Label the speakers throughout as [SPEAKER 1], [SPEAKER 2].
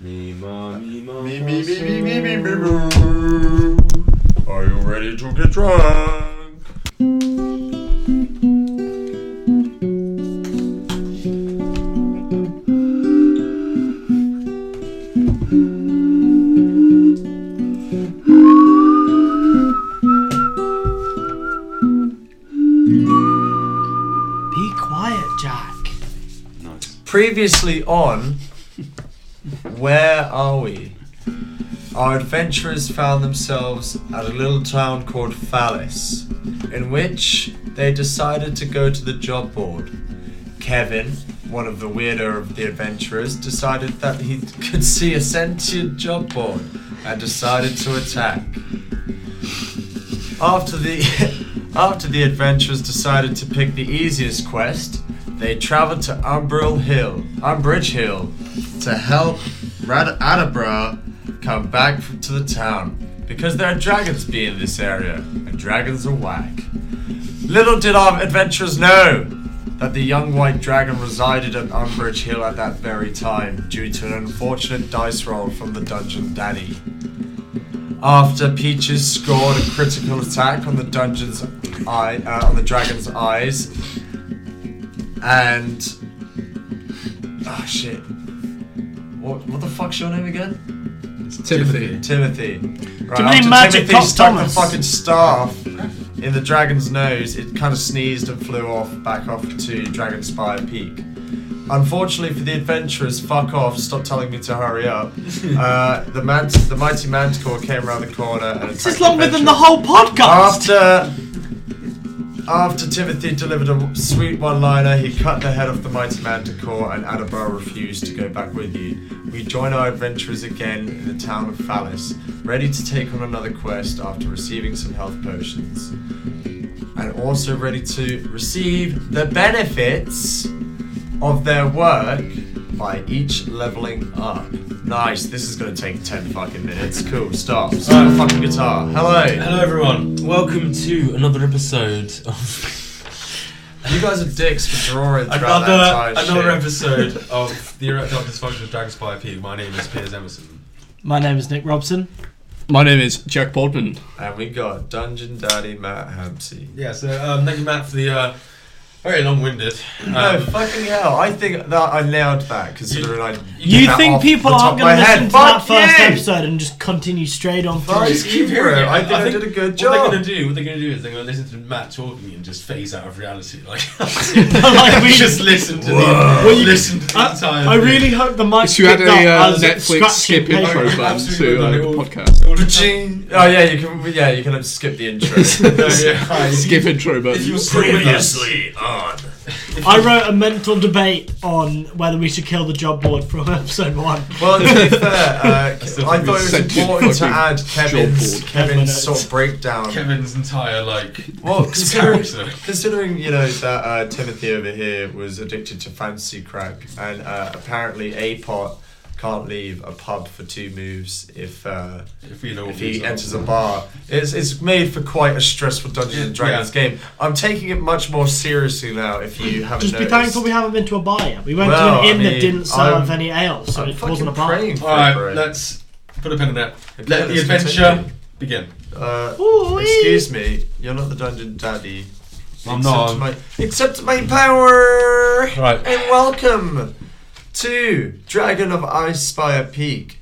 [SPEAKER 1] Me, ma, me, ma,
[SPEAKER 2] Me, me, me, me, me, me, me, me. Are you ready to get drunk?
[SPEAKER 3] Be quiet, Jack.
[SPEAKER 1] Nice.
[SPEAKER 3] Previously on Where Are We? Our adventurers found themselves at a little town called Fallis, in which they decided to go to the job board. Kevin, one of the weirder of the adventurers, decided that he could see a sentient job board and decided to attack. After the after the adventurers decided to pick the easiest quest, they traveled to Umbril Hill, Umbridge Hill, to help Rad- Adabra come back f- to the town because there are dragons be in this area and dragons are whack. Little did our adventurers know that the young white dragon resided at Umbridge Hill at that very time due to an unfortunate dice roll from the dungeon daddy. After Peaches scored a critical attack on the dungeon's eye, uh, on the dragon's eyes, and ah shit, what what the fuck's your name again?
[SPEAKER 4] Timothy.
[SPEAKER 3] Timothy. Right,
[SPEAKER 5] Too many
[SPEAKER 3] after
[SPEAKER 5] magic
[SPEAKER 3] Timothy
[SPEAKER 5] cock
[SPEAKER 3] stuck
[SPEAKER 5] Thomas.
[SPEAKER 3] the fucking staff in the dragon's nose. It kind of sneezed and flew off back off to Dragonspire Peak. Unfortunately for the adventurers, fuck off, stop telling me to hurry up. Uh, the, mant- the mighty manticore came around the corner and
[SPEAKER 5] This is longer than the whole podcast.
[SPEAKER 3] After, after Timothy delivered a sweet one-liner, he cut the head off the mighty manticore and Adabar refused to go back with you. We join our adventurers again in the town of Phallus, ready to take on another quest after receiving some health potions. And also ready to receive the benefits of their work by each leveling up. Nice, this is gonna take 10 fucking minutes. Cool, stop. Stop the fucking guitar. Hello!
[SPEAKER 6] Hello, everyone. Welcome to another episode of
[SPEAKER 3] You guys are dicks for drawing throughout that
[SPEAKER 6] another
[SPEAKER 3] entire
[SPEAKER 6] another
[SPEAKER 3] shit.
[SPEAKER 6] episode of the erectile dysfunction of Dragon's Fire Peak. My name is Piers Emerson.
[SPEAKER 5] My name is Nick Robson.
[SPEAKER 4] My name is Jack Baldwin.
[SPEAKER 3] And we got Dungeon Daddy Matt Hampsey.
[SPEAKER 6] Yeah. So um, thank you, Matt, for the uh, very long-winded. Um,
[SPEAKER 3] No, fucking hell. I think that I nailed that considering I.
[SPEAKER 5] You
[SPEAKER 3] that
[SPEAKER 5] think
[SPEAKER 3] off
[SPEAKER 5] people
[SPEAKER 3] the top
[SPEAKER 5] aren't
[SPEAKER 3] of my
[SPEAKER 5] going to listen
[SPEAKER 3] head.
[SPEAKER 5] to that
[SPEAKER 3] Fuck
[SPEAKER 5] first
[SPEAKER 3] you!
[SPEAKER 5] episode and just continue straight on through?
[SPEAKER 3] Fuck you, bro.
[SPEAKER 6] hearing it.
[SPEAKER 3] I think I, did a good job.
[SPEAKER 6] What they're gonna do? What they're gonna do is they're gonna listen to Matt talking and just phase out of reality. Like,
[SPEAKER 5] Like we-
[SPEAKER 6] we just listen to the
[SPEAKER 5] Well, you-
[SPEAKER 6] listen to the
[SPEAKER 5] I,
[SPEAKER 6] entire.
[SPEAKER 5] I
[SPEAKER 6] thing.
[SPEAKER 5] really hope the mic
[SPEAKER 4] If you had
[SPEAKER 5] picked up
[SPEAKER 4] a uh,
[SPEAKER 5] as
[SPEAKER 4] Netflix
[SPEAKER 5] scratching
[SPEAKER 4] skip intro
[SPEAKER 5] paper.
[SPEAKER 4] button
[SPEAKER 6] Absolutely
[SPEAKER 4] to
[SPEAKER 6] not
[SPEAKER 4] uh, the
[SPEAKER 6] at all.
[SPEAKER 4] podcast.
[SPEAKER 6] All the time.
[SPEAKER 3] Ching. Oh yeah, you can. Yeah, you can um, skip the intro.
[SPEAKER 6] No, yeah, hi.
[SPEAKER 4] Skip intro
[SPEAKER 6] If you
[SPEAKER 4] button.
[SPEAKER 6] were still with us-
[SPEAKER 3] on.
[SPEAKER 5] I wrote a mental debate on whether we should kill the job board from episode one.
[SPEAKER 3] Well, to be fair, uh, I thought it was
[SPEAKER 4] Sentient
[SPEAKER 3] important to
[SPEAKER 4] fucking
[SPEAKER 3] add Kevin's
[SPEAKER 4] jawboard.
[SPEAKER 3] Kevin's sort of breakdown.
[SPEAKER 6] Kevin's entire like
[SPEAKER 3] Well, considering,
[SPEAKER 6] character.
[SPEAKER 3] considering you know that uh, Timothy over here was addicted to fancy crack, and uh, apparently Apot can't leave a pub for two moves if uh,
[SPEAKER 6] If we know
[SPEAKER 3] if he enters a bar. It's it's made for quite a stressful Dungeons and Dragons game. I'm taking it much more seriously now. If you haven't
[SPEAKER 5] Just be
[SPEAKER 3] noticed.
[SPEAKER 5] thankful we haven't been to a bar yet. We went
[SPEAKER 3] Well,
[SPEAKER 5] to an inn
[SPEAKER 3] I
[SPEAKER 5] that
[SPEAKER 3] mean,
[SPEAKER 5] didn't serve
[SPEAKER 3] I'm-
[SPEAKER 5] any ale, so
[SPEAKER 3] I'm
[SPEAKER 5] it
[SPEAKER 3] fucking
[SPEAKER 5] wasn't a bar.
[SPEAKER 3] praying for
[SPEAKER 6] All right,
[SPEAKER 3] it, bro.
[SPEAKER 6] let's put a pen in that.
[SPEAKER 3] Okay,
[SPEAKER 6] Let the
[SPEAKER 3] let's
[SPEAKER 6] adventure
[SPEAKER 3] continue.
[SPEAKER 6] begin.
[SPEAKER 3] Uh,
[SPEAKER 5] Ooh-wee.
[SPEAKER 3] excuse me, you're not the dungeon daddy.
[SPEAKER 6] I'm
[SPEAKER 3] Accept
[SPEAKER 6] not.
[SPEAKER 3] My, accept my power
[SPEAKER 6] Right.
[SPEAKER 3] and welcome to Dragon of Ice Spire Peak.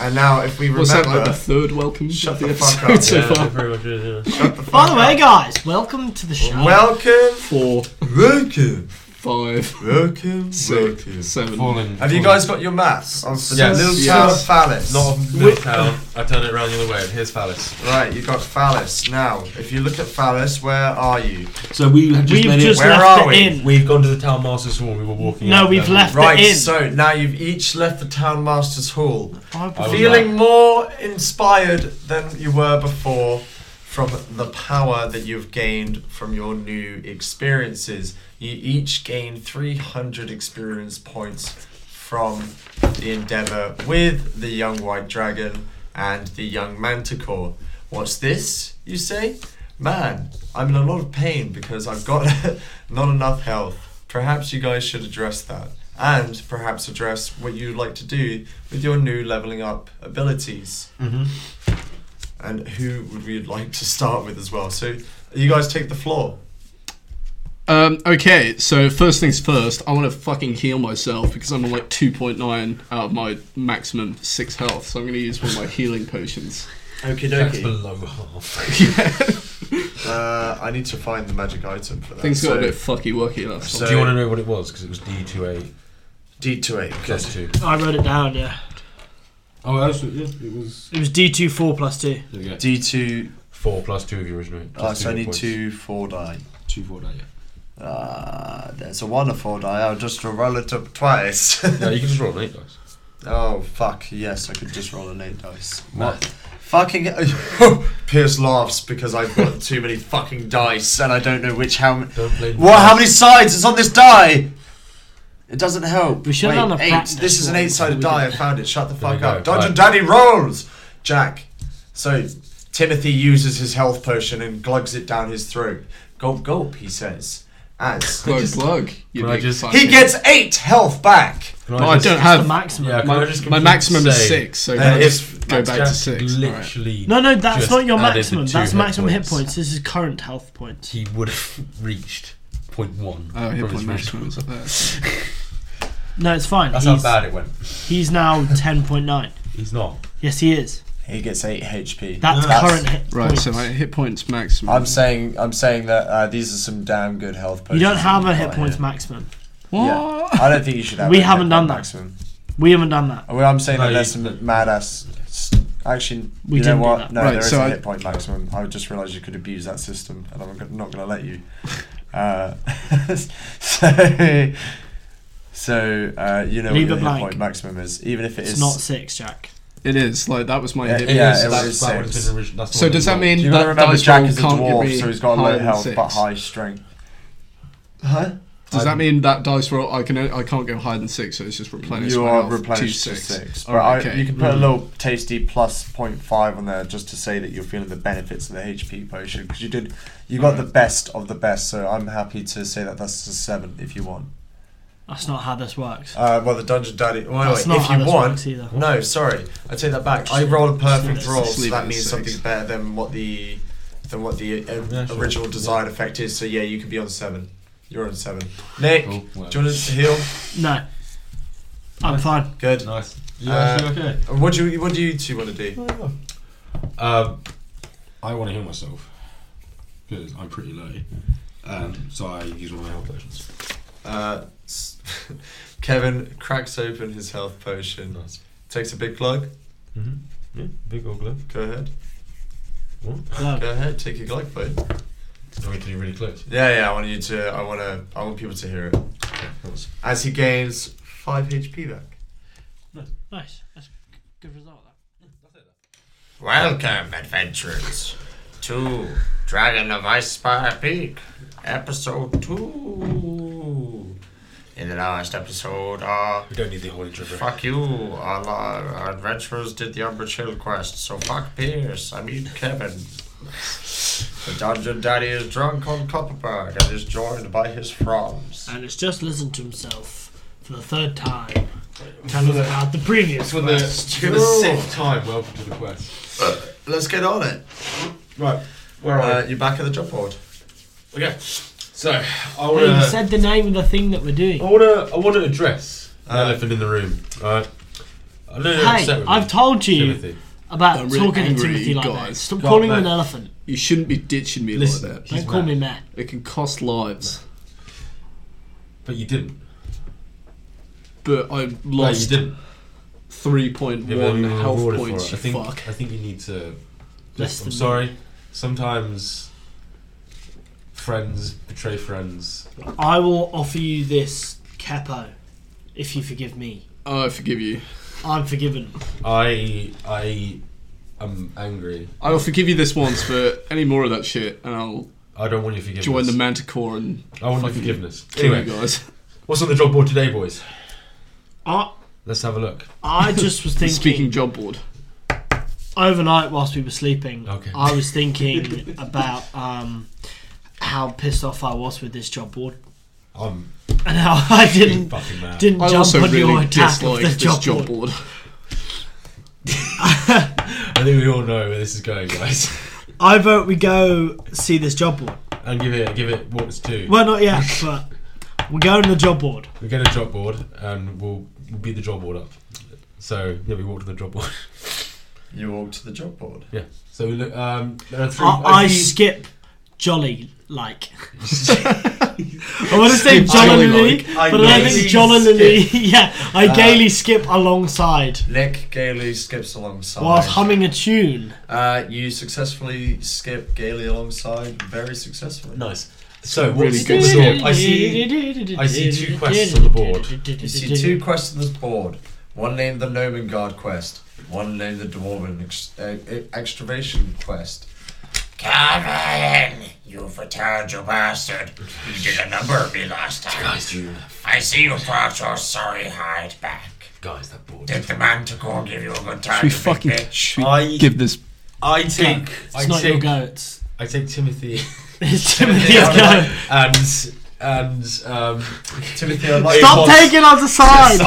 [SPEAKER 3] And now, if we
[SPEAKER 4] Was that
[SPEAKER 3] remember,
[SPEAKER 4] like the third welcome
[SPEAKER 3] Shut
[SPEAKER 4] of the
[SPEAKER 3] the fuck
[SPEAKER 4] episode
[SPEAKER 3] up, yeah.
[SPEAKER 4] so far?
[SPEAKER 6] pretty much is. Yeah.
[SPEAKER 3] shut the
[SPEAKER 5] By
[SPEAKER 3] fuck
[SPEAKER 5] the way,
[SPEAKER 3] up.
[SPEAKER 5] guys, welcome to the show.
[SPEAKER 3] welcome,
[SPEAKER 4] Four,
[SPEAKER 3] welcome,
[SPEAKER 4] five,
[SPEAKER 3] welcome,
[SPEAKER 4] six,
[SPEAKER 3] welcome.
[SPEAKER 4] seven.
[SPEAKER 6] Fallen.
[SPEAKER 3] Have you guys got your maps? On the
[SPEAKER 6] Yes.
[SPEAKER 3] little
[SPEAKER 4] Yes.
[SPEAKER 3] town of Phallus.
[SPEAKER 6] Not of
[SPEAKER 5] Wait.
[SPEAKER 6] Midtown. I turn it around the other way. Here's Phallus.
[SPEAKER 3] Right, you got Phallus. Now, if you look at Phallus, where are you?
[SPEAKER 6] So we have
[SPEAKER 5] We've just
[SPEAKER 3] Where
[SPEAKER 5] left
[SPEAKER 3] are
[SPEAKER 5] the
[SPEAKER 3] we?
[SPEAKER 5] inn.
[SPEAKER 6] We've gone to the town master's hall. We were walking.
[SPEAKER 5] No,
[SPEAKER 6] out
[SPEAKER 5] we've
[SPEAKER 6] there.
[SPEAKER 5] left
[SPEAKER 3] Right,
[SPEAKER 5] the inn.
[SPEAKER 3] so now you've each left the town master's hall.
[SPEAKER 5] I
[SPEAKER 6] I was
[SPEAKER 3] Feeling more inspired than you were before from the power that you've gained from your new experiences. You each gain 300 experience points from the endeavor with the young white dragon and the young manticore. What's this, you say? Man, I'm in a lot of pain because I've got not enough health. Perhaps you guys should address that. and perhaps address what you'd like to do with your new leveling up abilities.
[SPEAKER 6] Mm-hmm.
[SPEAKER 3] And who would we like to start with as well? So you guys take the floor.
[SPEAKER 4] Um, okay, so first things first, I want to fucking heal myself because I'm on like 2.9 out of my maximum 6 health, so I'm going to use one of my healing potions.
[SPEAKER 3] Okie
[SPEAKER 6] That's below half.
[SPEAKER 3] Uh, I need to find the magic item for that.
[SPEAKER 4] Things got
[SPEAKER 3] So,
[SPEAKER 4] a bit fucky wucky last
[SPEAKER 3] So-
[SPEAKER 4] time.
[SPEAKER 6] Do you want to know what it was? Because it was D2A
[SPEAKER 3] D2A.
[SPEAKER 6] plus 2.
[SPEAKER 5] I wrote it down, yeah.
[SPEAKER 6] Oh, absolutely. Yeah, it was.
[SPEAKER 5] It was D2 4 plus 2.
[SPEAKER 6] There we go.
[SPEAKER 3] D2.
[SPEAKER 6] 4 plus 2 of your original.
[SPEAKER 3] Oh,
[SPEAKER 6] plus
[SPEAKER 3] so I
[SPEAKER 6] hit
[SPEAKER 3] need
[SPEAKER 6] points.
[SPEAKER 3] two four die.
[SPEAKER 6] 2 4 die, yeah.
[SPEAKER 3] Uh, there's a one or four die. I'll just roll it up twice.
[SPEAKER 6] No, you can just roll an 8 dice.
[SPEAKER 3] oh, fuck. Yes, I could just roll an eight dice.
[SPEAKER 6] What?
[SPEAKER 3] Fucking. Pierce laughs because I've got too many fucking dice and I don't know which how. ma-
[SPEAKER 6] Don't blame
[SPEAKER 3] What? How many sides is on this die? It doesn't help.
[SPEAKER 5] We should
[SPEAKER 3] Wait,
[SPEAKER 5] have done a
[SPEAKER 3] eight.
[SPEAKER 5] practice
[SPEAKER 3] This is an
[SPEAKER 5] one.
[SPEAKER 3] eight-sided
[SPEAKER 5] We
[SPEAKER 3] die. I
[SPEAKER 5] did.
[SPEAKER 3] found it. Shut the
[SPEAKER 6] There we
[SPEAKER 3] fuck up.
[SPEAKER 6] go.
[SPEAKER 3] Dungeon
[SPEAKER 6] Right.
[SPEAKER 3] Daddy rolls. Jack. So Timothy uses his health potion and glugs it down his throat. Gulp, gulp. He says. As
[SPEAKER 4] Glug, glug, you
[SPEAKER 6] Can I
[SPEAKER 4] big
[SPEAKER 6] just-
[SPEAKER 4] fuck.
[SPEAKER 3] he gets eight health back.
[SPEAKER 6] Can
[SPEAKER 4] No, I
[SPEAKER 6] just-
[SPEAKER 4] don't
[SPEAKER 5] That's the
[SPEAKER 4] have.
[SPEAKER 5] maximum.
[SPEAKER 6] Yeah, can
[SPEAKER 4] My,
[SPEAKER 6] I just
[SPEAKER 4] my
[SPEAKER 6] quickly
[SPEAKER 4] maximum is
[SPEAKER 6] say-
[SPEAKER 4] 6, so
[SPEAKER 3] Uh,
[SPEAKER 4] can I
[SPEAKER 3] it's-
[SPEAKER 4] just go back to
[SPEAKER 6] Jack
[SPEAKER 4] 6? Alright.
[SPEAKER 6] Literally.
[SPEAKER 5] No, no, that's
[SPEAKER 6] just
[SPEAKER 5] not your
[SPEAKER 6] added the
[SPEAKER 5] maximum.
[SPEAKER 6] two
[SPEAKER 5] That's maximum hit
[SPEAKER 6] points.
[SPEAKER 5] points. This is current health points.
[SPEAKER 6] He would have reached point 0.1.
[SPEAKER 4] Oh,
[SPEAKER 6] from
[SPEAKER 4] hit
[SPEAKER 6] his
[SPEAKER 4] point
[SPEAKER 6] original.
[SPEAKER 4] maximum is up there.
[SPEAKER 5] No, it's fine.
[SPEAKER 6] That's how
[SPEAKER 5] he's,
[SPEAKER 6] bad it went.
[SPEAKER 5] he's now 10.9.
[SPEAKER 6] He's not.
[SPEAKER 5] Yes, he is.
[SPEAKER 3] He gets eight HP.
[SPEAKER 5] That's current hit
[SPEAKER 4] Right,
[SPEAKER 5] points.
[SPEAKER 4] so my hit points maximum.
[SPEAKER 3] I'm saying I'm saying that uh, these are some damn good health
[SPEAKER 5] you
[SPEAKER 3] potions.
[SPEAKER 5] don't have a
[SPEAKER 3] we've
[SPEAKER 5] hit
[SPEAKER 3] got
[SPEAKER 5] points
[SPEAKER 3] here.
[SPEAKER 5] maximum.
[SPEAKER 4] what?
[SPEAKER 3] Yeah. I don't think you should have.
[SPEAKER 5] We
[SPEAKER 3] a hit
[SPEAKER 5] haven't
[SPEAKER 3] point
[SPEAKER 5] done that.
[SPEAKER 3] Maximum.
[SPEAKER 5] We haven't done that.
[SPEAKER 3] Well, I'm saying
[SPEAKER 6] No,
[SPEAKER 3] that there's
[SPEAKER 6] you-
[SPEAKER 3] some mad ass. Actually,
[SPEAKER 5] We
[SPEAKER 3] you know
[SPEAKER 5] didn't do
[SPEAKER 3] what?
[SPEAKER 5] that.
[SPEAKER 3] No,
[SPEAKER 4] Right,
[SPEAKER 3] there is
[SPEAKER 4] so
[SPEAKER 3] a
[SPEAKER 4] I-
[SPEAKER 3] hit point maximum. I just realised you could abuse that system, and I'm g- not going to let you. Uh, so, so uh, you know
[SPEAKER 5] Leave
[SPEAKER 3] what your
[SPEAKER 5] it
[SPEAKER 3] hit
[SPEAKER 5] blank.
[SPEAKER 3] point maximum is, even if it
[SPEAKER 5] It's
[SPEAKER 3] is-
[SPEAKER 5] not six, Jack.
[SPEAKER 4] It is, like, that was my hit
[SPEAKER 6] It
[SPEAKER 4] point.
[SPEAKER 3] yeah,
[SPEAKER 6] is,
[SPEAKER 3] it
[SPEAKER 6] that's
[SPEAKER 3] was
[SPEAKER 6] that
[SPEAKER 3] six.
[SPEAKER 6] would have been original- that's the
[SPEAKER 4] So
[SPEAKER 6] one
[SPEAKER 4] does
[SPEAKER 6] we
[SPEAKER 4] that
[SPEAKER 6] rolled.
[SPEAKER 4] mean
[SPEAKER 3] You
[SPEAKER 4] that
[SPEAKER 3] gotta remember
[SPEAKER 4] dice
[SPEAKER 3] Jack
[SPEAKER 4] roll
[SPEAKER 3] is a
[SPEAKER 4] can't give
[SPEAKER 3] dwarf,
[SPEAKER 4] me
[SPEAKER 3] so he's got a
[SPEAKER 4] higher
[SPEAKER 3] low
[SPEAKER 4] than
[SPEAKER 3] health but
[SPEAKER 4] six?
[SPEAKER 3] high strength. Huh?
[SPEAKER 4] Does
[SPEAKER 6] I'm-
[SPEAKER 4] that mean that dice roll I can I can't go higher than six, so it's just replenished?
[SPEAKER 3] You
[SPEAKER 4] my
[SPEAKER 3] are
[SPEAKER 4] health
[SPEAKER 3] replenished to
[SPEAKER 4] six.
[SPEAKER 3] six.
[SPEAKER 4] All
[SPEAKER 3] But I,
[SPEAKER 4] right, okay.
[SPEAKER 3] you can put a little tasty plus 0.5 on there just to say that you're feeling the benefits of the HP potion because you did you got
[SPEAKER 4] Alright.
[SPEAKER 3] the best of the best. So I'm happy to say that that's a seven if you want.
[SPEAKER 5] That's not how this
[SPEAKER 6] Oh,
[SPEAKER 5] works.
[SPEAKER 3] Uh, well, the dungeon daddy. Well,
[SPEAKER 5] That's
[SPEAKER 3] wait,
[SPEAKER 5] not
[SPEAKER 3] if
[SPEAKER 5] how
[SPEAKER 3] you
[SPEAKER 5] this
[SPEAKER 3] want,
[SPEAKER 5] works either.
[SPEAKER 3] no, sorry, I take that back. I roll a perfect
[SPEAKER 5] Just
[SPEAKER 3] roll, so
[SPEAKER 4] leave it
[SPEAKER 3] that
[SPEAKER 4] at
[SPEAKER 3] means
[SPEAKER 4] six.
[SPEAKER 3] something better than what the than what the uh,
[SPEAKER 6] Yeah, sure.
[SPEAKER 3] original desired effect is. So yeah, you can be on seven. You're on seven. Nick,
[SPEAKER 6] Cool,
[SPEAKER 3] do you want to heal?
[SPEAKER 5] No. I'm fine.
[SPEAKER 3] Good.
[SPEAKER 6] Nice.
[SPEAKER 3] You
[SPEAKER 4] Uh,
[SPEAKER 3] actually
[SPEAKER 6] okay?
[SPEAKER 3] What do you What do you two want to do?
[SPEAKER 6] Uh,
[SPEAKER 7] Um, I want to heal myself because I'm pretty low. Um, so I use one of my health potions.
[SPEAKER 3] Uh, s- Kevin cracks open his health potion,
[SPEAKER 6] Nice.
[SPEAKER 3] takes a big glug.
[SPEAKER 6] Mm-hmm. Yeah, big old glove.
[SPEAKER 3] Go ahead.
[SPEAKER 6] What?
[SPEAKER 5] No.
[SPEAKER 3] Go ahead. Take your glug, bud.
[SPEAKER 6] Do I need to do really close?
[SPEAKER 3] Yeah, yeah. I want you to. I want to. I want people to hear it.
[SPEAKER 6] Okay, that was-
[SPEAKER 3] As he gains five HP back.
[SPEAKER 5] Nice. That's a good result.
[SPEAKER 8] Welcome, adventurers, to Dragon of Icespire Peak, episode two. In the last episode, uh,
[SPEAKER 6] We don't need the whole intro. bro.
[SPEAKER 8] fuck you, our, our our adventurers did the Umber Chill quest, so fuck Pierce, I mean Kevin. The Dungeon Daddy is drunk on Copperberg and is joined by his friends.
[SPEAKER 5] And it's just listened to himself for the third time. Telling us about the previous
[SPEAKER 6] For the,
[SPEAKER 5] quest.
[SPEAKER 6] for the sixth time, welcome to the quest.
[SPEAKER 3] Uh, Let's get on it.
[SPEAKER 6] Right, where
[SPEAKER 3] Uh, you're back at the job board.
[SPEAKER 6] Okay, so I
[SPEAKER 5] Hey, you
[SPEAKER 6] want to.
[SPEAKER 5] said the name of the thing that we're
[SPEAKER 6] I
[SPEAKER 5] doing.
[SPEAKER 6] want to. I want to address the
[SPEAKER 3] Uh,
[SPEAKER 6] elephant in the room. All right. I know you're upset
[SPEAKER 5] Hey,
[SPEAKER 6] with
[SPEAKER 5] I've
[SPEAKER 6] me,
[SPEAKER 5] told you
[SPEAKER 6] Timothy.
[SPEAKER 5] about
[SPEAKER 4] I'm really
[SPEAKER 5] talking to
[SPEAKER 4] angry,
[SPEAKER 5] Timothy like that.
[SPEAKER 4] guys.
[SPEAKER 5] Stop
[SPEAKER 6] God,
[SPEAKER 5] calling him
[SPEAKER 6] man.
[SPEAKER 5] an elephant.
[SPEAKER 4] You shouldn't be ditching me
[SPEAKER 6] Listen,
[SPEAKER 4] like that.
[SPEAKER 5] Don't call
[SPEAKER 6] mad.
[SPEAKER 5] me man.
[SPEAKER 4] It can cost lives.
[SPEAKER 6] but you didn't.
[SPEAKER 4] But
[SPEAKER 6] No,
[SPEAKER 4] I
[SPEAKER 6] you
[SPEAKER 4] lost
[SPEAKER 6] didn't.
[SPEAKER 4] three point
[SPEAKER 6] Yeah, but
[SPEAKER 4] one
[SPEAKER 6] you were
[SPEAKER 4] health
[SPEAKER 6] rewarded
[SPEAKER 4] points.
[SPEAKER 6] for
[SPEAKER 4] You
[SPEAKER 6] it. I think.
[SPEAKER 4] fuck.
[SPEAKER 6] I think you need to.
[SPEAKER 5] Less
[SPEAKER 6] I'm
[SPEAKER 5] than-
[SPEAKER 6] sorry. Sometimes friends betray friends.
[SPEAKER 5] I will offer you this capo if you forgive me.
[SPEAKER 4] Oh, I forgive you.
[SPEAKER 5] I'm forgiven.
[SPEAKER 6] I I am angry.
[SPEAKER 4] I will forgive you this once, but any more of that shit, and I'll
[SPEAKER 6] I don't want your forgiveness.
[SPEAKER 4] join the Manticore and
[SPEAKER 6] I want your forgiveness.
[SPEAKER 4] kill you
[SPEAKER 6] Oh, Anyway,
[SPEAKER 4] guys.
[SPEAKER 6] what's on the job board today, boys?
[SPEAKER 5] I
[SPEAKER 6] Let's have a look.
[SPEAKER 5] I just was thinking
[SPEAKER 4] Speaking job board.
[SPEAKER 5] overnight whilst we were sleeping.
[SPEAKER 6] Okay.
[SPEAKER 5] I was thinking about um, how pissed off I was with this job board.
[SPEAKER 6] I'm
[SPEAKER 5] And how I didn't
[SPEAKER 9] Fucking mad.
[SPEAKER 5] didn't
[SPEAKER 4] I
[SPEAKER 5] jump
[SPEAKER 4] also
[SPEAKER 5] on your
[SPEAKER 4] really
[SPEAKER 5] attack of
[SPEAKER 4] dislike
[SPEAKER 5] the
[SPEAKER 4] this
[SPEAKER 5] job
[SPEAKER 4] job
[SPEAKER 5] board.
[SPEAKER 4] board.
[SPEAKER 6] I think we all know where this is going, guys.
[SPEAKER 5] I vote we go see this job board.
[SPEAKER 6] And give it, give it what it's due.
[SPEAKER 5] Well, not yet, but we're going to the job board.
[SPEAKER 6] We get a job board and we'll, we'll beat the job board up. So yeah, we walk to the job board.
[SPEAKER 3] You walk to the job board.
[SPEAKER 6] yeah. So we look. Um, there are three.
[SPEAKER 5] I, I
[SPEAKER 6] okay.
[SPEAKER 5] skip jolly like. I want to say jollily,
[SPEAKER 4] Jolly-like.
[SPEAKER 5] but I don't think
[SPEAKER 3] gaily
[SPEAKER 5] jollily. yeah, I
[SPEAKER 6] Uh,
[SPEAKER 5] gaily skip alongside
[SPEAKER 3] Nick gaily skips alongside.
[SPEAKER 5] whilst humming a tune.
[SPEAKER 3] Uh, you successfully skip gaily alongside, very successfully.
[SPEAKER 6] Nice. So
[SPEAKER 4] Really
[SPEAKER 6] what's
[SPEAKER 4] good
[SPEAKER 6] what's
[SPEAKER 4] sword.
[SPEAKER 6] up? I see. I see two quests on the board.
[SPEAKER 3] You see two quests on this board. One named the Nomengard quest. One named the Dwarven ex- uh, e- extravation quest. Come in, you've returned, you bastard. You did a number of me last time.
[SPEAKER 6] Guys, you-
[SPEAKER 3] I see you brought your sorry hide back.
[SPEAKER 6] guys, that board.
[SPEAKER 3] Did the manticore give you a good time?
[SPEAKER 4] Should we
[SPEAKER 3] you big
[SPEAKER 4] fucking
[SPEAKER 3] bitch?
[SPEAKER 4] should we
[SPEAKER 6] I-
[SPEAKER 4] give this?
[SPEAKER 6] I take. I
[SPEAKER 5] It's not your
[SPEAKER 6] take.
[SPEAKER 5] go. It's,
[SPEAKER 6] I take Timothy
[SPEAKER 5] it's Timothy's go.
[SPEAKER 6] and and um.
[SPEAKER 3] Timothy, I'd like
[SPEAKER 5] Stop taking us aside.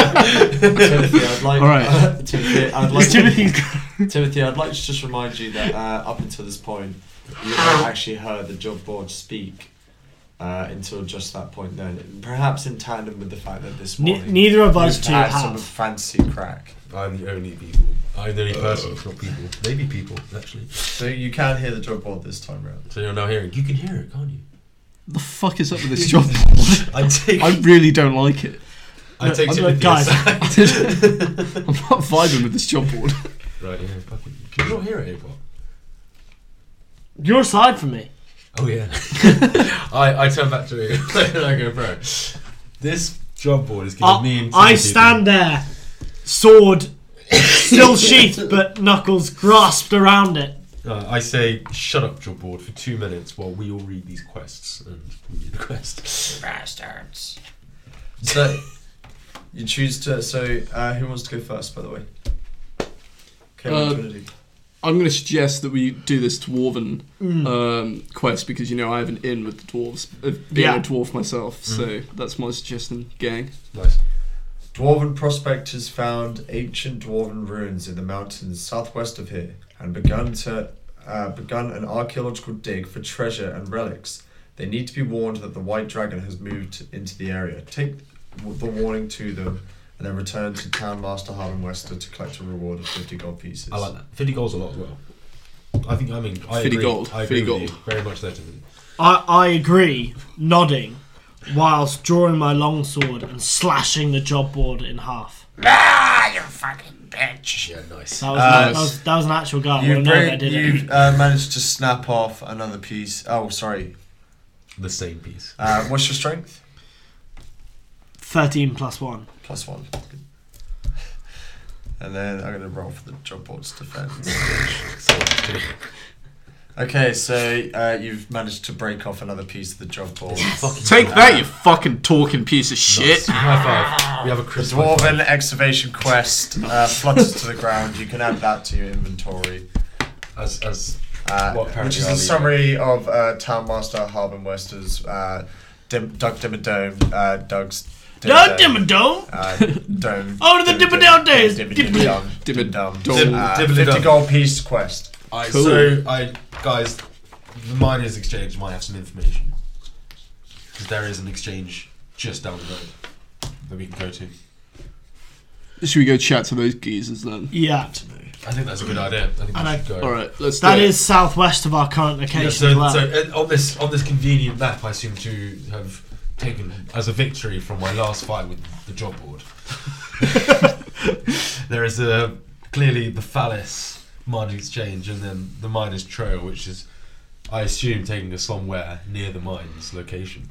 [SPEAKER 3] Timothy, I'd like.
[SPEAKER 4] All right.
[SPEAKER 3] Timothy, I'd
[SPEAKER 5] It's Timothy's go.
[SPEAKER 3] Timothy, I'd like to just remind you that uh, up until this point, you haven't actually heard the job board speak uh, until just that point. Then, perhaps in tandem with the fact that this
[SPEAKER 5] Ne-
[SPEAKER 3] morning,
[SPEAKER 5] neither of us
[SPEAKER 3] you've
[SPEAKER 5] two
[SPEAKER 3] had some
[SPEAKER 5] have.
[SPEAKER 3] fancy crack,
[SPEAKER 6] I'm the only people. I'm the only person, not people. Maybe people actually.
[SPEAKER 3] so you can hear the job board this time round.
[SPEAKER 6] So you're now hearing. You can hear it, can't you?
[SPEAKER 4] The fuck is up with this job board?
[SPEAKER 6] I take.
[SPEAKER 4] I really don't like it.
[SPEAKER 6] I take
[SPEAKER 5] I'm
[SPEAKER 6] Timothy.
[SPEAKER 5] like, guys.
[SPEAKER 6] aside.
[SPEAKER 4] I'm not vibing with this job board.
[SPEAKER 6] Right. Yeah, fucking. Can you not hear it, Abel?
[SPEAKER 5] You're aside from me.
[SPEAKER 6] Oh yeah. I I turn back to you and I go, bro. This job board is giving me.
[SPEAKER 5] I,
[SPEAKER 6] and
[SPEAKER 5] I
[SPEAKER 6] Timothy the-
[SPEAKER 5] stand there, sword still sheathed, but knuckles grasped around it.
[SPEAKER 6] Uh, I say, shut up, job board, for two minutes while we all read these quests and we do the quest.
[SPEAKER 3] Bastards. So you choose to. So uh, who wants to go first? By the way. Okay, what do you
[SPEAKER 4] Uh,
[SPEAKER 3] wanna do?
[SPEAKER 4] I'm going to suggest that we do this dwarven um, quest because you know I have an in with the dwarves, uh, being
[SPEAKER 5] Yeah.
[SPEAKER 4] a dwarf myself. So that's my suggestion, gang.
[SPEAKER 6] Nice.
[SPEAKER 3] Dwarven prospectors found ancient dwarven ruins in the mountains southwest of here and begun to uh, begun an archaeological dig for treasure and relics. They need to be warned that the white dragon has moved into the area. Take w- the warning to them and then return to town master Harlan Wester to collect a reward of 50 gold pieces.
[SPEAKER 6] I like that. 50 goals a lot as well. I think, I mean, I
[SPEAKER 4] 50
[SPEAKER 6] agree.
[SPEAKER 4] gold,
[SPEAKER 6] I agree
[SPEAKER 4] 50
[SPEAKER 6] with you. Very much there, Timothy.
[SPEAKER 5] I, I agree, nodding, whilst drawing my longsword and slashing the job board in half.
[SPEAKER 3] Ah,
[SPEAKER 6] Yeah, nice.
[SPEAKER 5] That was,
[SPEAKER 3] Uh,
[SPEAKER 5] that was, Oh, that was an actual guy. I
[SPEAKER 3] You
[SPEAKER 5] would've known if I
[SPEAKER 3] bring,
[SPEAKER 5] did
[SPEAKER 3] you
[SPEAKER 5] it.
[SPEAKER 3] uh, managed to snap off another piece. Oh, sorry.
[SPEAKER 6] The same piece.
[SPEAKER 3] Uh, what's your strength?
[SPEAKER 5] 13 plus 1.
[SPEAKER 3] Plus one. And then I'm going to roll for the job board's defense.
[SPEAKER 6] So, fucking
[SPEAKER 3] Okay, so uh, you've managed to break off another piece of the job board.
[SPEAKER 4] Take that, you fucking talking piece of
[SPEAKER 6] nice.
[SPEAKER 4] shit.
[SPEAKER 6] High five. We have a crisp high five.
[SPEAKER 3] Dwarven excavation quest uh, flutters to the ground. You can add that to your inventory,
[SPEAKER 6] As, as
[SPEAKER 3] uh,
[SPEAKER 6] What
[SPEAKER 3] which is
[SPEAKER 6] paragraph are you
[SPEAKER 3] a summary of uh, Town Master Harbin Wester's uh, Dim- Doug Dimmadome, uh, Doug's
[SPEAKER 5] Don't dim a dome!
[SPEAKER 3] uh, dome.
[SPEAKER 5] Oh, the Dimmadome days.
[SPEAKER 3] Dimmadome.
[SPEAKER 4] Dimmadome.
[SPEAKER 3] Dimmadome. Uh,
[SPEAKER 6] Dimmadome.
[SPEAKER 3] 50 gold piece quest.
[SPEAKER 6] I,
[SPEAKER 4] Cool.
[SPEAKER 6] So, I, guys, the miners exchange might have some information. Because there is an exchange just down the road that we can go to.
[SPEAKER 4] Should we go chat to those geezers then?
[SPEAKER 5] Yeah.
[SPEAKER 6] I think that's a good idea. I think
[SPEAKER 5] And
[SPEAKER 6] we
[SPEAKER 5] I-
[SPEAKER 6] should go.
[SPEAKER 4] All right, let's.
[SPEAKER 5] That
[SPEAKER 4] do it.
[SPEAKER 5] is southwest of our current location
[SPEAKER 6] Yeah,
[SPEAKER 5] as
[SPEAKER 6] so,
[SPEAKER 5] well.
[SPEAKER 6] so uh, on this on this convenient map, I seem to have taken as a victory from my last fight with the job board. there is a clearly the phallus mine exchange and then the miners trail, which is, I assume, taking us somewhere near the mines location.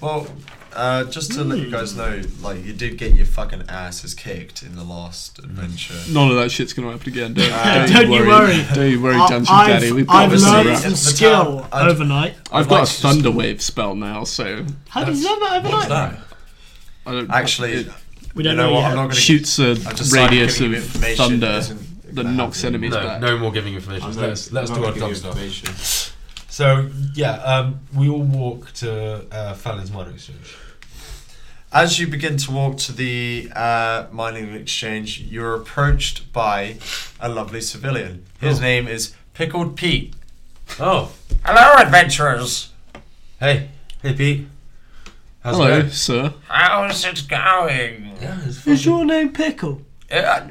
[SPEAKER 3] Well, uh, just to let you guys know, like you did get your fucking asses kicked in the last adventure.
[SPEAKER 4] None of that shit's gonna happen again. Don't,
[SPEAKER 3] Uh,
[SPEAKER 5] don't you worry.
[SPEAKER 4] Don't you worry,
[SPEAKER 5] I-
[SPEAKER 4] Dungeon
[SPEAKER 5] I've,
[SPEAKER 4] Daddy. We've got
[SPEAKER 5] I've
[SPEAKER 4] this
[SPEAKER 5] learned
[SPEAKER 4] wrapped.
[SPEAKER 5] some
[SPEAKER 3] The
[SPEAKER 5] skill
[SPEAKER 3] town- I'd-
[SPEAKER 5] overnight.
[SPEAKER 3] like
[SPEAKER 4] I've got
[SPEAKER 3] to
[SPEAKER 4] a
[SPEAKER 3] just-
[SPEAKER 4] thunder wave spell now, so
[SPEAKER 5] How did you learn that overnight?
[SPEAKER 4] I don't
[SPEAKER 3] Actually,
[SPEAKER 4] It
[SPEAKER 5] We
[SPEAKER 3] you
[SPEAKER 5] don't
[SPEAKER 3] know
[SPEAKER 5] know,
[SPEAKER 3] what?
[SPEAKER 5] yet.
[SPEAKER 3] I'm not gonna.
[SPEAKER 4] shoots a
[SPEAKER 3] I've just started
[SPEAKER 4] radius
[SPEAKER 3] giving you
[SPEAKER 4] of
[SPEAKER 3] information that
[SPEAKER 4] thunder
[SPEAKER 3] isn't
[SPEAKER 4] that
[SPEAKER 3] gonna
[SPEAKER 4] knocks
[SPEAKER 3] happen.
[SPEAKER 4] enemies
[SPEAKER 6] No,
[SPEAKER 4] back.
[SPEAKER 6] no more giving information. Let's, let's do our dumb stuff.
[SPEAKER 10] stuff.
[SPEAKER 6] So yeah, um, we all walk to uh, Fallon's mine exchange.
[SPEAKER 3] As you begin to walk to the uh, mining exchange, you're approached by a lovely civilian. His name is Pickled Pete.
[SPEAKER 6] Oh,
[SPEAKER 8] Hello, adventurers.
[SPEAKER 6] hey, hey, Pete. How's it
[SPEAKER 4] Hello,
[SPEAKER 6] going?
[SPEAKER 4] sir.
[SPEAKER 8] How's it going?
[SPEAKER 6] Yeah, it's
[SPEAKER 5] Is
[SPEAKER 6] fucking-
[SPEAKER 5] your name Pickle?
[SPEAKER 8] Uh,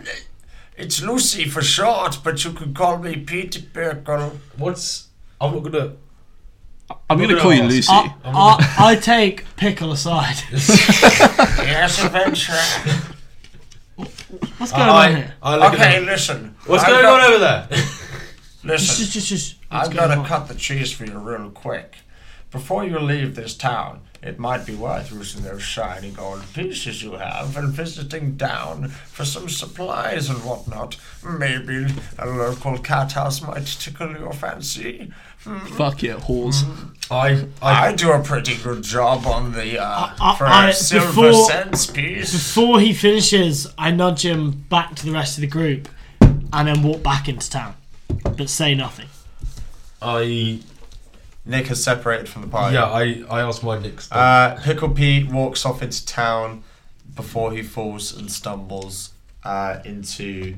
[SPEAKER 8] it's Lucy for short, but you can call me Peter Pickle.
[SPEAKER 6] What's? I'm not gonna.
[SPEAKER 4] I'm
[SPEAKER 6] Look
[SPEAKER 4] going to
[SPEAKER 6] at
[SPEAKER 4] call you
[SPEAKER 6] us.
[SPEAKER 4] Lucy.
[SPEAKER 5] I, I, I take Pickle aside.
[SPEAKER 8] Yes, adventurer.
[SPEAKER 5] What's going on
[SPEAKER 6] I,
[SPEAKER 5] here?
[SPEAKER 6] I look at
[SPEAKER 8] okay,
[SPEAKER 6] him.
[SPEAKER 8] listen.
[SPEAKER 6] What's
[SPEAKER 8] I've
[SPEAKER 6] going
[SPEAKER 8] got-
[SPEAKER 6] on over there?
[SPEAKER 8] Listen.
[SPEAKER 5] Just, just, just.
[SPEAKER 8] I'm gonna cut the cheese for you real quick. Before you leave this town, it might be worth using those shiny gold pieces you have and visiting down for some supplies and whatnot. Maybe a local cat house might tickle your fancy.
[SPEAKER 4] Fuck yeah, whores.
[SPEAKER 6] I, I,
[SPEAKER 8] I do a pretty good job on the uh,
[SPEAKER 5] I-
[SPEAKER 8] for
[SPEAKER 5] I-
[SPEAKER 8] a silver
[SPEAKER 5] before-
[SPEAKER 8] cents piece.
[SPEAKER 5] Before he finishes, I nudge him back to the rest of the group and then walk back into town. But say nothing.
[SPEAKER 6] I,
[SPEAKER 3] Nick has separated from the party.
[SPEAKER 6] yeah, I, I asked my Nick's.
[SPEAKER 3] Uh, Pickle Pete walks off into town before he falls and stumbles uh, into.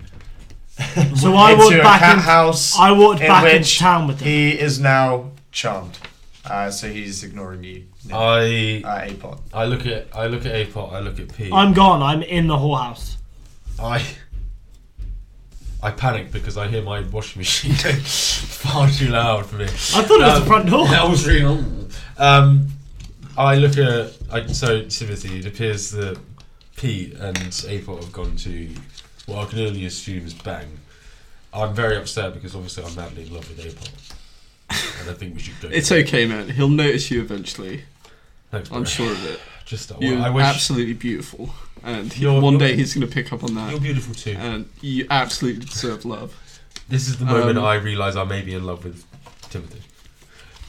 [SPEAKER 5] So I
[SPEAKER 3] into
[SPEAKER 5] walked
[SPEAKER 3] a
[SPEAKER 5] back
[SPEAKER 3] cat
[SPEAKER 5] in-
[SPEAKER 3] house.
[SPEAKER 5] I walked
[SPEAKER 3] in
[SPEAKER 5] back into
[SPEAKER 3] which
[SPEAKER 5] town with him.
[SPEAKER 3] He is now charmed, uh, so he's ignoring you. Nick. Uh,
[SPEAKER 6] I,
[SPEAKER 3] Apot.
[SPEAKER 6] I look at, I look at Apot. I look at Pete.
[SPEAKER 5] I'm gone. I'm in the whorehouse.
[SPEAKER 6] I I panic because I hear my washing machine go far too loud for me.
[SPEAKER 5] I thought it was the front door.
[SPEAKER 6] Um, That was really old. Um, I look at I, so Timothy. It appears that Pete and Apot have gone to what I can only assume is Bang. I'm very upset because obviously I'm madly in love with Apot, and I think we should go.
[SPEAKER 4] It's
[SPEAKER 6] to-
[SPEAKER 4] okay, man. He'll notice you eventually.
[SPEAKER 6] Thanks, bro.
[SPEAKER 4] I'm sure of it.
[SPEAKER 6] Just well,
[SPEAKER 4] You're
[SPEAKER 6] I wish
[SPEAKER 4] absolutely beautiful. And he-
[SPEAKER 6] You're-
[SPEAKER 4] one
[SPEAKER 6] you're-
[SPEAKER 4] day he's going to pick up on
[SPEAKER 6] you're
[SPEAKER 4] that.
[SPEAKER 6] beautiful too.
[SPEAKER 4] And you absolutely deserve love.
[SPEAKER 6] This is the moment
[SPEAKER 4] Um,
[SPEAKER 6] I realise I may be in love with Timothy.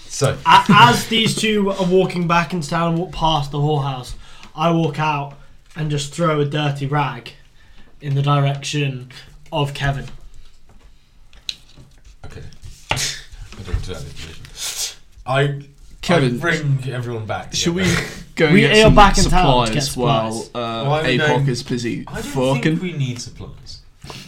[SPEAKER 6] So
[SPEAKER 5] A- As these two are walking back into town and walk past the whorehouse, I walk out and just throw a dirty rag in the direction of Kevin.
[SPEAKER 6] Okay. I don't do that information. I,
[SPEAKER 4] Kevin,
[SPEAKER 6] I bring everyone back.
[SPEAKER 4] Should
[SPEAKER 6] yeah.
[SPEAKER 4] we go and
[SPEAKER 5] We
[SPEAKER 4] get
[SPEAKER 5] are
[SPEAKER 4] some
[SPEAKER 5] back in town
[SPEAKER 4] supplies,
[SPEAKER 5] to get
[SPEAKER 4] while
[SPEAKER 5] supplies.
[SPEAKER 6] Why
[SPEAKER 4] uh,
[SPEAKER 6] are we
[SPEAKER 4] APOC
[SPEAKER 6] going-
[SPEAKER 4] is busy
[SPEAKER 6] I don't
[SPEAKER 4] fucking?
[SPEAKER 6] think we need supplies.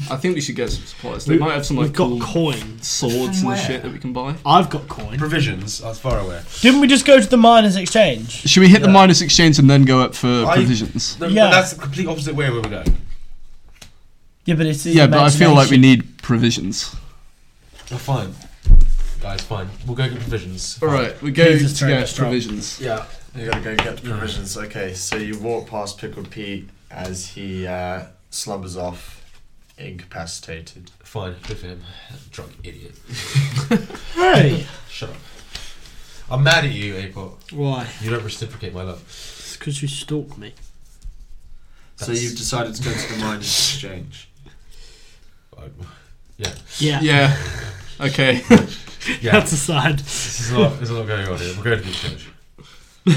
[SPEAKER 4] I think we should get some supplies. They might have some
[SPEAKER 5] We've
[SPEAKER 4] like cool
[SPEAKER 5] got coins.
[SPEAKER 4] swords
[SPEAKER 6] From where?
[SPEAKER 4] and shit that we can buy.
[SPEAKER 5] I've got coin.
[SPEAKER 6] Provisions, that's far away.
[SPEAKER 5] Didn't we just go to the miners' exchange?
[SPEAKER 4] Should we hit the minus exchange and then go up for
[SPEAKER 6] I-
[SPEAKER 4] provisions?
[SPEAKER 6] No,
[SPEAKER 5] Yeah.
[SPEAKER 6] yeah. That's the complete opposite way where we're going.
[SPEAKER 5] Yeah, but it's
[SPEAKER 4] Yeah, but I feel like we need provisions.
[SPEAKER 6] Oh, fine. Guys, fine. We'll go get provisions.
[SPEAKER 4] All right, we go
[SPEAKER 5] Jesus,
[SPEAKER 4] to
[SPEAKER 5] turn
[SPEAKER 4] get
[SPEAKER 5] this drop.
[SPEAKER 4] provisions.
[SPEAKER 6] Yeah.
[SPEAKER 3] You gotta go get the provisions. Okay, so you walk past Pickled Pete as he uh, slumbers off, incapacitated.
[SPEAKER 6] Fine. Good for him. Drunk idiot.
[SPEAKER 5] Hey,
[SPEAKER 6] Shut up. I'm mad at you, Apot.
[SPEAKER 5] why?
[SPEAKER 6] You don't reciprocate my love.
[SPEAKER 5] It's because you stalked me.
[SPEAKER 3] So you've decided to go to the miners' exchange.
[SPEAKER 6] I-
[SPEAKER 5] Yeah,
[SPEAKER 4] Yeah. Okay.
[SPEAKER 6] Yeah.
[SPEAKER 5] that's aside.
[SPEAKER 6] this is a lot, there's a lot going on here. We're going to the church.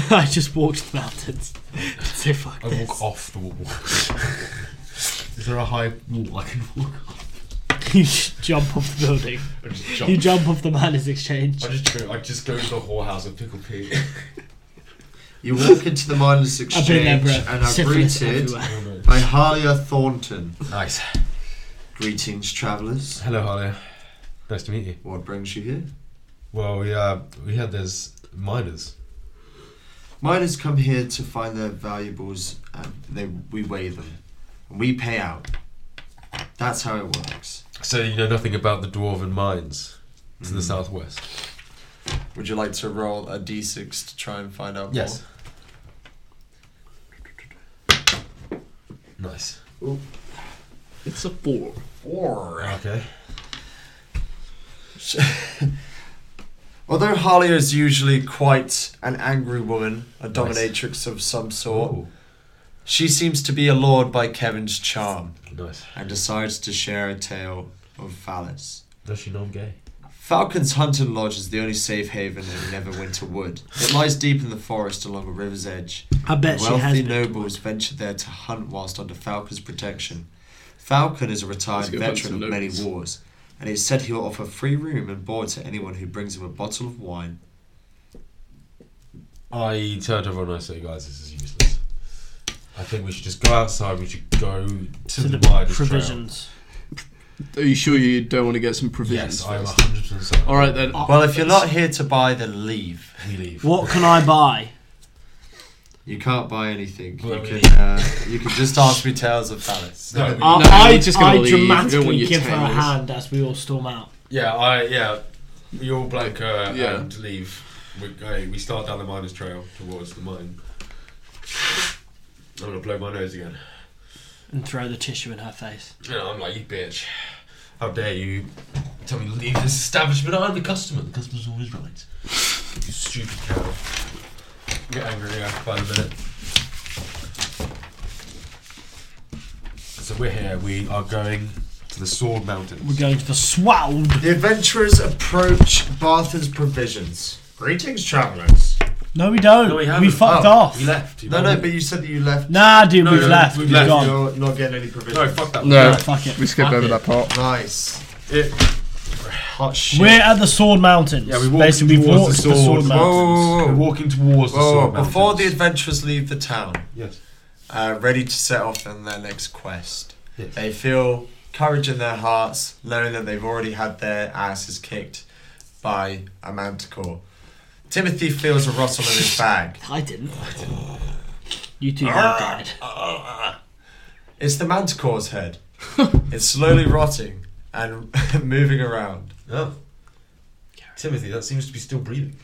[SPEAKER 5] I just walked to the mountains. Say fuck
[SPEAKER 6] I
[SPEAKER 5] this.
[SPEAKER 6] walk off the wall. is there a high wall I can walk off?
[SPEAKER 5] you just jump off the building.
[SPEAKER 6] I just
[SPEAKER 5] You jump off the miners' exchange.
[SPEAKER 6] I just go. I just go to the whorehouse and pickle pig.
[SPEAKER 3] You walk into the miners'
[SPEAKER 5] I've been there,
[SPEAKER 3] exchange
[SPEAKER 5] bro.
[SPEAKER 3] and are
[SPEAKER 5] Syphilis
[SPEAKER 3] greeted
[SPEAKER 5] everywhere.
[SPEAKER 3] by Harlia Thornton.
[SPEAKER 6] nice.
[SPEAKER 3] Greetings, travellers.
[SPEAKER 6] Hello, Harley. Nice to meet you.
[SPEAKER 3] What brings you here?
[SPEAKER 6] Well, we uh, we had those miners.
[SPEAKER 3] Miners come here to find their valuables and they, we weigh them. And we pay out. That's how it works.
[SPEAKER 6] So you know nothing about the dwarven mines to the southwest.
[SPEAKER 3] Would you like to roll a d6 to try and find out
[SPEAKER 6] Yes. Nice.
[SPEAKER 4] Oh, It's a four.
[SPEAKER 3] more? Or
[SPEAKER 6] Okay.
[SPEAKER 3] Although Harley is usually quite an angry woman, a dominatrix of some sort,
[SPEAKER 6] Oh,
[SPEAKER 3] she seems to be allured by Kevin's charm
[SPEAKER 6] nice.
[SPEAKER 3] and decides to share a tale of Phallus.
[SPEAKER 6] Does she know I'm gay?
[SPEAKER 3] Falcon's Hunting Lodge is the only safe haven in Neverwinter Wood. It lies deep in the forest along a river's edge.
[SPEAKER 5] I bet she has.
[SPEAKER 3] Wealthy
[SPEAKER 5] been.
[SPEAKER 3] nobles venture there to hunt whilst under Falcon's protection. Falcon is a retired
[SPEAKER 4] Let's go hunt
[SPEAKER 3] veteran
[SPEAKER 4] some
[SPEAKER 3] of many
[SPEAKER 4] nobles.
[SPEAKER 3] wars, and it's said he'll offer free room and board to anyone who brings him a bottle of wine.
[SPEAKER 6] I turned to everyone and I say, guys, this is useless. I think we should just go outside. We should go to,
[SPEAKER 5] to
[SPEAKER 6] the,
[SPEAKER 5] the,
[SPEAKER 6] widest trail.
[SPEAKER 5] provisions.
[SPEAKER 4] Are you sure you don't want to get some provisions?
[SPEAKER 6] Yes, I'm
[SPEAKER 4] first?
[SPEAKER 6] 100 percent.
[SPEAKER 4] All right then.
[SPEAKER 5] Oh,
[SPEAKER 3] Well, if you're not here to buy, then leave.
[SPEAKER 6] We leave.
[SPEAKER 5] What can I buy?
[SPEAKER 3] You can't buy anything.
[SPEAKER 6] Well,
[SPEAKER 3] you
[SPEAKER 6] we-
[SPEAKER 3] can uh, you can just ask me tales of Thalas.
[SPEAKER 6] No, we-
[SPEAKER 4] Uh,
[SPEAKER 5] I,
[SPEAKER 4] No,
[SPEAKER 5] I,
[SPEAKER 4] you're just gonna
[SPEAKER 5] I
[SPEAKER 4] leave. You don't want
[SPEAKER 5] dramatically
[SPEAKER 4] your
[SPEAKER 5] give her a
[SPEAKER 4] tails.
[SPEAKER 5] hand as we all storm out.
[SPEAKER 6] yeah, I yeah. We all blank uh,
[SPEAKER 4] Yeah.
[SPEAKER 6] and leave. We go. We start down the miners' trail towards the mine. I'm gonna blow my nose again.
[SPEAKER 5] And throw the tissue in her face.
[SPEAKER 6] And I'm like, you bitch. How dare you tell me to leave this establishment? I'm the customer. The customer's always right. You stupid cow. I get angry yeah, by the minute. So we're here. We are going to the Sword Mountains.
[SPEAKER 5] We're going to the swound.
[SPEAKER 8] The adventurers approach Barthen's provisions. Greetings, travellers.
[SPEAKER 5] No, we don't.
[SPEAKER 6] No, we
[SPEAKER 5] we
[SPEAKER 6] haven't.
[SPEAKER 5] fucked
[SPEAKER 8] Oh,
[SPEAKER 5] off.
[SPEAKER 6] We left.
[SPEAKER 8] No, no, but you said that you left.
[SPEAKER 5] Nah, dude,
[SPEAKER 6] No,
[SPEAKER 5] we've
[SPEAKER 6] no,
[SPEAKER 5] left.
[SPEAKER 6] we've
[SPEAKER 5] We've
[SPEAKER 6] left.
[SPEAKER 5] gone.
[SPEAKER 8] You're not getting any provisions.
[SPEAKER 6] No, fuck that.
[SPEAKER 4] No,
[SPEAKER 5] Fuck it.
[SPEAKER 4] we skipped
[SPEAKER 5] Fuck
[SPEAKER 4] over
[SPEAKER 5] it.
[SPEAKER 4] that part.
[SPEAKER 8] Nice.
[SPEAKER 6] It-
[SPEAKER 8] Hot shit.
[SPEAKER 5] We're at the Sword Mountains.
[SPEAKER 6] yeah, we walked
[SPEAKER 5] Basically, we've
[SPEAKER 6] towards the
[SPEAKER 5] walked
[SPEAKER 6] Sword, Mountains.
[SPEAKER 3] Whoa.
[SPEAKER 6] We're walking towards Oh, the
[SPEAKER 3] Well,
[SPEAKER 6] Sword Mountains.
[SPEAKER 3] before the adventurers leave the town,
[SPEAKER 6] Yes.
[SPEAKER 3] uh, ready to set off on their next quest,
[SPEAKER 6] Yes.
[SPEAKER 3] they feel courage in their hearts, knowing that they've already had their asses kicked by a manticore. Timothy feels a rustle in his bag.
[SPEAKER 5] I didn't. You two
[SPEAKER 4] Ah!
[SPEAKER 5] have died.
[SPEAKER 3] It's the manticore's head. it's slowly rotting and moving around.
[SPEAKER 6] Oh. Timothy, that seems to be still breathing.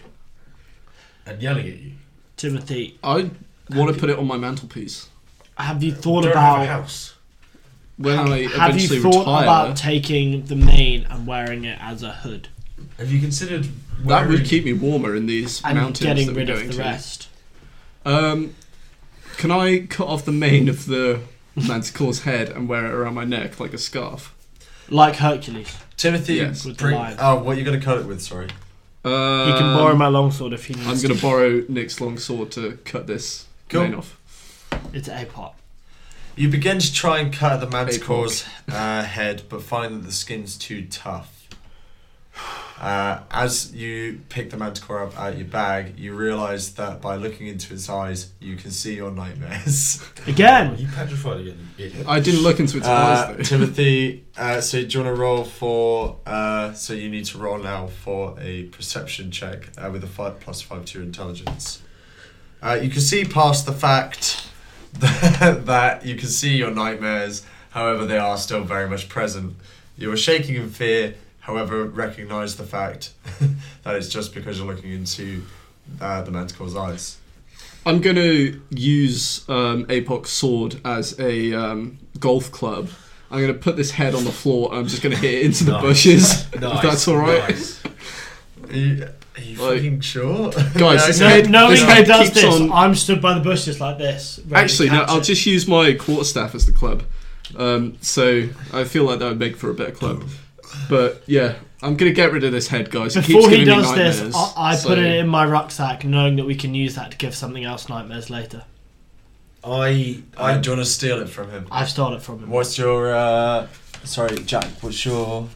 [SPEAKER 6] And yelling at you.
[SPEAKER 5] Timothy,
[SPEAKER 4] I want to put it on my mantelpiece
[SPEAKER 5] have you thought
[SPEAKER 6] Don't have a
[SPEAKER 5] about
[SPEAKER 6] house.
[SPEAKER 4] when I
[SPEAKER 5] have you
[SPEAKER 4] eventually
[SPEAKER 5] thought
[SPEAKER 4] retire.
[SPEAKER 5] about taking the mane and wearing it as a hood
[SPEAKER 6] Have you considered
[SPEAKER 4] that would
[SPEAKER 6] wearing-
[SPEAKER 4] keep me warmer in these
[SPEAKER 5] and
[SPEAKER 4] mountains
[SPEAKER 5] getting
[SPEAKER 4] that
[SPEAKER 5] rid
[SPEAKER 4] we're
[SPEAKER 5] of
[SPEAKER 4] going
[SPEAKER 5] the
[SPEAKER 4] to.
[SPEAKER 5] rest?
[SPEAKER 4] Um, can I cut off the mane of the manticore's head and wear it around my neck like a scarf?
[SPEAKER 5] Like Hercules
[SPEAKER 3] Timothy,
[SPEAKER 4] Yes.
[SPEAKER 5] with
[SPEAKER 3] bring,
[SPEAKER 5] the lion.
[SPEAKER 3] oh, what are you going to cut it with? Sorry.
[SPEAKER 4] Uh,
[SPEAKER 5] He can borrow my longsword if he needs
[SPEAKER 4] I'm going to borrow Nick's long sword to cut this
[SPEAKER 3] Cool.
[SPEAKER 4] mane off.
[SPEAKER 5] to. It's a pot.
[SPEAKER 3] You begin to try and cut at the manticore's uh, head, but find that the skin's too tough. Uh, as you pick the manticore up out of your bag, you realise that by looking into its eyes, you can see your nightmares.
[SPEAKER 6] Are
[SPEAKER 5] Again!
[SPEAKER 6] you petrified again, you idiot?
[SPEAKER 4] I didn't look into its
[SPEAKER 3] Uh,
[SPEAKER 4] eyes though.
[SPEAKER 3] Timothy, uh, so do you want to roll for? Uh, so you need to roll now for a perception check uh, with a five plus five to your intelligence. Uh, you can see past the fact that, that you can see your nightmares. However, they are still very much present. You are shaking in fear. However, recognise the fact that it's just because you're looking into uh, the manticore's eyes.
[SPEAKER 4] I'm going to use um, Apoc's sword as a um, golf club. I'm going to put this head on the floor and I'm just going to hit it into the
[SPEAKER 6] Nice.
[SPEAKER 4] bushes.
[SPEAKER 6] Nice,
[SPEAKER 4] If that's all right.
[SPEAKER 6] nice.
[SPEAKER 3] Are you, are you
[SPEAKER 4] Like-
[SPEAKER 3] fucking sure?
[SPEAKER 4] Guys,
[SPEAKER 3] Yeah,
[SPEAKER 4] this
[SPEAKER 3] okay.
[SPEAKER 5] No,
[SPEAKER 4] head-
[SPEAKER 5] knowing
[SPEAKER 4] this
[SPEAKER 5] he
[SPEAKER 4] head
[SPEAKER 5] does
[SPEAKER 4] keeps
[SPEAKER 5] this,
[SPEAKER 4] on-
[SPEAKER 5] I'm stood by the bushes like this. ready to
[SPEAKER 4] Actually, no,
[SPEAKER 5] catch
[SPEAKER 4] I'll
[SPEAKER 5] it.
[SPEAKER 4] just use my quarterstaff as the club. Um, so I feel like that would make for a better club. But yeah, I'm going to get rid of this head, guys. it keeps
[SPEAKER 5] Before he
[SPEAKER 4] giving me
[SPEAKER 5] does this, I,
[SPEAKER 4] nightmares.
[SPEAKER 5] I
[SPEAKER 4] So-
[SPEAKER 5] put it in my rucksack, knowing that we can use that to give something else nightmares later.
[SPEAKER 6] I,
[SPEAKER 3] Uh,
[SPEAKER 6] I,
[SPEAKER 3] do you want to steal it from him?
[SPEAKER 5] I've started from him.
[SPEAKER 3] What's your uh sorry, Jack, what's your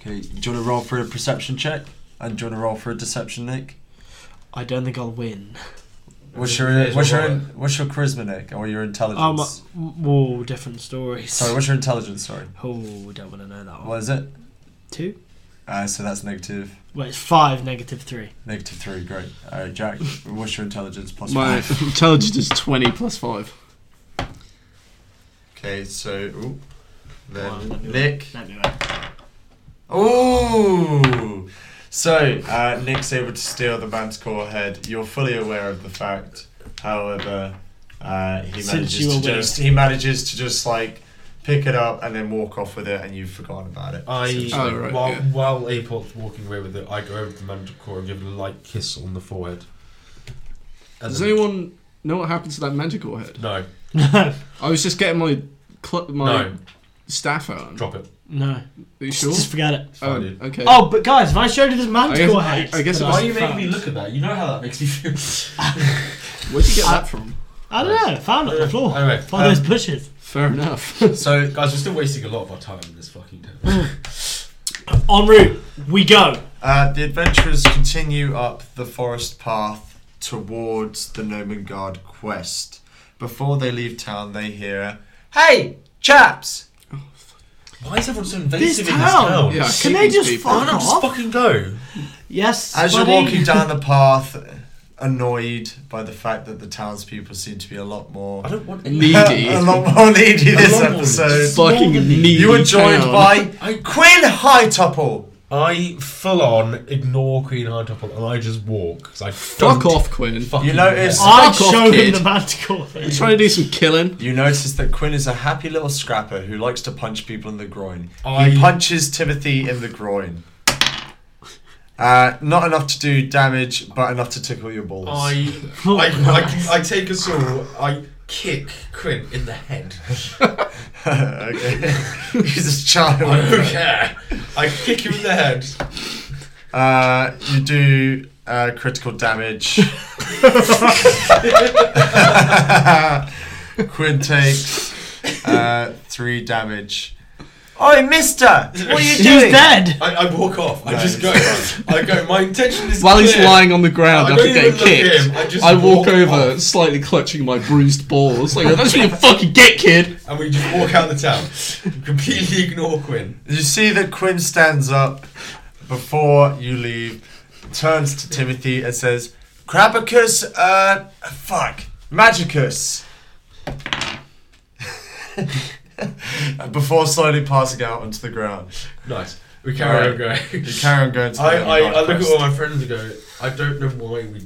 [SPEAKER 3] Okay, do you wanna roll for a perception check? And do you wanna roll for a deception, Nick?
[SPEAKER 5] I don't think I'll win.
[SPEAKER 3] What's
[SPEAKER 6] Yeah,
[SPEAKER 3] your
[SPEAKER 6] it's
[SPEAKER 3] what's your
[SPEAKER 6] alright.
[SPEAKER 3] what's your charisma, Nick? Or your
[SPEAKER 5] Um,
[SPEAKER 3] intelligence?
[SPEAKER 5] whoa, different stories.
[SPEAKER 3] sorry, what's your intelligence, sorry?
[SPEAKER 5] Oh, don't want to know that one.
[SPEAKER 3] What is it?
[SPEAKER 5] Two?
[SPEAKER 3] Uh, so that's negative
[SPEAKER 5] Well, it's five, negative three.
[SPEAKER 3] negative three, great. Alright, Jack, what's your intelligence plus
[SPEAKER 4] My
[SPEAKER 3] five?
[SPEAKER 4] intelligence is 20 plus 5.
[SPEAKER 3] Okay, so ooh.
[SPEAKER 5] One, let me
[SPEAKER 3] Then
[SPEAKER 5] roll.
[SPEAKER 3] Nick.
[SPEAKER 5] Let me know.
[SPEAKER 3] Ooh! So, uh, Nick's able to steal the manticore head. You're fully aware of the fact. However, uh, he
[SPEAKER 5] Since
[SPEAKER 3] manages
[SPEAKER 5] you
[SPEAKER 3] to
[SPEAKER 5] were
[SPEAKER 3] just
[SPEAKER 5] with-
[SPEAKER 3] he manages to just like pick it up and then walk off with it, and you've forgotten about it.
[SPEAKER 6] I
[SPEAKER 3] essentially.
[SPEAKER 4] Oh, right,
[SPEAKER 6] while
[SPEAKER 4] yeah.
[SPEAKER 6] while Apol's walking away with it, I go over to the manticore and give it a light kiss on the forehead. And
[SPEAKER 4] Does
[SPEAKER 6] then-
[SPEAKER 4] anyone know what happened to that manticore head?
[SPEAKER 6] No,
[SPEAKER 5] No,
[SPEAKER 4] I was just getting my cl- my
[SPEAKER 6] no,
[SPEAKER 4] staff out. Are
[SPEAKER 6] drop it.
[SPEAKER 5] no.
[SPEAKER 4] you sure?
[SPEAKER 5] Just forget it.
[SPEAKER 4] Oh,
[SPEAKER 6] Fine, dude.
[SPEAKER 4] okay.
[SPEAKER 5] Oh, but guys, if I showed you this manticore
[SPEAKER 4] I-
[SPEAKER 5] head,
[SPEAKER 4] I guess it
[SPEAKER 5] that
[SPEAKER 4] was-
[SPEAKER 6] Why
[SPEAKER 4] Why
[SPEAKER 6] are you making
[SPEAKER 5] found-
[SPEAKER 6] me look at that? You know how that makes me feel.
[SPEAKER 4] Where'd you get
[SPEAKER 5] I-
[SPEAKER 4] that from?
[SPEAKER 5] I don't know. I Found it on the floor.
[SPEAKER 6] Anyway,
[SPEAKER 4] Oh,
[SPEAKER 5] By
[SPEAKER 6] um,
[SPEAKER 5] those bushes.
[SPEAKER 4] Fair enough.
[SPEAKER 3] So,
[SPEAKER 6] guys, we're still wasting a lot of our time in this fucking town.
[SPEAKER 5] En route, we go.
[SPEAKER 3] uh, the adventurers continue up the forest path towards the Nomengard quest. Before they leave town, they hear, Hey, chaps!
[SPEAKER 6] Why is everyone so invasive in this
[SPEAKER 5] town.
[SPEAKER 6] town?
[SPEAKER 4] Yeah,
[SPEAKER 5] Can
[SPEAKER 4] keep
[SPEAKER 5] they
[SPEAKER 4] these
[SPEAKER 5] just
[SPEAKER 4] people.
[SPEAKER 6] Why
[SPEAKER 5] fuck
[SPEAKER 6] not just
[SPEAKER 5] off?
[SPEAKER 6] fucking go?
[SPEAKER 5] Yes.
[SPEAKER 3] As
[SPEAKER 5] buddy.
[SPEAKER 3] you're walking down the path, annoyed by the fact that the townspeople seem to be a lot more
[SPEAKER 6] I don't want any.
[SPEAKER 4] needy?
[SPEAKER 3] a lot more needy this
[SPEAKER 6] lot more needy.
[SPEAKER 3] episode.
[SPEAKER 4] fucking needy.
[SPEAKER 3] You were joined
[SPEAKER 4] town.
[SPEAKER 3] by Quinn Hightopple.
[SPEAKER 6] I full on ignore Queen Hardtopple and I just walk. 'cause I
[SPEAKER 4] Fuck
[SPEAKER 6] don't
[SPEAKER 4] off, Quinn.
[SPEAKER 6] fucking
[SPEAKER 3] You notice-
[SPEAKER 6] care.
[SPEAKER 5] I
[SPEAKER 4] Fuck off,
[SPEAKER 5] show him
[SPEAKER 4] kid.
[SPEAKER 5] the manticore thing.
[SPEAKER 4] Trying to do some killing.
[SPEAKER 3] You notice that Quinn is a happy little scrapper who likes to punch people in the groin.
[SPEAKER 6] I-
[SPEAKER 3] He punches Timothy in the groin. Uh, not enough to do damage, but enough to tickle your balls.
[SPEAKER 6] I, I, I, I take a saw, I kick Quinn in the head.
[SPEAKER 3] okay. He's a child.
[SPEAKER 6] I don't care. I kick him in the head.
[SPEAKER 3] Uh, you do uh, critical damage. Quinn takes uh, three damage. Oi, mister! What are you
[SPEAKER 5] He's
[SPEAKER 3] doing?
[SPEAKER 5] dead.
[SPEAKER 6] I, I walk off. I just go. I go. My intention is
[SPEAKER 4] While he's
[SPEAKER 6] clear.
[SPEAKER 4] lying on the ground
[SPEAKER 6] I
[SPEAKER 4] after
[SPEAKER 6] don't
[SPEAKER 4] getting
[SPEAKER 6] even look at
[SPEAKER 4] kicked,
[SPEAKER 6] him, I just
[SPEAKER 4] I walk,
[SPEAKER 6] walk
[SPEAKER 4] over,
[SPEAKER 6] off.
[SPEAKER 4] slightly clutching my bruised balls. Like, that's what you fucking get, kid.
[SPEAKER 6] and we just walk out the town. Completely ignore Quinn.
[SPEAKER 3] You see that Quinn stands up before you leave, turns to Timothy and says, Crabacus, uh, fuck, Magicus. before slowly passing out onto the ground.
[SPEAKER 6] Nice. We carry on going.
[SPEAKER 3] You carry on going to the
[SPEAKER 6] I, I, I
[SPEAKER 3] Vanguard
[SPEAKER 6] look at
[SPEAKER 3] quest.
[SPEAKER 6] all my friends and go. I don't know why we.
[SPEAKER 3] Uh,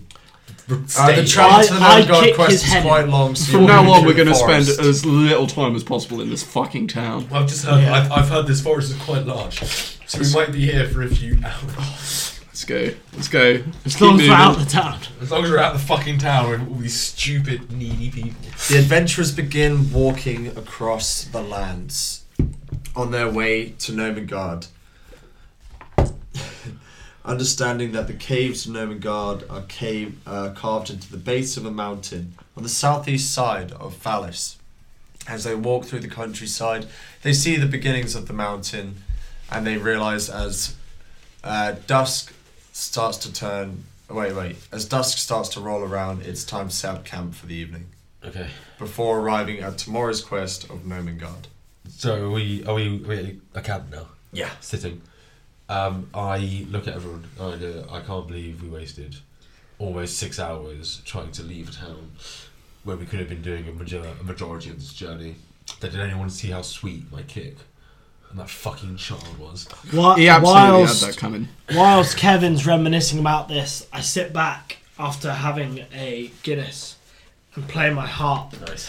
[SPEAKER 3] the
[SPEAKER 6] stayed.
[SPEAKER 3] travel to the
[SPEAKER 5] I- I
[SPEAKER 3] Vanguard
[SPEAKER 5] kick
[SPEAKER 3] quest
[SPEAKER 5] his
[SPEAKER 3] is
[SPEAKER 5] head
[SPEAKER 3] quite long. So
[SPEAKER 4] From
[SPEAKER 3] you're
[SPEAKER 4] now
[SPEAKER 3] walking
[SPEAKER 4] on,
[SPEAKER 3] through
[SPEAKER 4] we're
[SPEAKER 3] the
[SPEAKER 4] going to spend
[SPEAKER 3] forest.
[SPEAKER 4] as little time as possible in this fucking town.
[SPEAKER 6] I've just heard.
[SPEAKER 5] Yeah.
[SPEAKER 6] I've, I've heard this forest is quite large, so we might be here for a few hours.
[SPEAKER 4] Let's go. Let's go. Let's
[SPEAKER 5] As long as we're out the town.
[SPEAKER 6] As long as we're out the fucking town with all these stupid needy people.
[SPEAKER 3] The adventurers begin walking across the lands on their way to Nomengard. Understanding that the caves of Nomengard are cave, uh, carved into the base of a mountain on the southeast side of Phallus. As they walk through the countryside, they see the beginnings of the mountain and they realize as uh, dusk starts to turn. Wait, wait. As dusk starts to roll around, it's time to set up camp for the evening
[SPEAKER 6] Okay.
[SPEAKER 3] before arriving at tomorrow's quest of Nomengard.
[SPEAKER 6] So are we are we are we at a camp now?
[SPEAKER 3] Yeah.
[SPEAKER 6] Sitting. Um, I look at everyone. and I go, I can't believe we wasted almost six hours trying to leave town when we could have been doing a, major- a majority of this journey. Then did anyone see how sweet my kick and that fucking child was?
[SPEAKER 5] Whi-
[SPEAKER 4] He absolutely
[SPEAKER 5] whilst,
[SPEAKER 4] had that coming.
[SPEAKER 5] whilst Kevin's reminiscing about this, I sit back after having a Guinness and play my harp
[SPEAKER 6] Nice.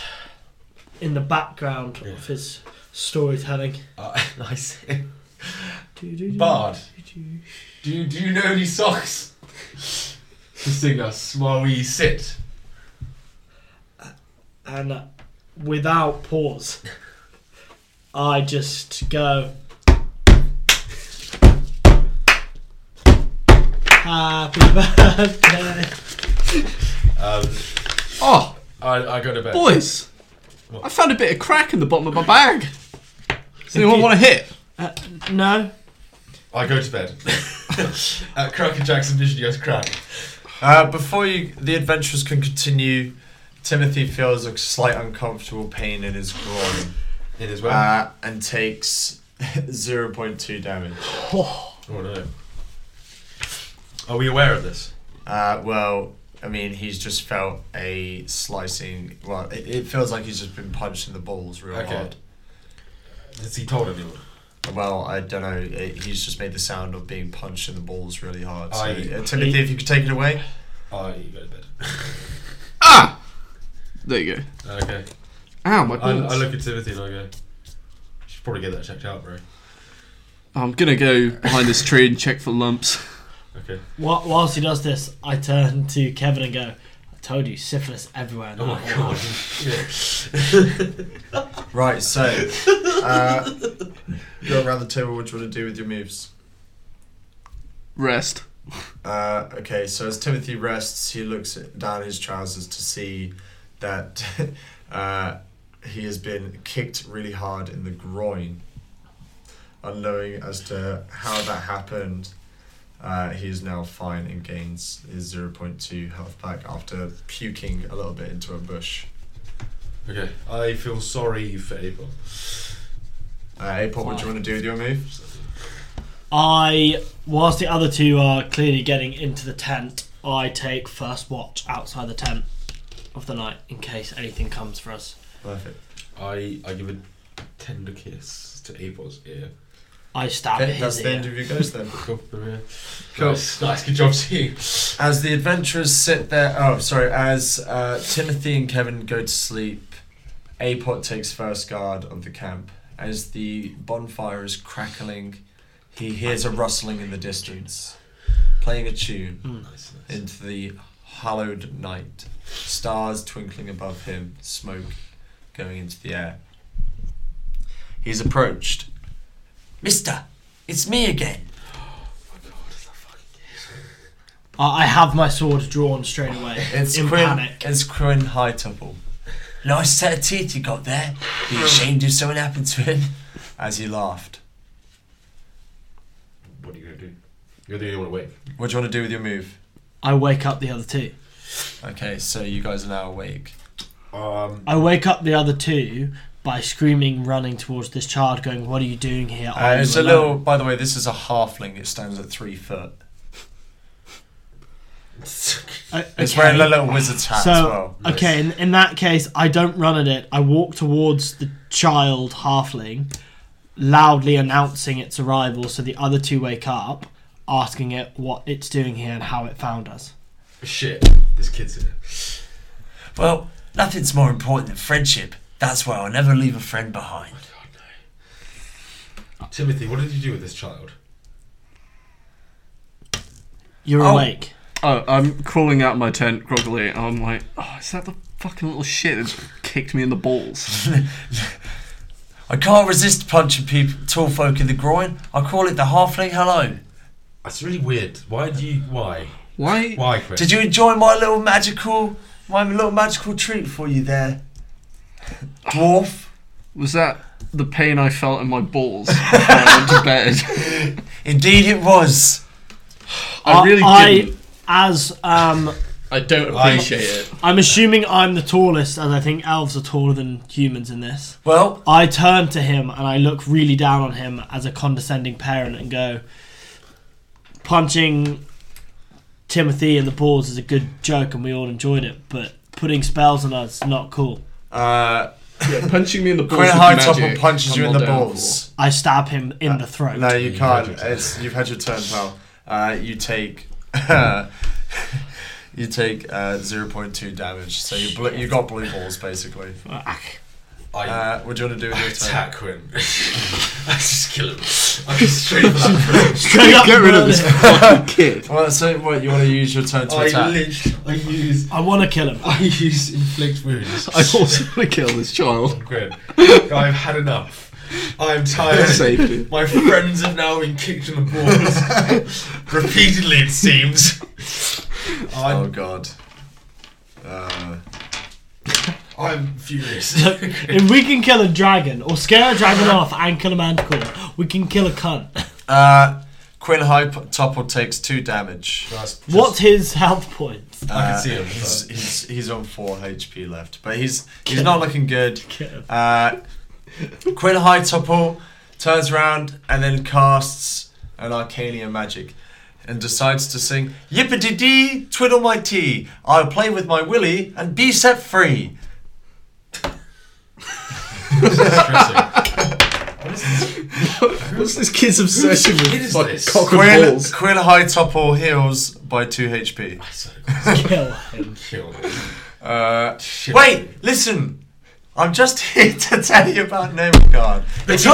[SPEAKER 5] in the background
[SPEAKER 6] Yeah.
[SPEAKER 5] of his storytelling.
[SPEAKER 6] Uh, nice. Bard, do you, do you know any songs to sing us while we sit?
[SPEAKER 5] And uh, without pause, I just go. Happy birthday.
[SPEAKER 6] Um,
[SPEAKER 4] Oh,
[SPEAKER 6] I, I go to bed.
[SPEAKER 4] boys.
[SPEAKER 6] What?
[SPEAKER 4] I found a bit of crack in the bottom of my bag. Does anyone want to hit?
[SPEAKER 5] Uh, no.
[SPEAKER 6] I go to bed. At Crack and Jackson Vision, he goes crack.
[SPEAKER 3] Uh, before you, the adventurers can continue. Timothy feels a slight uncomfortable pain in his groin
[SPEAKER 6] In as
[SPEAKER 3] uh, and takes 0.2 damage.
[SPEAKER 6] oh no. Are we aware of this?
[SPEAKER 3] Uh, well, I mean, he's just felt a slicing. Well, it, it feels like he's just been punched in the balls real
[SPEAKER 6] Okay.
[SPEAKER 3] hard.
[SPEAKER 6] Has he told anyone?
[SPEAKER 3] Well, I don't know. It, he's just made the sound of being punched in the balls really hard. So,
[SPEAKER 6] I-
[SPEAKER 3] uh, Timothy, if you could take it away.
[SPEAKER 6] I go to bed.
[SPEAKER 4] Ah! There you go.
[SPEAKER 6] Okay.
[SPEAKER 4] Ow, my
[SPEAKER 6] I,
[SPEAKER 4] balls.
[SPEAKER 6] I look at Timothy and I go, should probably get that checked out, bro.
[SPEAKER 4] I'm gonna go behind this tree and check for lumps.
[SPEAKER 6] Okay.
[SPEAKER 5] Wh- whilst he does this, I turn to Kevin and go, I told you, syphilis everywhere.
[SPEAKER 6] Oh my
[SPEAKER 5] now."
[SPEAKER 6] god.
[SPEAKER 3] Right, so uh, go around the table. What do you want to do with your moves?
[SPEAKER 4] Rest.
[SPEAKER 3] Uh, okay, so as Timothy rests, he looks down his trousers to see that uh, he has been kicked really hard in the groin. Unknowing as to how that happened, uh, he is now fine and gains his 0.2 health back after puking a little bit into a bush.
[SPEAKER 6] Okay. I feel sorry for April.
[SPEAKER 3] Alright, Apot, Uh, what do you want to do with your move?
[SPEAKER 5] I, whilst the other two are clearly getting into the tent, I take first watch outside the tent of the night in case anything comes for us.
[SPEAKER 3] Perfect.
[SPEAKER 6] I I give a tender kiss to April's ear.
[SPEAKER 5] I stab
[SPEAKER 3] Okay,
[SPEAKER 5] his
[SPEAKER 3] that's the
[SPEAKER 5] ear.
[SPEAKER 3] end of your guys then.
[SPEAKER 6] Cool. Cool. Nice. nice. Good job seeing.
[SPEAKER 3] As the adventurers sit there, oh, sorry, as uh, Timothy and Kevin go to sleep, Apot takes first guard of the camp. As the bonfire is crackling, he hears a rustling in the distance, playing a tune
[SPEAKER 6] Nice. nice.
[SPEAKER 3] into the hallowed night, stars twinkling above him, smoke going into the air. He's approached. Mister, it's me again.
[SPEAKER 5] I I have my sword drawn straight away.
[SPEAKER 3] It's
[SPEAKER 5] in
[SPEAKER 3] Quinn.
[SPEAKER 5] panic.
[SPEAKER 3] It's Quinn Hightopple. Nice set of teeth you got there. Be ashamed if something happened to him. As he laughed.
[SPEAKER 6] What are you gonna do? You're the only one awake.
[SPEAKER 3] What do you want to do with your move?
[SPEAKER 5] I wake up the other two.
[SPEAKER 3] Okay, so you guys are now awake.
[SPEAKER 6] Um.
[SPEAKER 5] I wake up the other two by screaming, running towards this child, going, "What are you doing here?" Are
[SPEAKER 3] Uh,
[SPEAKER 5] you
[SPEAKER 3] it's a
[SPEAKER 5] alone?"
[SPEAKER 3] little. By the way, this is a halfling. It stands at three foot.
[SPEAKER 5] O-
[SPEAKER 3] It's
[SPEAKER 5] okay.
[SPEAKER 3] wearing a little wizard's hat as
[SPEAKER 5] So
[SPEAKER 3] well.
[SPEAKER 5] okay, in, in that case, I don't run at it. I walk towards the child halfling, loudly announcing its arrival, so the other two wake up, asking it what it's doing here and how it found us.
[SPEAKER 6] Shit. This kid's in it.
[SPEAKER 3] Well, nothing's more important than friendship. That's why I'll never leave a friend behind.
[SPEAKER 6] Timothy, what did you do with this child?
[SPEAKER 5] You're
[SPEAKER 3] Oh.
[SPEAKER 5] awake.
[SPEAKER 4] Oh, I'm crawling out of my tent groggily, and I'm like, oh, is that the fucking little shit that kicked me in the balls?
[SPEAKER 3] I can't resist punching people, tall folk in the groin. I call it the halfling hello.
[SPEAKER 6] That's really weird. Why do you? Why?
[SPEAKER 4] Why?
[SPEAKER 6] Why, Chris?
[SPEAKER 3] Did you enjoy my little magical, my little magical treat for you there, dwarf?
[SPEAKER 4] Was that the pain I felt in my balls when I went to bed?
[SPEAKER 3] Indeed, it was.
[SPEAKER 4] I really
[SPEAKER 5] I-
[SPEAKER 4] didn't.
[SPEAKER 5] As um,
[SPEAKER 4] I don't appreciate it.
[SPEAKER 5] I'm assuming I'm the tallest, as I think elves are taller than humans in this.
[SPEAKER 3] Well,
[SPEAKER 5] I turn to him and I look really down on him as a condescending parent and go, punching Timothy in the balls is a good joke and we all enjoyed it, but putting spells on us is not cool.
[SPEAKER 3] uh,
[SPEAKER 4] Yeah, punching me in the balls.
[SPEAKER 3] Quinn
[SPEAKER 4] with
[SPEAKER 3] Hightopple
[SPEAKER 4] magic,
[SPEAKER 3] punches
[SPEAKER 4] I'm
[SPEAKER 3] you in
[SPEAKER 4] not
[SPEAKER 3] the
[SPEAKER 4] down
[SPEAKER 3] balls.
[SPEAKER 5] I stab him in the throat.
[SPEAKER 3] No, you
[SPEAKER 6] Yeah, you had
[SPEAKER 3] can't.
[SPEAKER 6] your turn.
[SPEAKER 3] It's, you've had your turn, pal. Uh, you take. You take uh, 0.2 damage, so you bl- you got blue balls basically.
[SPEAKER 5] Fuck.
[SPEAKER 6] I
[SPEAKER 3] Uh, what do you want to do with your turn?
[SPEAKER 6] attack him. I just kill him. I just straight for that.
[SPEAKER 5] Straight up
[SPEAKER 4] Get rid of this
[SPEAKER 5] murder.
[SPEAKER 4] fucking kid.
[SPEAKER 3] Well, so what you want to use your turn to
[SPEAKER 6] I
[SPEAKER 3] attack?
[SPEAKER 6] lit. I use.
[SPEAKER 5] I want to kill him.
[SPEAKER 6] I use inflict wounds.
[SPEAKER 4] I also want to kill this child.
[SPEAKER 6] Grim. I've had enough. I'm tired.
[SPEAKER 4] Save me.
[SPEAKER 6] My friends have now been kicked in the balls. Repeatedly, it seems.
[SPEAKER 3] oh
[SPEAKER 6] I'm,
[SPEAKER 3] god. Uh,
[SPEAKER 6] I'm furious.
[SPEAKER 5] Look, if we can kill a dragon or scare a dragon off and kill a manticore, we can kill a cunt.
[SPEAKER 3] uh, Quinn Hype Topple takes two damage.
[SPEAKER 5] What's his health points?
[SPEAKER 6] I
[SPEAKER 3] Uh,
[SPEAKER 6] can see him.
[SPEAKER 3] He's, he's, he's on four HP left, but he's he's not looking good.
[SPEAKER 5] Kill him.
[SPEAKER 3] Uh, Quinn High Topple turns around and then casts an Arcania magic and decides to sing Yippity dee, twiddle my tea, I'll play with my willy and be set free.
[SPEAKER 4] What's this kid's obsession
[SPEAKER 6] What is
[SPEAKER 4] with fucking
[SPEAKER 6] this?
[SPEAKER 4] cock and
[SPEAKER 3] Quinn,
[SPEAKER 4] balls?
[SPEAKER 3] Quinn High Topple heals by two HP.
[SPEAKER 5] Kill him.
[SPEAKER 6] Kill
[SPEAKER 3] Uh, wait, listen. I'm just here to tell you about Nomegard. If you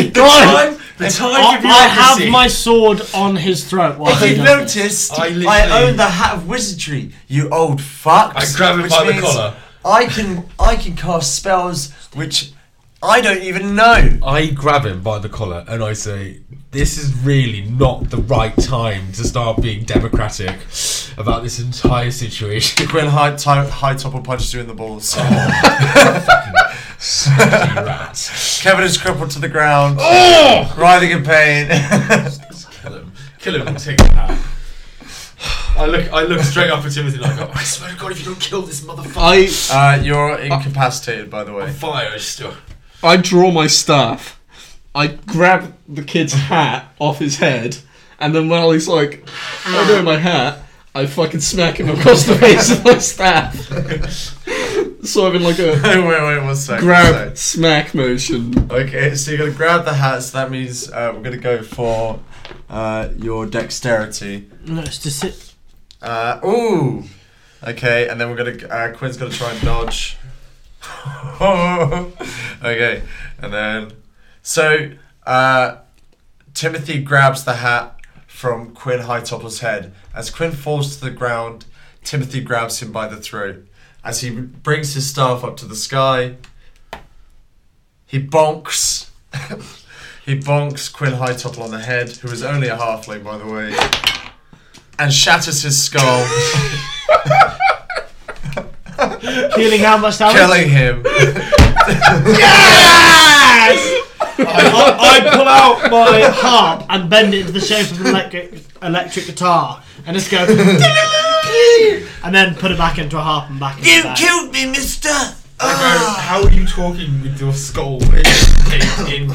[SPEAKER 3] notice,
[SPEAKER 6] God! The time
[SPEAKER 5] I,
[SPEAKER 6] of your
[SPEAKER 5] I have
[SPEAKER 6] prophecy.
[SPEAKER 5] my sword on his throat while
[SPEAKER 3] If
[SPEAKER 5] he
[SPEAKER 3] you
[SPEAKER 5] does this.
[SPEAKER 3] noticed,
[SPEAKER 6] I
[SPEAKER 3] I,
[SPEAKER 6] literally-
[SPEAKER 3] own the hat of wizardry, you old fuck.
[SPEAKER 6] I grab him by the collar.
[SPEAKER 3] I can I can cast spells which I don't even know.
[SPEAKER 6] I grab him by the collar and I say, "This is really not the right time to start being democratic about this entire situation."
[SPEAKER 3] Quinn high top high topple punches you in the balls.
[SPEAKER 6] Oh. Rats.
[SPEAKER 3] Kevin is crippled to the ground,
[SPEAKER 6] Oh!
[SPEAKER 3] writhing in pain.
[SPEAKER 6] Kill him. Kill him and take him out. I look, I look straight up at Timothy and I go, I swear to God, if you don't kill this motherfucker,
[SPEAKER 4] I
[SPEAKER 3] Uh, you're incapacitated, by the way.
[SPEAKER 6] fire is still.
[SPEAKER 4] I draw my staff. I grab the kid's hat off his head, and then while he's like, "I know my hat," I fucking smack him across the face with my staff. so I'm in like
[SPEAKER 6] Oh,
[SPEAKER 4] a
[SPEAKER 3] wait, wait, one sec. one
[SPEAKER 4] grab
[SPEAKER 3] sec.
[SPEAKER 4] smack motion.
[SPEAKER 3] Okay, so you're gonna grab the hat. So that means uh, we're gonna go for uh, your dexterity.
[SPEAKER 5] Let's just sit.
[SPEAKER 3] Uh, ooh. Okay, and then we're gonna. Uh, Quinn's gonna try and dodge. okay, and then so uh, Timothy grabs the hat from Quinn Hightopple's head. As Quinn falls to the ground, Timothy grabs him by the throat. As he brings his staff up to the sky, he bonks. he bonks Quinn Hightopple on the head, who is only a halfling, by the way, and shatters his skull,
[SPEAKER 5] Healing how much damage?
[SPEAKER 3] killing him.
[SPEAKER 5] I, I pull out my harp and bend it into the shape of an electric, electric guitar and just go. and then put it back into a harp and back into You
[SPEAKER 3] Killed me, mister!
[SPEAKER 6] I go, how are you talking with your skull in, in, you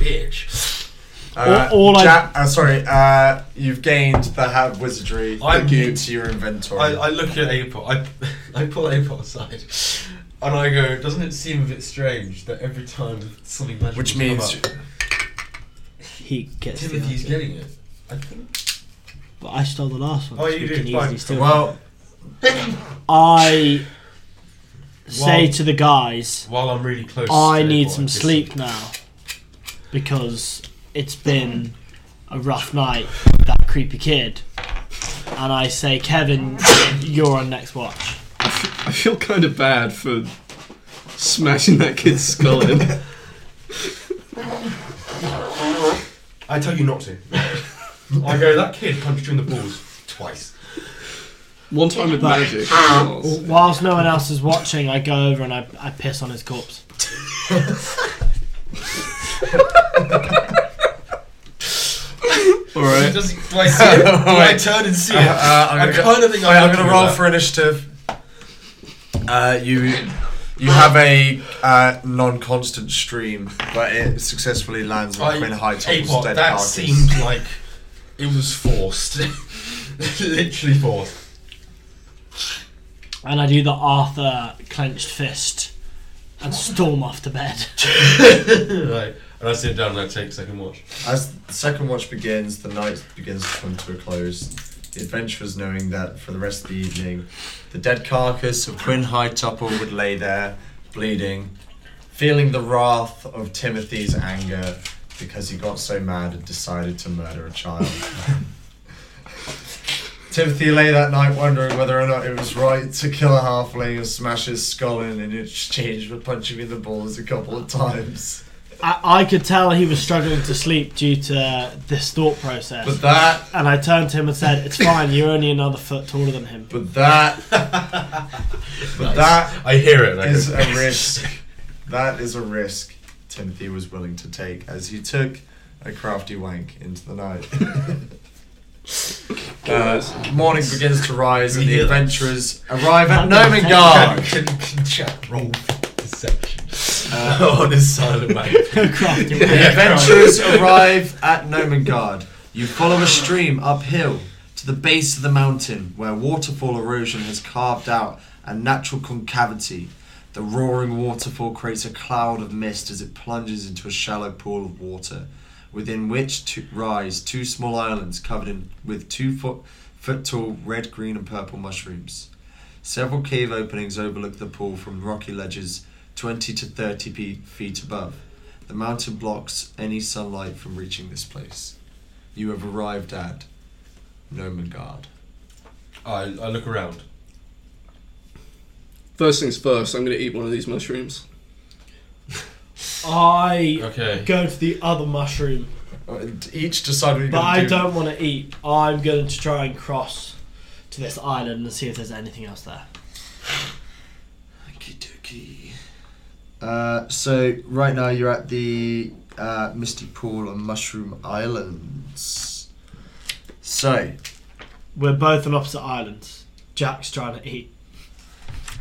[SPEAKER 6] bitch?
[SPEAKER 3] Uh,
[SPEAKER 5] All- all I-
[SPEAKER 3] Ja- uh, sorry, uh, you've gained the hat of wizardry
[SPEAKER 6] I'm-
[SPEAKER 3] into your inventory.
[SPEAKER 6] I, I look at April, I, I pull April aside, and I go, doesn't it seem a bit strange that every time something magical
[SPEAKER 3] Which means-
[SPEAKER 6] come up,
[SPEAKER 5] He gets the
[SPEAKER 6] Timothy's
[SPEAKER 5] idea.
[SPEAKER 6] getting it? I think.
[SPEAKER 5] But I stole the last one.
[SPEAKER 6] Oh,
[SPEAKER 5] so
[SPEAKER 6] you
[SPEAKER 5] we
[SPEAKER 6] did,
[SPEAKER 5] can
[SPEAKER 6] fine.
[SPEAKER 5] easily steal it.
[SPEAKER 3] well,
[SPEAKER 5] I say
[SPEAKER 6] Well-
[SPEAKER 5] to the guys,
[SPEAKER 6] While I'm really close,
[SPEAKER 5] I
[SPEAKER 6] to
[SPEAKER 5] need
[SPEAKER 6] April,
[SPEAKER 5] some
[SPEAKER 6] I kiss
[SPEAKER 5] sleep
[SPEAKER 6] her.
[SPEAKER 5] now because it's been a rough night. with That creepy kid. And I say, Kevin, you're on next watch.
[SPEAKER 4] I feel kind of bad for smashing that kid's skull in.
[SPEAKER 6] I tell you not to. I go, that kid punched you in the balls twice.
[SPEAKER 4] One time with
[SPEAKER 5] But-
[SPEAKER 4] magic.
[SPEAKER 5] Whilst no one else is watching, I go over and I, I piss on his corpse.
[SPEAKER 4] All right.
[SPEAKER 6] Does he, do I see it? Do I turn and see it?
[SPEAKER 3] uh, I'm
[SPEAKER 6] I
[SPEAKER 3] gonna,
[SPEAKER 6] kind of think
[SPEAKER 3] wait,
[SPEAKER 6] I'm
[SPEAKER 3] I'm gonna
[SPEAKER 6] looking
[SPEAKER 3] roll
[SPEAKER 6] at that.
[SPEAKER 3] for initiative. Uh, you you have a uh, non-constant stream, but it successfully lands on
[SPEAKER 6] I-
[SPEAKER 3] Quinn
[SPEAKER 6] Apot,
[SPEAKER 3] Hightopple's dead
[SPEAKER 6] that
[SPEAKER 3] carcass.
[SPEAKER 6] seemed like it was forced. Literally forced.
[SPEAKER 5] And I do the Arthur clenched fist and storm off to bed.
[SPEAKER 6] right. And I sit down and I take second watch.
[SPEAKER 3] As the second watch begins, the night begins to come to a close. The adventurers knowing that for the rest of the evening, the dead carcass of Quinn Hightopple would lay there, bleeding, feeling the wrath of Timothy's anger because he got so mad and decided to murder a child. Timothy lay that night wondering whether or not it was right to kill a halfling and smash his skull in in exchange for punching me in the balls a couple of times.
[SPEAKER 5] I, I could tell he was struggling to sleep due to this thought process.
[SPEAKER 3] But that
[SPEAKER 5] and I turned to him and said, It's fine, you're only another foot taller than him.
[SPEAKER 3] But that, but that
[SPEAKER 6] I hear it. and I
[SPEAKER 3] is
[SPEAKER 6] go,
[SPEAKER 3] a risk. That is a risk Timothy was willing to take as he took a crafty wank into the night. Uh, morning begins to rise, and the
[SPEAKER 6] Yes.
[SPEAKER 3] adventurers arrive at
[SPEAKER 6] Can,
[SPEAKER 3] Nomengar.
[SPEAKER 6] can, can Jack roll for deception
[SPEAKER 3] Uh,
[SPEAKER 6] on his silent man?
[SPEAKER 5] Crafty
[SPEAKER 3] The
[SPEAKER 5] man.
[SPEAKER 3] adventurers arrive at Nomengard. You follow a stream uphill to the base of the mountain where waterfall erosion has carved out a natural concavity. The roaring waterfall creates a cloud of mist as it plunges into a shallow pool of water, within which to rise two small islands covered in, with two foot, foot tall red, green, and purple mushrooms. Several cave openings overlook the pool from rocky ledges 20 to 30 pe- feet above. The mountain blocks any sunlight from reaching this place. You have arrived at Nomengard.
[SPEAKER 6] I, I look around.
[SPEAKER 4] First things first. I'm gonna eat one of these mushrooms.
[SPEAKER 5] I
[SPEAKER 6] Okay.
[SPEAKER 5] go to the other mushroom,
[SPEAKER 3] Uh, Each decide what you're
[SPEAKER 5] but
[SPEAKER 3] going to
[SPEAKER 5] I
[SPEAKER 3] do.
[SPEAKER 5] don't want to eat. I'm going to try and cross to this island and see if there's anything else there.
[SPEAKER 3] Okie dokie. Uh, so right now you're at the uh, Misty Pool on Mushroom Islands. So
[SPEAKER 5] We're both on opposite islands. Jack's trying to eat.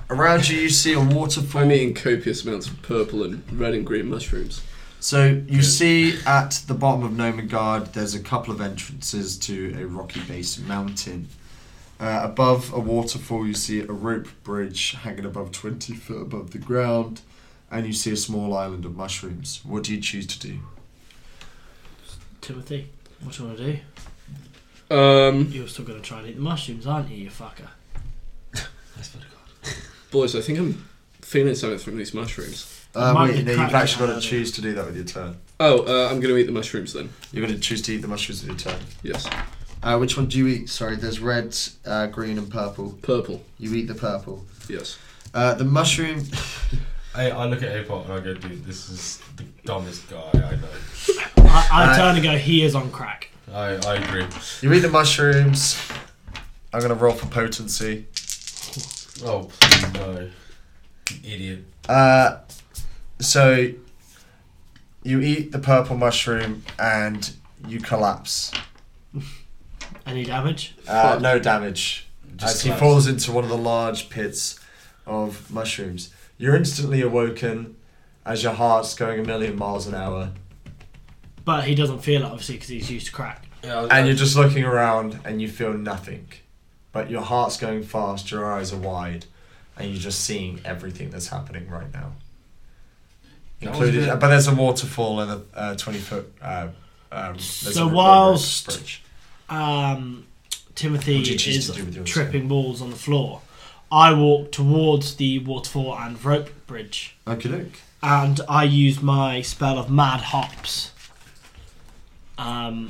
[SPEAKER 3] Around you, you see a waterfall.
[SPEAKER 4] I'm eating copious amounts of purple and red and green mushrooms.
[SPEAKER 3] So you see at the bottom of Nomengard, there's a couple of entrances to a rocky base mountain. Uh, above a waterfall, you see a rope bridge hanging above 20 foot above the ground, and you see a small island of mushrooms. What do you choose to do?
[SPEAKER 5] Timothy, what do you want to do?
[SPEAKER 4] Um,
[SPEAKER 5] You're still going to try and eat the mushrooms, aren't you, you fucker?
[SPEAKER 4] boys, I think I'm feeling something from these mushrooms.
[SPEAKER 3] Uh,
[SPEAKER 5] Might
[SPEAKER 3] wait,
[SPEAKER 5] be
[SPEAKER 3] no,
[SPEAKER 5] cracked
[SPEAKER 3] you've actually got
[SPEAKER 5] down.
[SPEAKER 3] to choose to do that with your turn.
[SPEAKER 4] Oh, uh, I'm gonna eat the mushrooms then.
[SPEAKER 3] You're going to choose to eat the mushrooms with your turn.
[SPEAKER 4] Yes,
[SPEAKER 3] Uh, which one do you eat? Sorry, there's red, uh, green, and purple.
[SPEAKER 4] purple.
[SPEAKER 3] You eat the purple.
[SPEAKER 4] Yes.
[SPEAKER 3] Uh, the mushroom.
[SPEAKER 6] I, I look at Apot and I go, dude, this is the dumbest guy I know.
[SPEAKER 5] I, I
[SPEAKER 3] Uh,
[SPEAKER 5] turn and go, he is on crack.
[SPEAKER 6] I, I agree.
[SPEAKER 3] You eat the mushrooms. I'm going to roll for potency.
[SPEAKER 6] Oh, please, no. You Idiot.
[SPEAKER 3] Uh, so you eat the purple mushroom and you collapse.
[SPEAKER 5] Any damage?
[SPEAKER 3] Uh,
[SPEAKER 4] Fuck.
[SPEAKER 3] no damage.
[SPEAKER 6] Just
[SPEAKER 3] as he
[SPEAKER 6] collapse.
[SPEAKER 3] falls into one of the large pits of mushrooms. You're instantly awoken as your heart's going a million miles an hour.
[SPEAKER 5] But he doesn't feel it, obviously, because he's used to crack.
[SPEAKER 6] Yeah, I-
[SPEAKER 3] And you're just looking around and you feel nothing. But your heart's going fast, your eyes are wide, and you're just seeing everything that's happening right now.
[SPEAKER 6] That was
[SPEAKER 3] Included,
[SPEAKER 6] good.
[SPEAKER 3] but there's a waterfall and a uh, 20 foot. Uh, um, there's
[SPEAKER 5] So
[SPEAKER 3] a river
[SPEAKER 5] whilst-
[SPEAKER 3] bridge.
[SPEAKER 5] Um, Timothy
[SPEAKER 3] What do you choose
[SPEAKER 5] is
[SPEAKER 3] to do with yours?
[SPEAKER 5] tripping balls on the floor. I walk towards the waterfall and rope bridge,
[SPEAKER 3] Okay, look.
[SPEAKER 5] and I use my spell of mad hops um,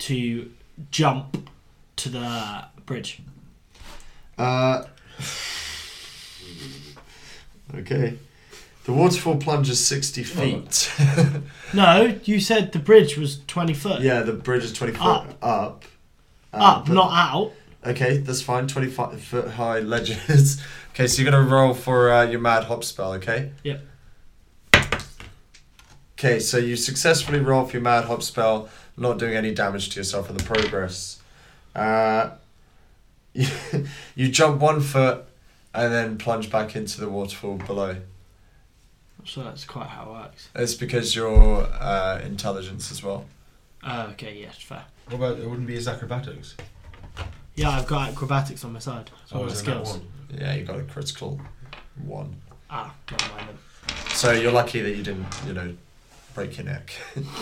[SPEAKER 5] to jump to the bridge.
[SPEAKER 3] Uh, okay. The waterfall plunges 60 feet.
[SPEAKER 5] No, you said the bridge was 20 foot.
[SPEAKER 3] yeah, the bridge is 20 foot
[SPEAKER 5] Up.
[SPEAKER 3] up. Up, Uh,
[SPEAKER 5] Up,
[SPEAKER 3] but-
[SPEAKER 5] not out.
[SPEAKER 3] Okay, that's fine. 25 foot high ledges. okay, so you're going to roll for uh, your mad hop spell, okay?
[SPEAKER 5] Yep.
[SPEAKER 3] Okay, so you successfully roll for your mad hop spell, not doing any damage to yourself in the progress. Uh, you, you jump one foot and then plunge back into the waterfall below.
[SPEAKER 5] So that's quite how it works.
[SPEAKER 3] It's because your uh, intelligence as well.
[SPEAKER 5] Uh, okay, yes, fair.
[SPEAKER 6] What about it wouldn't be his acrobatics?
[SPEAKER 5] Yeah, I've got acrobatics on my side. It's one of my
[SPEAKER 6] is it that
[SPEAKER 5] skills.
[SPEAKER 6] one?
[SPEAKER 3] Yeah, you got a critical one.
[SPEAKER 5] Ah, never mind then.
[SPEAKER 3] So you're lucky that you didn't, you know, break your neck.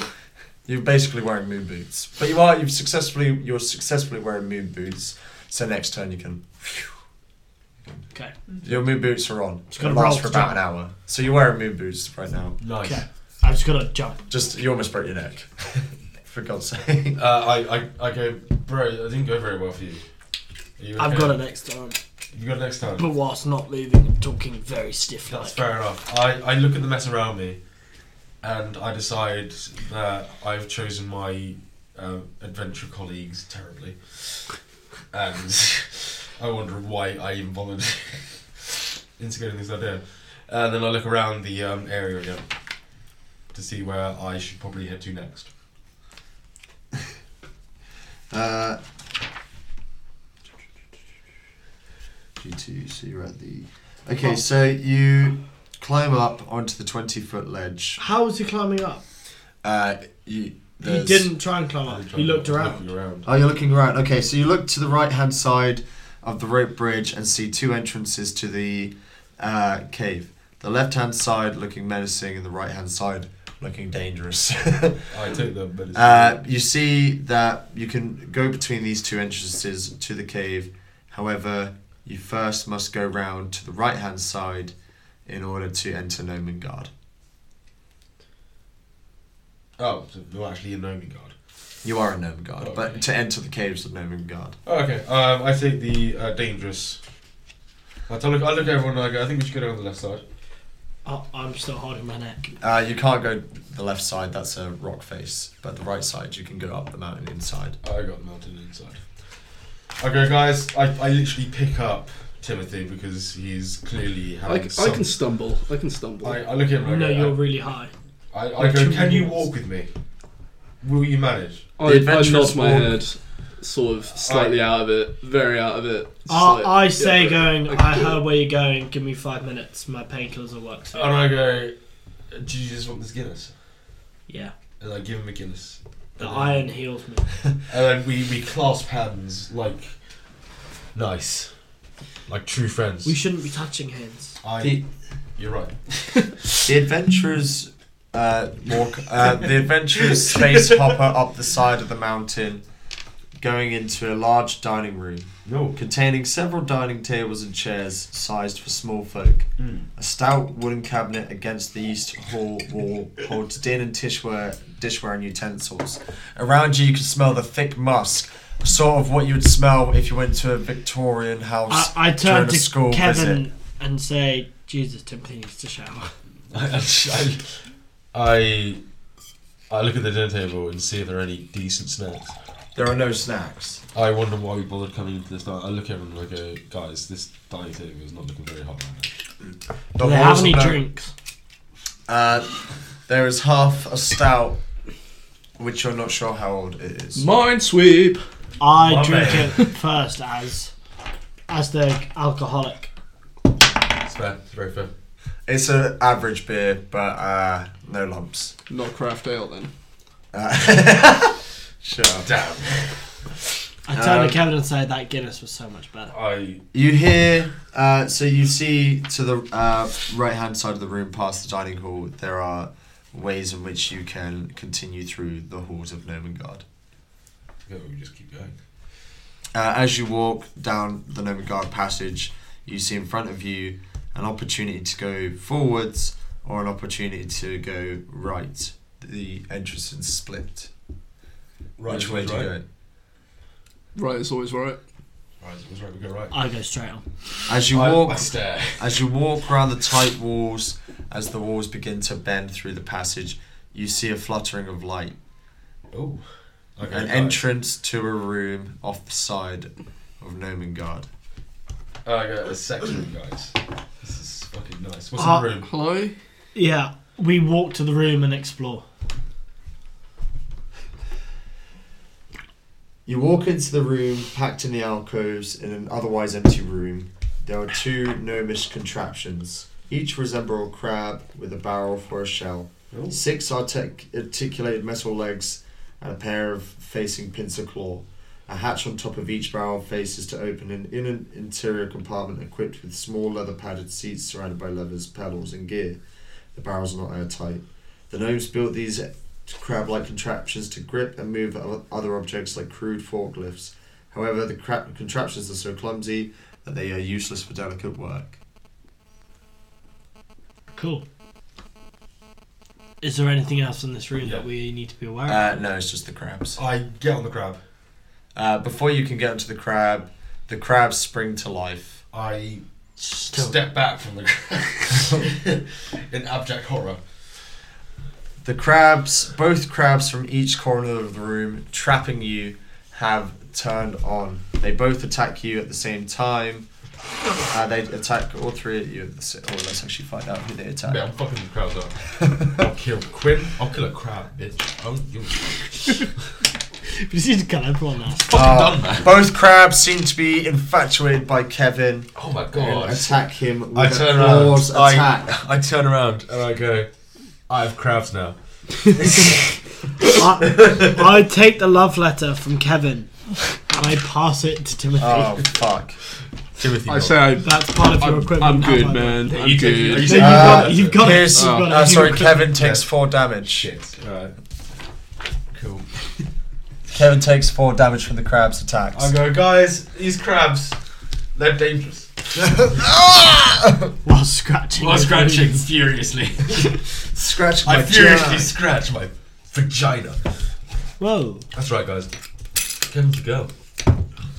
[SPEAKER 3] you're basically wearing moon boots, but you are you've successfully you're successfully wearing moon boots. So next turn you can.
[SPEAKER 5] Okay.
[SPEAKER 3] Your moon boots are on.
[SPEAKER 5] Just
[SPEAKER 3] It's
[SPEAKER 5] gotta
[SPEAKER 3] gonna last
[SPEAKER 5] roll
[SPEAKER 3] for
[SPEAKER 5] to
[SPEAKER 3] about
[SPEAKER 5] jump.
[SPEAKER 3] an hour. So you're wearing moon boots right now.
[SPEAKER 6] Nice.
[SPEAKER 5] Okay. I've just got to jump.
[SPEAKER 3] Just you almost broke your neck. for God's sake.
[SPEAKER 6] Uh, I, I, I go, bro, it didn't go very well for you. Are you
[SPEAKER 5] I've
[SPEAKER 6] okay?
[SPEAKER 5] got it next time.
[SPEAKER 6] You got it next time.
[SPEAKER 5] But whilst not moving, I'm talking very stiff like.
[SPEAKER 6] That's fair enough. I, I look at the mess around me, and I decide that I've chosen my um, adventure colleagues terribly, and I wonder why I even bothered integrating this idea. And then I look around the um, area again to see where I should probably head to next.
[SPEAKER 3] Uh, G2, so you're at the. Okay, so you climb up onto the 20 foot ledge.
[SPEAKER 5] How was he climbing up?
[SPEAKER 3] Uh, you,
[SPEAKER 5] He
[SPEAKER 3] there's-
[SPEAKER 5] didn't try and climb up. He looked
[SPEAKER 6] I'm
[SPEAKER 5] around.
[SPEAKER 6] Looking around.
[SPEAKER 3] Oh, you're looking around. Okay, so you look to the right hand side of the rope bridge and see two entrances to the uh, cave. The left hand side looking menacing, and the right hand side looking dangerous.
[SPEAKER 6] I take them, but it's
[SPEAKER 3] Uh, you see that you can go between these two entrances to the cave. However, you first must go round to the right hand side in order to enter Nomengard.
[SPEAKER 6] oh, so they're actually in Nomi Guard.
[SPEAKER 3] You are in Nomengard,
[SPEAKER 6] Okay.
[SPEAKER 3] but to enter the caves of Nomengard.
[SPEAKER 6] Oh, okay. Um, I take the uh, dangerous. I tell- look. I look at everyone and I go. I think we should go down the left side.
[SPEAKER 5] Oh, I'm still holding my neck.
[SPEAKER 3] Uh, you can't go the left side, that's a rock face, but the right side you can go up the mountain inside.
[SPEAKER 6] I got the mountain inside. Okay, guys. I, I literally pick up Timothy because he's clearly
[SPEAKER 4] I,
[SPEAKER 6] having
[SPEAKER 4] c- I
[SPEAKER 6] some.
[SPEAKER 4] can stumble. I can stumble.
[SPEAKER 6] I, I look at him.
[SPEAKER 5] No,
[SPEAKER 6] And I go, "Uh,
[SPEAKER 5] you're really high.
[SPEAKER 6] I, I, I go.
[SPEAKER 5] you're
[SPEAKER 6] Can you
[SPEAKER 5] towards-
[SPEAKER 6] walk with me? Will you manage?
[SPEAKER 4] I, I
[SPEAKER 3] adventurous
[SPEAKER 4] nod my
[SPEAKER 3] walk.
[SPEAKER 4] head. sort of slightly out of it, very out of it. Just
[SPEAKER 5] I,
[SPEAKER 4] like,
[SPEAKER 5] I say
[SPEAKER 4] yeah,
[SPEAKER 5] going,
[SPEAKER 4] okay,
[SPEAKER 5] I
[SPEAKER 4] cool.
[SPEAKER 5] heard where you're going, give me five minutes, my painkillers will work soon.
[SPEAKER 6] And I go, do you just want this Guinness?
[SPEAKER 5] Yeah.
[SPEAKER 6] And I give him a Guinness.
[SPEAKER 5] The
[SPEAKER 6] And
[SPEAKER 5] iron heals me.
[SPEAKER 6] And then we, we clasp hands like nice, like true friends.
[SPEAKER 5] We shouldn't be touching hands.
[SPEAKER 6] I,
[SPEAKER 3] The-
[SPEAKER 6] you're right.
[SPEAKER 3] The adventurers uh, walk. Uh, the adventurers space hopper up the side of the mountain, going into a large dining room
[SPEAKER 6] No.
[SPEAKER 3] containing several dining tables and chairs sized for small folk.
[SPEAKER 5] Hmm.
[SPEAKER 3] A stout wooden cabinet against the east hall wall holds din and tishware, dishware and utensils. Around you, you can smell the thick musk, sort of what you would smell if you went to a Victorian house.
[SPEAKER 5] I, I turn
[SPEAKER 3] during a
[SPEAKER 5] to
[SPEAKER 3] school
[SPEAKER 5] Kevin
[SPEAKER 3] visit.
[SPEAKER 5] and say, Jesus, Timothy needs to shower.
[SPEAKER 6] I, I, I, I look at the dinner table and see if there are any decent snacks.
[SPEAKER 3] There are no snacks.
[SPEAKER 6] I wonder why we bothered coming into this dining. I look at them and I go, guys, this dining table is not looking very hot right now.
[SPEAKER 3] The
[SPEAKER 5] Do they have
[SPEAKER 3] walls
[SPEAKER 5] any
[SPEAKER 3] are very-
[SPEAKER 5] drinks?
[SPEAKER 3] Uh, there is half a stout, which you're not sure how old it is.
[SPEAKER 4] Minesweep.
[SPEAKER 5] I
[SPEAKER 6] My
[SPEAKER 5] drink
[SPEAKER 6] man.
[SPEAKER 5] it first as as the alcoholic.
[SPEAKER 6] It's fair. It's very fair.
[SPEAKER 3] It's an average beer, but uh, no lumps.
[SPEAKER 4] Not craft ale then.
[SPEAKER 3] Uh, Shut up.
[SPEAKER 6] Damn.
[SPEAKER 5] I turn
[SPEAKER 3] Um,
[SPEAKER 5] to Kevin and say, that Guinness was so much better.
[SPEAKER 6] I
[SPEAKER 3] You hear, uh, so you see to the uh, right hand side of the room, past the dining hall, there are ways in which you can continue through the halls of Nomengard.
[SPEAKER 6] go. We just keep going.
[SPEAKER 3] Uh, as you walk down the Nomengard passage, you see in front of you an opportunity to go forwards or an opportunity to go right. The entrance is split. Which way do you go?
[SPEAKER 4] Right is always right.
[SPEAKER 6] Right, it was right. We go right.
[SPEAKER 5] I go straight on.
[SPEAKER 3] As you
[SPEAKER 6] I,
[SPEAKER 3] walk,
[SPEAKER 6] I stare.
[SPEAKER 3] As you walk round the tight walls, as the walls begin to bend through the passage, you see a fluttering of light.
[SPEAKER 6] Oh. Okay,
[SPEAKER 3] An
[SPEAKER 6] guys.
[SPEAKER 3] entrance to a room off the side of Nomengard.
[SPEAKER 6] Oh, I got a section, guys. This is fucking nice. What's
[SPEAKER 5] Uh,
[SPEAKER 6] in the room?
[SPEAKER 4] Hello.
[SPEAKER 5] Yeah, we walk to the room and explore.
[SPEAKER 3] You walk into the room, packed in the alcoves, in an otherwise empty room. There are two gnomish contraptions, each resemble a crab with a barrel for a shell,
[SPEAKER 6] Oh.
[SPEAKER 3] six artic- articulated metal legs, and a pair of facing pincer claw. A hatch on top of each barrel faces to open an inner interior compartment equipped with small leather padded seats surrounded by levers, pedals, and gear. The barrels are not airtight. The gnomes built these crab like contraptions to grip and move o- other objects like crude forklifts. However, the cra- contraptions are so clumsy that they are useless for delicate work.
[SPEAKER 5] Cool. Is there anything else in this room
[SPEAKER 6] Yeah.
[SPEAKER 5] that we need to be aware of?
[SPEAKER 3] Uh, no, it's just the crabs.
[SPEAKER 6] I get on the crab.
[SPEAKER 3] Uh, before you can get onto the crab, the crabs spring to life.
[SPEAKER 6] I
[SPEAKER 5] Still.
[SPEAKER 6] step back from the crab in abject horror.
[SPEAKER 3] The crabs, both crabs from each corner of the room, trapping you, have turned on. They both attack you at the same time. Uh, they attack all three of you at the same. Oh, let's actually find out who they attack.
[SPEAKER 6] Yeah, I'm fucking the crabs up. I'll kill Quinn. I'll kill a crab, bitch. Oh, I'm, you're
[SPEAKER 5] we just need to kill everyone now.
[SPEAKER 6] fucking
[SPEAKER 3] Uh,
[SPEAKER 6] done, man.
[SPEAKER 3] Both crabs seem to be infatuated by Kevin
[SPEAKER 6] Oh my
[SPEAKER 3] and
[SPEAKER 6] god.
[SPEAKER 3] attack him with
[SPEAKER 6] I
[SPEAKER 3] a
[SPEAKER 6] turn around.
[SPEAKER 3] claws attack.
[SPEAKER 6] I, I turn around and I go, I have crabs now.
[SPEAKER 5] I, I take the love letter from Kevin and I pass it to Timothy.
[SPEAKER 3] Oh fuck!
[SPEAKER 6] Timothy.
[SPEAKER 4] I
[SPEAKER 6] Dodd.
[SPEAKER 4] say I,
[SPEAKER 5] That's part of your equipment.
[SPEAKER 4] I'm good,
[SPEAKER 5] however.
[SPEAKER 4] man.
[SPEAKER 6] Yeah,
[SPEAKER 4] I'm
[SPEAKER 6] you take- you
[SPEAKER 5] So
[SPEAKER 4] good.
[SPEAKER 6] take-
[SPEAKER 5] you've,
[SPEAKER 3] Uh,
[SPEAKER 5] got, you've got it.
[SPEAKER 3] here's-
[SPEAKER 5] you've got
[SPEAKER 3] Uh,
[SPEAKER 5] it, you've
[SPEAKER 3] sorry,
[SPEAKER 5] got it.
[SPEAKER 3] Kevin takes four damage.
[SPEAKER 6] Oh. Shit. Alright. Cool.
[SPEAKER 3] Kevin takes four damage from the crab's attacks.
[SPEAKER 6] I go, guys, these crabs, they're dangerous.
[SPEAKER 5] While scratching.
[SPEAKER 6] While
[SPEAKER 5] his
[SPEAKER 6] scratching
[SPEAKER 5] wounds.
[SPEAKER 6] furiously.
[SPEAKER 3] Scratch my
[SPEAKER 6] I furiously
[SPEAKER 3] jaw.
[SPEAKER 6] scratch my vagina.
[SPEAKER 5] Whoa.
[SPEAKER 6] That's right, guys. Kevin's a girl.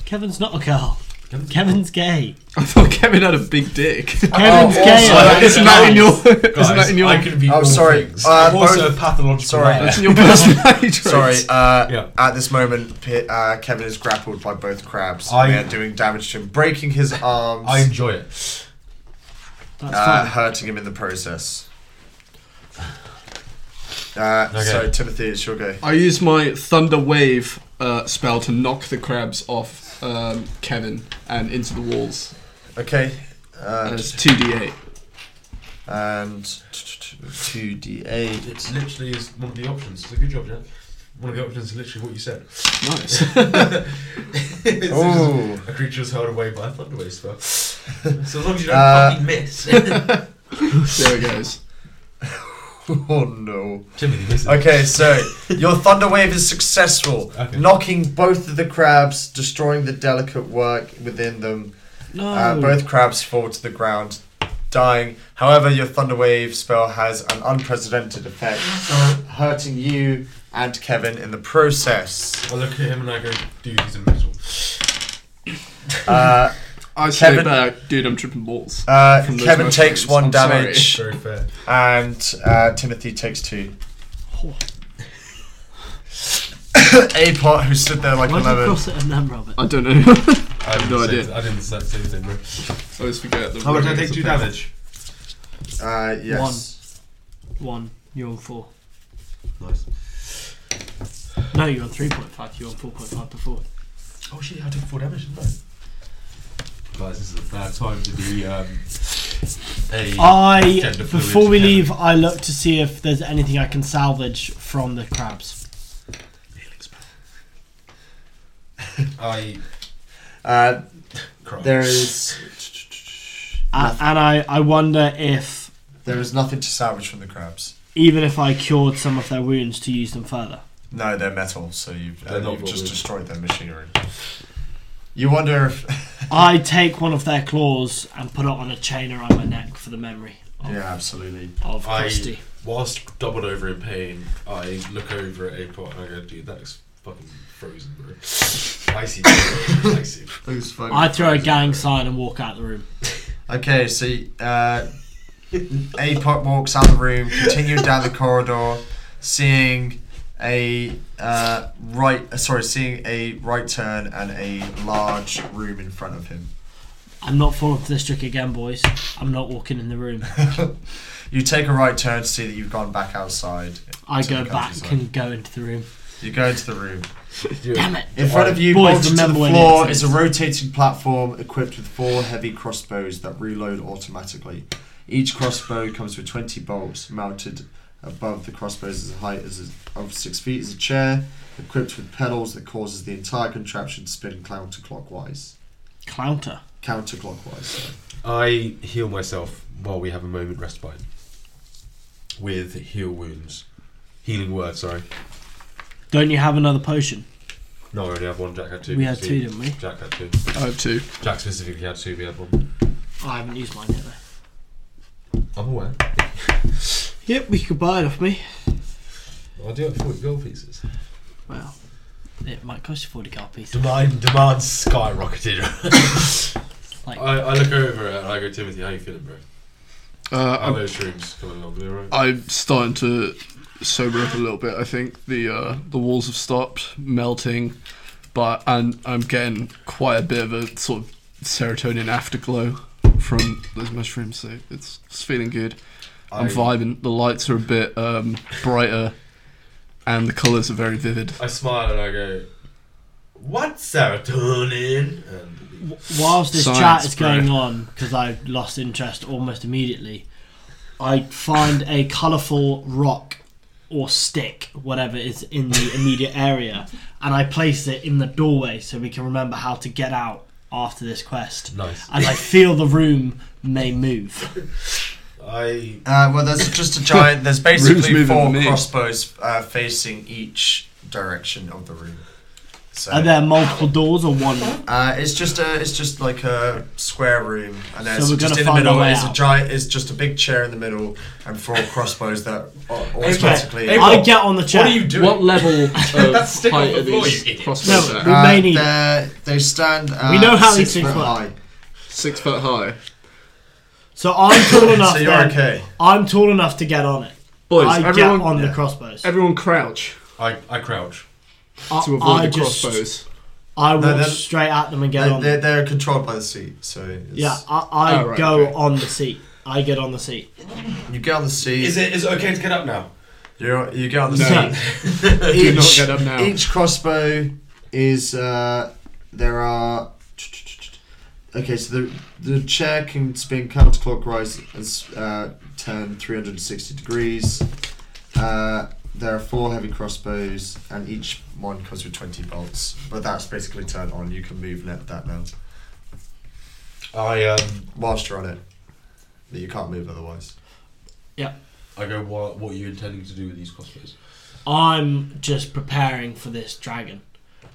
[SPEAKER 5] Kevin's not a girl.
[SPEAKER 6] Kevin's a
[SPEAKER 5] Kevin's gay.
[SPEAKER 4] I thought Kevin had a big dick.
[SPEAKER 5] Kevin's
[SPEAKER 3] also,
[SPEAKER 5] gay.
[SPEAKER 3] I
[SPEAKER 5] and
[SPEAKER 4] Isn't that in your? Isn't
[SPEAKER 6] Oh, Guys,
[SPEAKER 4] that in your?
[SPEAKER 6] I can be
[SPEAKER 3] I'm
[SPEAKER 6] all
[SPEAKER 3] sorry,
[SPEAKER 6] Things.
[SPEAKER 3] uh,
[SPEAKER 6] I'm also
[SPEAKER 3] both-
[SPEAKER 6] a pathological
[SPEAKER 3] sorry.
[SPEAKER 6] liar.
[SPEAKER 4] That's in your personality traits.
[SPEAKER 3] Sorry. Uh,
[SPEAKER 6] Yeah.
[SPEAKER 3] At this moment, Pi- uh, Kevin is grappled by both crabs.
[SPEAKER 6] I-
[SPEAKER 3] they are doing damage to him, breaking his arms,
[SPEAKER 6] I enjoy it.
[SPEAKER 5] That's
[SPEAKER 3] uh,
[SPEAKER 5] fine.
[SPEAKER 3] hurting him in the process. Uh, So
[SPEAKER 6] Okay.
[SPEAKER 3] Timothy, it's your go.
[SPEAKER 4] I use my Thunder Wave uh, spell to knock the crabs off um, Kevin and into the walls.
[SPEAKER 3] Okay.
[SPEAKER 4] And
[SPEAKER 3] And
[SPEAKER 4] it's 2d8.
[SPEAKER 3] and two d eight.
[SPEAKER 6] It's literally is one of the options. It's a good job, Jack. One of the options is literally what you said.
[SPEAKER 4] Nice.
[SPEAKER 6] It's just
[SPEAKER 3] Ooh.
[SPEAKER 6] a creature is held away by a thunderwave spell. So as long as you don't
[SPEAKER 3] Uh,
[SPEAKER 6] fucking miss.
[SPEAKER 4] there it goes.
[SPEAKER 3] Oh no.
[SPEAKER 6] Timothy misses.
[SPEAKER 3] Okay, so your thunder wave is successful,
[SPEAKER 6] Okay.
[SPEAKER 3] knocking both of the crabs, destroying the delicate work within them.
[SPEAKER 5] No.
[SPEAKER 3] Uh,
[SPEAKER 4] Oh.
[SPEAKER 3] both crabs fall to the ground, dying. However, your thunder wave spell has an unprecedented effect, hurting you and Kevin in the process.
[SPEAKER 6] I look at him and I go, dude, he's a metal.
[SPEAKER 3] Uh,
[SPEAKER 4] I say
[SPEAKER 3] Kevin-
[SPEAKER 4] back, dude, I'm tripping balls.
[SPEAKER 3] uh,
[SPEAKER 4] From those
[SPEAKER 3] Kevin
[SPEAKER 4] mushrooms,
[SPEAKER 3] takes one
[SPEAKER 4] I'm sorry.
[SPEAKER 3] damage,
[SPEAKER 6] Very fair.
[SPEAKER 3] and uh, Timothy takes two. Apot, who stood there like a
[SPEAKER 5] Why did you
[SPEAKER 3] lemon.
[SPEAKER 5] cross it and then rub it?
[SPEAKER 4] I don't know.
[SPEAKER 6] I have
[SPEAKER 4] no idea.
[SPEAKER 6] I didn't say the same thing, bro.
[SPEAKER 4] I always forget. The
[SPEAKER 6] How much did I
[SPEAKER 4] rules
[SPEAKER 6] take?
[SPEAKER 4] of
[SPEAKER 6] Two
[SPEAKER 4] things.
[SPEAKER 6] damage.
[SPEAKER 3] Uh, yes.
[SPEAKER 5] One. You're on four.
[SPEAKER 6] Nice.
[SPEAKER 5] No, you're on 3.5. You're on 4.5 before.
[SPEAKER 6] Oh shit, I took four damage, didn't I? Guys, this is a bad time to be um, a.
[SPEAKER 5] I
[SPEAKER 6] Gender fluid
[SPEAKER 5] before we
[SPEAKER 6] Kevin.
[SPEAKER 5] leave, I look to see if there's anything I can salvage from the crabs.
[SPEAKER 6] I
[SPEAKER 3] Uh,
[SPEAKER 6] cry.
[SPEAKER 3] there is
[SPEAKER 5] A Uh, and I, I wonder if
[SPEAKER 3] there is nothing to salvage from the crabs.
[SPEAKER 5] even if I cured some of their wounds to use them further.
[SPEAKER 3] No, they're metal, so you've,
[SPEAKER 6] They're
[SPEAKER 3] and
[SPEAKER 6] not
[SPEAKER 3] you've just
[SPEAKER 6] bothered.
[SPEAKER 3] destroyed their machinery. You wonder if
[SPEAKER 5] I take one of their claws and put it on a chain around my neck for the memory of,
[SPEAKER 3] yeah, absolutely.
[SPEAKER 5] of
[SPEAKER 6] I-
[SPEAKER 5] Christy.
[SPEAKER 6] Whilst doubled over in pain, I look over at Apot and I go, dude, that is fucking frozen, bro. Icy, bro. icy.
[SPEAKER 5] I throw a gang sign and walk out the room.
[SPEAKER 3] Okay, so uh, Apot walks out the room, continues down the corridor, seeing a uh, right. uh, Sorry, seeing a right turn and a large room in front of him.
[SPEAKER 5] I'm not falling for this trick again, boys. I'm not walking in the room.
[SPEAKER 3] You take a right turn to see that you've gone back outside.
[SPEAKER 5] I
[SPEAKER 3] to
[SPEAKER 5] go
[SPEAKER 3] the
[SPEAKER 5] back
[SPEAKER 3] countryside.
[SPEAKER 5] and go into the room.
[SPEAKER 3] You go into the room.
[SPEAKER 5] Damn it!
[SPEAKER 3] In front of you,
[SPEAKER 5] Boys,
[SPEAKER 3] bolted to the
[SPEAKER 5] remember when
[SPEAKER 3] floor,
[SPEAKER 5] it
[SPEAKER 3] is
[SPEAKER 5] is.
[SPEAKER 3] a rotating platform equipped with four heavy crossbows that reload automatically. Each crossbow comes with 20 bolts mounted above the crossbows as height as a, of six feet is a chair, equipped with pedals that causes the entire contraption to spin counterclockwise.
[SPEAKER 5] Clounter.
[SPEAKER 3] Counterclockwise. sorry.
[SPEAKER 6] I heal myself while we have a moment respite with heal wounds. Healing word, sorry.
[SPEAKER 5] Don't you have another potion?
[SPEAKER 6] No, I only have one. Jack had two.
[SPEAKER 5] We had
[SPEAKER 6] because
[SPEAKER 5] two,
[SPEAKER 6] he-
[SPEAKER 5] didn't we?
[SPEAKER 6] Jack had two.
[SPEAKER 4] I have two.
[SPEAKER 6] Jack specifically had two. We had one.
[SPEAKER 5] Oh, I haven't used mine yet. Though.
[SPEAKER 6] I'm aware.
[SPEAKER 5] Yep, we could buy it off me.
[SPEAKER 6] I do have forty gold pieces.
[SPEAKER 5] Well, it might cost you forty gold pieces.
[SPEAKER 6] Demand demand skyrocketed.
[SPEAKER 5] Like,
[SPEAKER 6] I, I look over at it and I go, Timothy, how you feeling, bro?
[SPEAKER 4] Uh,
[SPEAKER 6] How
[SPEAKER 4] I'm,
[SPEAKER 6] those shrooms coming along? Are they alright?
[SPEAKER 4] I'm starting to sober up a little bit. I think the uh, the walls have stopped melting, but and I'm getting quite a bit of a sort of serotonin afterglow from those mushrooms. So it's, it's feeling good. I'm
[SPEAKER 6] I-
[SPEAKER 4] vibing. The lights are a bit um, brighter, and the colours are very vivid.
[SPEAKER 6] I smile and I go, What serotonin? And
[SPEAKER 5] whilst this
[SPEAKER 4] Science,
[SPEAKER 5] chat is
[SPEAKER 4] bro.
[SPEAKER 5] going on, because I lost interest almost immediately, I find a colourful rock or stick, whatever is in the immediate area, and I place it in the doorway so we can remember how to get out after this quest.
[SPEAKER 6] nice.
[SPEAKER 5] As I feel the room may move.
[SPEAKER 6] I
[SPEAKER 3] Uh, well, there's just a giant. There's basically
[SPEAKER 4] moving
[SPEAKER 3] four
[SPEAKER 4] for me.
[SPEAKER 3] crossbows uh, facing each direction of the room. So
[SPEAKER 5] Are there multiple doors or one?
[SPEAKER 3] Uh, it's just a, it's just like a square room, and
[SPEAKER 5] So
[SPEAKER 3] it's
[SPEAKER 5] we're
[SPEAKER 3] just
[SPEAKER 5] gonna
[SPEAKER 3] in the
[SPEAKER 5] find our
[SPEAKER 3] middle.
[SPEAKER 5] way
[SPEAKER 3] It's a
[SPEAKER 5] out.
[SPEAKER 3] giant, it's just a big chair in the middle, and four crossbows that are automatically.
[SPEAKER 6] Hey,
[SPEAKER 5] I
[SPEAKER 6] Rob,
[SPEAKER 5] get on the chair.
[SPEAKER 6] doing?
[SPEAKER 4] What level of
[SPEAKER 6] That's stick on
[SPEAKER 4] height
[SPEAKER 6] the
[SPEAKER 4] are
[SPEAKER 6] floor, you
[SPEAKER 4] these
[SPEAKER 6] idiot.
[SPEAKER 4] crossbows
[SPEAKER 5] No,
[SPEAKER 4] at?
[SPEAKER 5] we may need.
[SPEAKER 3] Uh, they're- They stand. Uh,
[SPEAKER 5] We know how these
[SPEAKER 3] six
[SPEAKER 5] things
[SPEAKER 3] foot
[SPEAKER 5] work.
[SPEAKER 3] high.
[SPEAKER 4] Six foot high.
[SPEAKER 5] So I'm tall enough.
[SPEAKER 3] So you're
[SPEAKER 5] then.
[SPEAKER 3] okay.
[SPEAKER 5] I'm tall enough to get on it.
[SPEAKER 4] Boys,
[SPEAKER 5] I
[SPEAKER 4] everyone,
[SPEAKER 5] get on
[SPEAKER 3] yeah.
[SPEAKER 5] the crossbows.
[SPEAKER 4] everyone crouch
[SPEAKER 6] I, I crouch.
[SPEAKER 5] I,
[SPEAKER 4] to avoid
[SPEAKER 5] I
[SPEAKER 4] the
[SPEAKER 5] just-
[SPEAKER 4] crossbows.
[SPEAKER 5] I walk
[SPEAKER 3] they're-
[SPEAKER 5] straight at them and get
[SPEAKER 3] They're,
[SPEAKER 5] on.
[SPEAKER 3] they're, they're controlled by the seat, so it's,
[SPEAKER 5] yeah, I, I
[SPEAKER 4] Oh, right,
[SPEAKER 5] go
[SPEAKER 4] okay.
[SPEAKER 5] on the seat. I get on the seat.
[SPEAKER 3] You get on the seat.
[SPEAKER 6] Is it is it okay to get up now?
[SPEAKER 3] You you get on the
[SPEAKER 4] No.
[SPEAKER 3] seat.
[SPEAKER 4] Do not get up now.
[SPEAKER 3] Each crossbow is uh, there are. Okay, so the the chair can spin counterclockwise and s- uh, turn 360 degrees. Uh, there are four heavy crossbows, and each one comes with 20 bolts. But that's basically turned on. You can move net that now
[SPEAKER 6] I um,
[SPEAKER 3] whilst you're on it. That you can't move otherwise.
[SPEAKER 6] I go. What, what are you intending to do with these crossbows?
[SPEAKER 5] I'm just preparing for this dragon.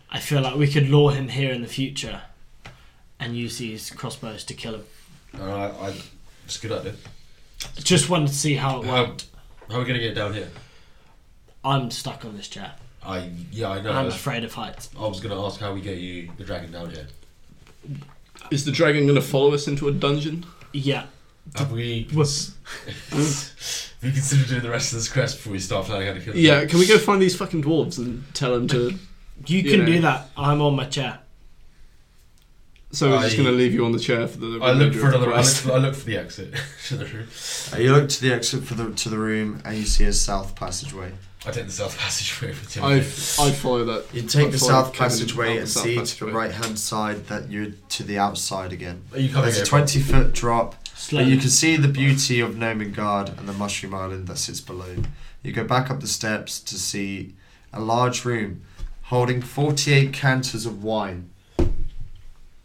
[SPEAKER 5] I feel like we could lure him here in the future and use these crossbows to kill him.
[SPEAKER 6] Uh, I, I, it's a good idea.
[SPEAKER 5] Just wanted to see how it
[SPEAKER 4] Um,
[SPEAKER 6] How,
[SPEAKER 5] worked.
[SPEAKER 6] how are we gonna get down here?
[SPEAKER 5] I'm stuck on this chair.
[SPEAKER 6] I yeah, I know. I
[SPEAKER 4] Um,
[SPEAKER 5] I'm
[SPEAKER 6] was,
[SPEAKER 5] afraid of heights.
[SPEAKER 6] I was gonna ask how we get you the dragon down here.
[SPEAKER 4] Is the dragon going to follow us into a dungeon?
[SPEAKER 5] Yeah.
[SPEAKER 6] Have we?
[SPEAKER 5] Was-
[SPEAKER 6] we consider doing the rest of this quest before we start planning how to kill. the
[SPEAKER 4] Yeah,
[SPEAKER 6] dragon?
[SPEAKER 4] can we go find these fucking dwarves and tell them to.
[SPEAKER 5] You
[SPEAKER 4] You
[SPEAKER 5] can
[SPEAKER 4] know.
[SPEAKER 5] do that. I'm on my chair.
[SPEAKER 4] So we're just
[SPEAKER 6] I-
[SPEAKER 4] going to leave you on the chair for the.
[SPEAKER 6] I look
[SPEAKER 4] remainder
[SPEAKER 6] for
[SPEAKER 4] of the
[SPEAKER 6] another. I
[SPEAKER 4] quest.
[SPEAKER 6] look, I look for the exit to the room.
[SPEAKER 3] Uh, you look to the exit for the to the room, and you see a south passageway.
[SPEAKER 6] I take the south passageway with
[SPEAKER 4] I
[SPEAKER 6] Timothy.
[SPEAKER 4] I follow that.
[SPEAKER 3] You take
[SPEAKER 4] I
[SPEAKER 3] the
[SPEAKER 4] follow
[SPEAKER 3] south
[SPEAKER 4] Kevin out
[SPEAKER 3] passageway
[SPEAKER 4] the
[SPEAKER 3] and
[SPEAKER 4] south
[SPEAKER 3] see to the
[SPEAKER 4] passageway.
[SPEAKER 3] right hand side that you're to the outside again.
[SPEAKER 6] Are you coming
[SPEAKER 3] There's
[SPEAKER 6] here?
[SPEAKER 3] a 20 foot drop,
[SPEAKER 5] Slowly.
[SPEAKER 3] and you can see the beauty of Nomengard and the mushroom island that sits below. You go back up the steps to see a large room holding 48 canters of wine.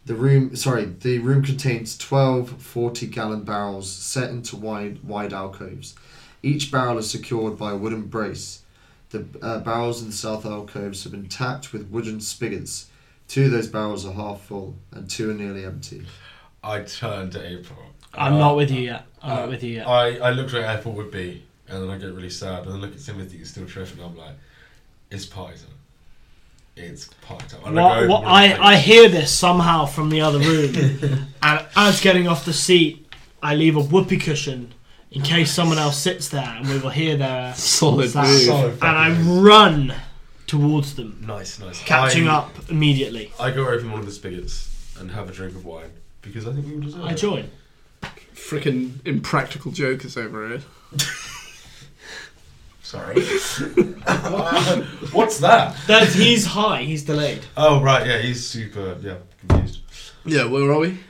[SPEAKER 3] The room, sorry, the room contains 12 40 gallon barrels set into wide, wide alcoves. Each barrel is secured by a wooden brace. The uh, barrels in the south alcoves have been tapped with wooden spigots. Two of those barrels are half full, and two are nearly empty.
[SPEAKER 6] I turn to April.
[SPEAKER 5] I'm
[SPEAKER 6] Uh,
[SPEAKER 4] Oh.
[SPEAKER 5] not with you yet. I'm
[SPEAKER 6] uh,
[SPEAKER 5] not with you yet.
[SPEAKER 6] I, I looked where April would be, and then I get really sad, and I look at Timothy, who's still tripping, and I'm like, it's party time. It's party time. And I, go
[SPEAKER 5] What,
[SPEAKER 6] over
[SPEAKER 5] what,
[SPEAKER 6] and I'm
[SPEAKER 5] I,
[SPEAKER 6] like,
[SPEAKER 5] I hear this somehow from the other room, and as getting off the seat, I leave a whoopee cushion in case someone else sits there and we will hear their
[SPEAKER 4] Solid
[SPEAKER 5] sound.
[SPEAKER 4] move.
[SPEAKER 6] Solid
[SPEAKER 5] And I
[SPEAKER 6] fucking
[SPEAKER 5] run towards them,
[SPEAKER 6] Nice, nice.
[SPEAKER 5] catching
[SPEAKER 6] I,
[SPEAKER 5] up immediately.
[SPEAKER 6] I go open one of the spigots and have a drink of wine because I think we all deserve
[SPEAKER 5] I
[SPEAKER 6] it.
[SPEAKER 5] join.
[SPEAKER 4] Freaking impractical jokers over here.
[SPEAKER 6] Sorry. What- What's that?
[SPEAKER 5] That he's high. He's delayed.
[SPEAKER 6] Oh, right, yeah, he's super, yeah, confused.
[SPEAKER 4] Yeah, where are we?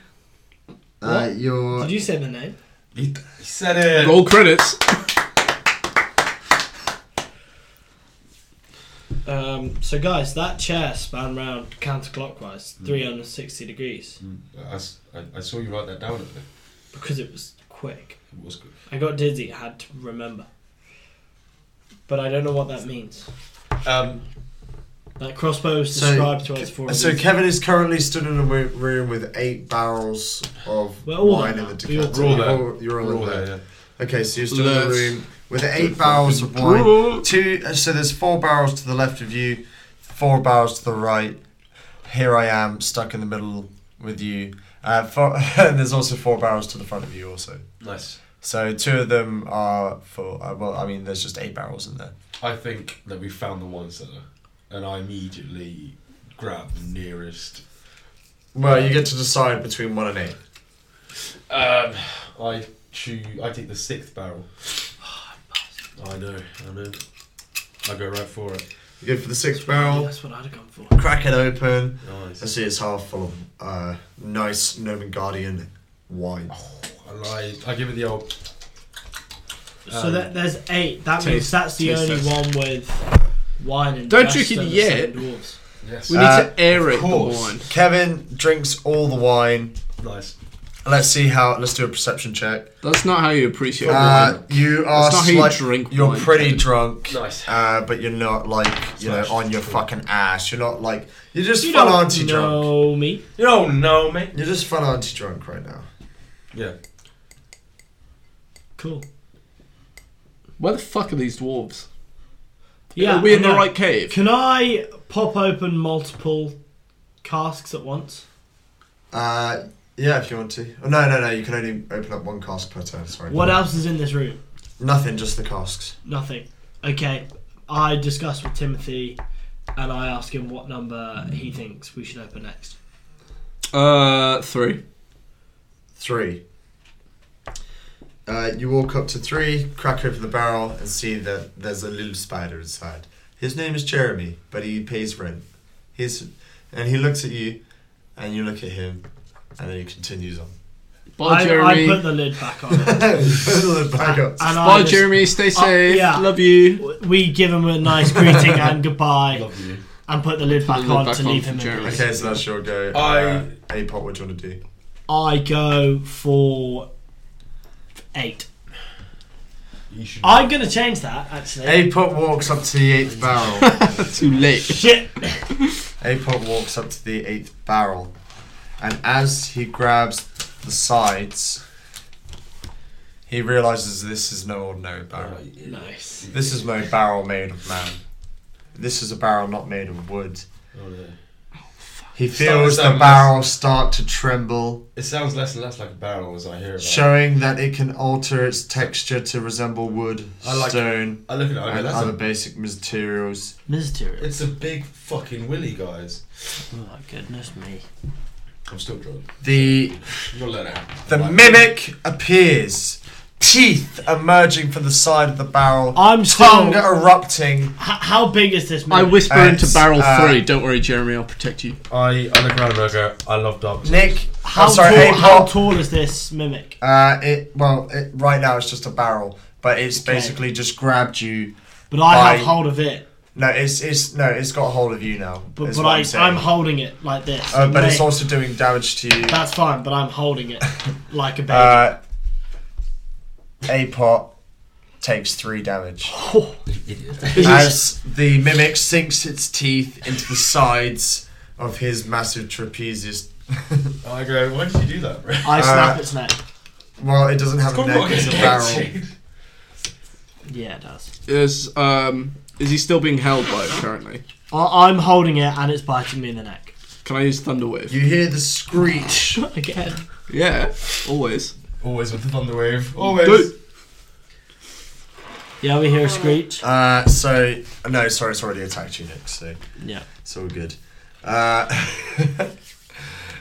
[SPEAKER 3] Uh, you're
[SPEAKER 5] Did you say the name?
[SPEAKER 6] He, he said it.
[SPEAKER 4] Roll credits.
[SPEAKER 5] Um, so guys, that chair span round counterclockwise,
[SPEAKER 6] Hmm.
[SPEAKER 5] 360 degrees,
[SPEAKER 6] I, s- I- I saw you write that down at the
[SPEAKER 5] because it was quick.
[SPEAKER 6] It was good.
[SPEAKER 5] I got dizzy. I had to remember, but I don't know what that means.
[SPEAKER 6] Um,
[SPEAKER 5] That crossbow was
[SPEAKER 3] So-
[SPEAKER 5] described to us for a
[SPEAKER 3] So
[SPEAKER 5] reason.
[SPEAKER 3] Kevin is currently stood in a wi- room with eight barrels of
[SPEAKER 5] We're all
[SPEAKER 3] wine
[SPEAKER 5] there
[SPEAKER 3] in the
[SPEAKER 5] now. We're all
[SPEAKER 3] decanter.
[SPEAKER 6] there.
[SPEAKER 3] You're all- You're all
[SPEAKER 6] we're all
[SPEAKER 3] in there.
[SPEAKER 6] there, yeah.
[SPEAKER 3] Okay, so you're still in
[SPEAKER 4] Let's
[SPEAKER 3] the room with eight barrels of wine.
[SPEAKER 4] Draw.
[SPEAKER 3] Two. uh, So there's four barrels to the left of you, four barrels to the right. Here I am stuck in the middle with you. Uh, four, and there's also four barrels to the front of you also.
[SPEAKER 6] Nice.
[SPEAKER 3] So two of them are for uh, well, I mean, there's just eight barrels in there.
[SPEAKER 6] I think that we found the wine cellar, and I immediately grab the nearest.
[SPEAKER 3] Well, you get to decide between one and eight.
[SPEAKER 6] Um, I choose. I take the sixth barrel. I know. I know. I go right for it.
[SPEAKER 3] You go for the sixth barrel.
[SPEAKER 5] That's what I'd have gone for.
[SPEAKER 3] Crack it open. I
[SPEAKER 6] Nice.
[SPEAKER 3] see it's half full of uh, nice Nomen Guardian wine.
[SPEAKER 6] And I, I give it the old.
[SPEAKER 5] So
[SPEAKER 6] Um,
[SPEAKER 5] that, there's eight. That
[SPEAKER 4] taste-
[SPEAKER 5] means that's the
[SPEAKER 4] taste
[SPEAKER 5] only
[SPEAKER 4] test.
[SPEAKER 5] one with wine and.
[SPEAKER 4] Don't
[SPEAKER 5] dust
[SPEAKER 4] drink it
[SPEAKER 5] and the
[SPEAKER 4] yet.
[SPEAKER 5] seven dwarfs.
[SPEAKER 6] Yes.
[SPEAKER 4] We need
[SPEAKER 3] Uh,
[SPEAKER 4] to aerate the
[SPEAKER 6] course.
[SPEAKER 4] wine.
[SPEAKER 3] Kevin drinks all the wine.
[SPEAKER 6] nice.
[SPEAKER 3] Let's see how. Let's do a perception check.
[SPEAKER 4] That's not how you appreciate
[SPEAKER 3] Uh,
[SPEAKER 4] wine.
[SPEAKER 3] you are
[SPEAKER 4] That's not how you
[SPEAKER 3] slight-
[SPEAKER 4] drink
[SPEAKER 3] You're
[SPEAKER 4] wine.
[SPEAKER 3] pretty drunk.
[SPEAKER 6] Nice.
[SPEAKER 3] Uh, but you're not like you know
[SPEAKER 6] Smash.
[SPEAKER 3] on your fucking ass. You're not like you're just
[SPEAKER 5] You
[SPEAKER 3] fun
[SPEAKER 5] don't
[SPEAKER 3] auntie drunk.
[SPEAKER 5] know me.
[SPEAKER 6] You don't know me.
[SPEAKER 3] You're just fun auntie drunk right now.
[SPEAKER 6] Yeah.
[SPEAKER 5] Cool.
[SPEAKER 4] Where the fuck are these dwarves?
[SPEAKER 5] Yeah.
[SPEAKER 4] are we in
[SPEAKER 5] I
[SPEAKER 4] the
[SPEAKER 5] know.
[SPEAKER 4] right cave?
[SPEAKER 5] Can I pop open multiple casks at once?
[SPEAKER 3] Uh, yeah, if you want to. Oh, no, no, no. You can only open up one cask per turn. Sorry.
[SPEAKER 5] What else is in this room?
[SPEAKER 3] Nothing. Just the casks.
[SPEAKER 5] Nothing. Okay. I discuss with Timothy, and I ask him what number he thinks we should open next.
[SPEAKER 4] Uh, three.
[SPEAKER 3] Three. Uh, Uh, you walk up to three, crack open the barrel, and see that there's a little spider inside. His name is Jeremy, but he pays rent. He's, and he looks at you, and you look at him, and then he continues on.
[SPEAKER 4] Bye,
[SPEAKER 5] I, I
[SPEAKER 4] Jeremy.
[SPEAKER 5] put the lid back on. it.
[SPEAKER 3] Back up.
[SPEAKER 5] And I
[SPEAKER 4] Bye,
[SPEAKER 5] just-
[SPEAKER 4] Jeremy. Stay safe.
[SPEAKER 5] Oh, yeah.
[SPEAKER 4] Love you.
[SPEAKER 5] We give him a nice greeting and goodbye,
[SPEAKER 6] Love you.
[SPEAKER 5] and put the lid back
[SPEAKER 4] lid
[SPEAKER 5] on
[SPEAKER 4] back
[SPEAKER 5] to
[SPEAKER 4] on
[SPEAKER 5] leave
[SPEAKER 4] for
[SPEAKER 5] him in
[SPEAKER 4] Jeremy.
[SPEAKER 5] peace.
[SPEAKER 3] Okay, so that's your go. Uh, A-pop, what do you want to do?
[SPEAKER 5] I go for eight.
[SPEAKER 6] You should.
[SPEAKER 5] I'm gonna change that actually.
[SPEAKER 3] A-pop walks up to the eighth barrel.
[SPEAKER 4] Too late.
[SPEAKER 5] Shit.
[SPEAKER 3] A-pop walks up to the eighth barrel, and as he grabs the sides, he realizes this is no ordinary barrel.
[SPEAKER 6] Oh,
[SPEAKER 5] Nice.
[SPEAKER 3] This is no barrel made of man. This is a barrel not made of wood.
[SPEAKER 6] Oh, no.
[SPEAKER 3] He feels
[SPEAKER 6] Stop,
[SPEAKER 3] the
[SPEAKER 6] stop.
[SPEAKER 3] barrel start to tremble,
[SPEAKER 6] It sounds less and less like a barrel as I hear about it.
[SPEAKER 3] showing that it can alter its texture to resemble wood,
[SPEAKER 6] I like-
[SPEAKER 3] stone,
[SPEAKER 6] I look at it. I go,
[SPEAKER 3] and
[SPEAKER 6] that's
[SPEAKER 3] other
[SPEAKER 6] a,
[SPEAKER 3] basic materials.
[SPEAKER 5] Mysterious.
[SPEAKER 6] it's a big fucking willy, guys.
[SPEAKER 5] Oh my goodness me.
[SPEAKER 6] I'm still drunk.
[SPEAKER 3] The
[SPEAKER 6] You gotta let it happen.
[SPEAKER 3] the
[SPEAKER 6] Like-
[SPEAKER 3] mimic appears, teeth emerging from the side of the barrel,
[SPEAKER 5] I'm
[SPEAKER 3] tongue
[SPEAKER 5] still. H-
[SPEAKER 3] erupting.
[SPEAKER 5] how big is this?
[SPEAKER 4] I
[SPEAKER 5] mimic?
[SPEAKER 4] whisper
[SPEAKER 3] Uh,
[SPEAKER 4] into barrel
[SPEAKER 3] uh,
[SPEAKER 4] three. Don't worry, Jeremy. I'll protect you.
[SPEAKER 6] I, I look around and I go, I love dark.
[SPEAKER 3] Nick,
[SPEAKER 5] How
[SPEAKER 3] I'm sorry,
[SPEAKER 5] tall,
[SPEAKER 3] hey,
[SPEAKER 5] how
[SPEAKER 3] Pop.
[SPEAKER 5] tall is this mimic?
[SPEAKER 3] Uh, it well, it, right now it's just a barrel, but it's basically just grabbed you.
[SPEAKER 5] But I
[SPEAKER 3] I-
[SPEAKER 5] have hold of it.
[SPEAKER 3] No, it's it's no, it's got hold of you now.
[SPEAKER 5] But,
[SPEAKER 3] is
[SPEAKER 5] but
[SPEAKER 3] what
[SPEAKER 5] I,
[SPEAKER 3] I'm
[SPEAKER 5] I'm,
[SPEAKER 3] saying.
[SPEAKER 5] holding it like this.
[SPEAKER 3] Uh, but it's
[SPEAKER 5] Wait,
[SPEAKER 3] also doing damage to you.
[SPEAKER 5] That's fine. But I'm holding it like a baby.
[SPEAKER 3] Uh, a pot takes three damage as the mimic sinks its teeth into the sides of his massive trapezius.
[SPEAKER 6] Oh, I go, why did you do that, bro?
[SPEAKER 5] I snap
[SPEAKER 3] uh,
[SPEAKER 5] its neck.
[SPEAKER 3] well, it doesn't have a neck; it's a barrel.
[SPEAKER 5] Yeah, it does.
[SPEAKER 4] Is um is he still being held by it currently?
[SPEAKER 5] I, I'm holding it and it's biting me in the neck
[SPEAKER 4] Can I use thunder wave?
[SPEAKER 3] You hear the screech.
[SPEAKER 5] again.
[SPEAKER 4] Yeah, always.
[SPEAKER 6] Always with the thunder
[SPEAKER 3] Uh,
[SPEAKER 6] wave. Always.
[SPEAKER 4] Dude.
[SPEAKER 5] Yeah, we hear a screech.
[SPEAKER 3] Uh, so no, sorry, it's already attacked you, Nick. So
[SPEAKER 5] Yeah.
[SPEAKER 3] it's all good. Uh,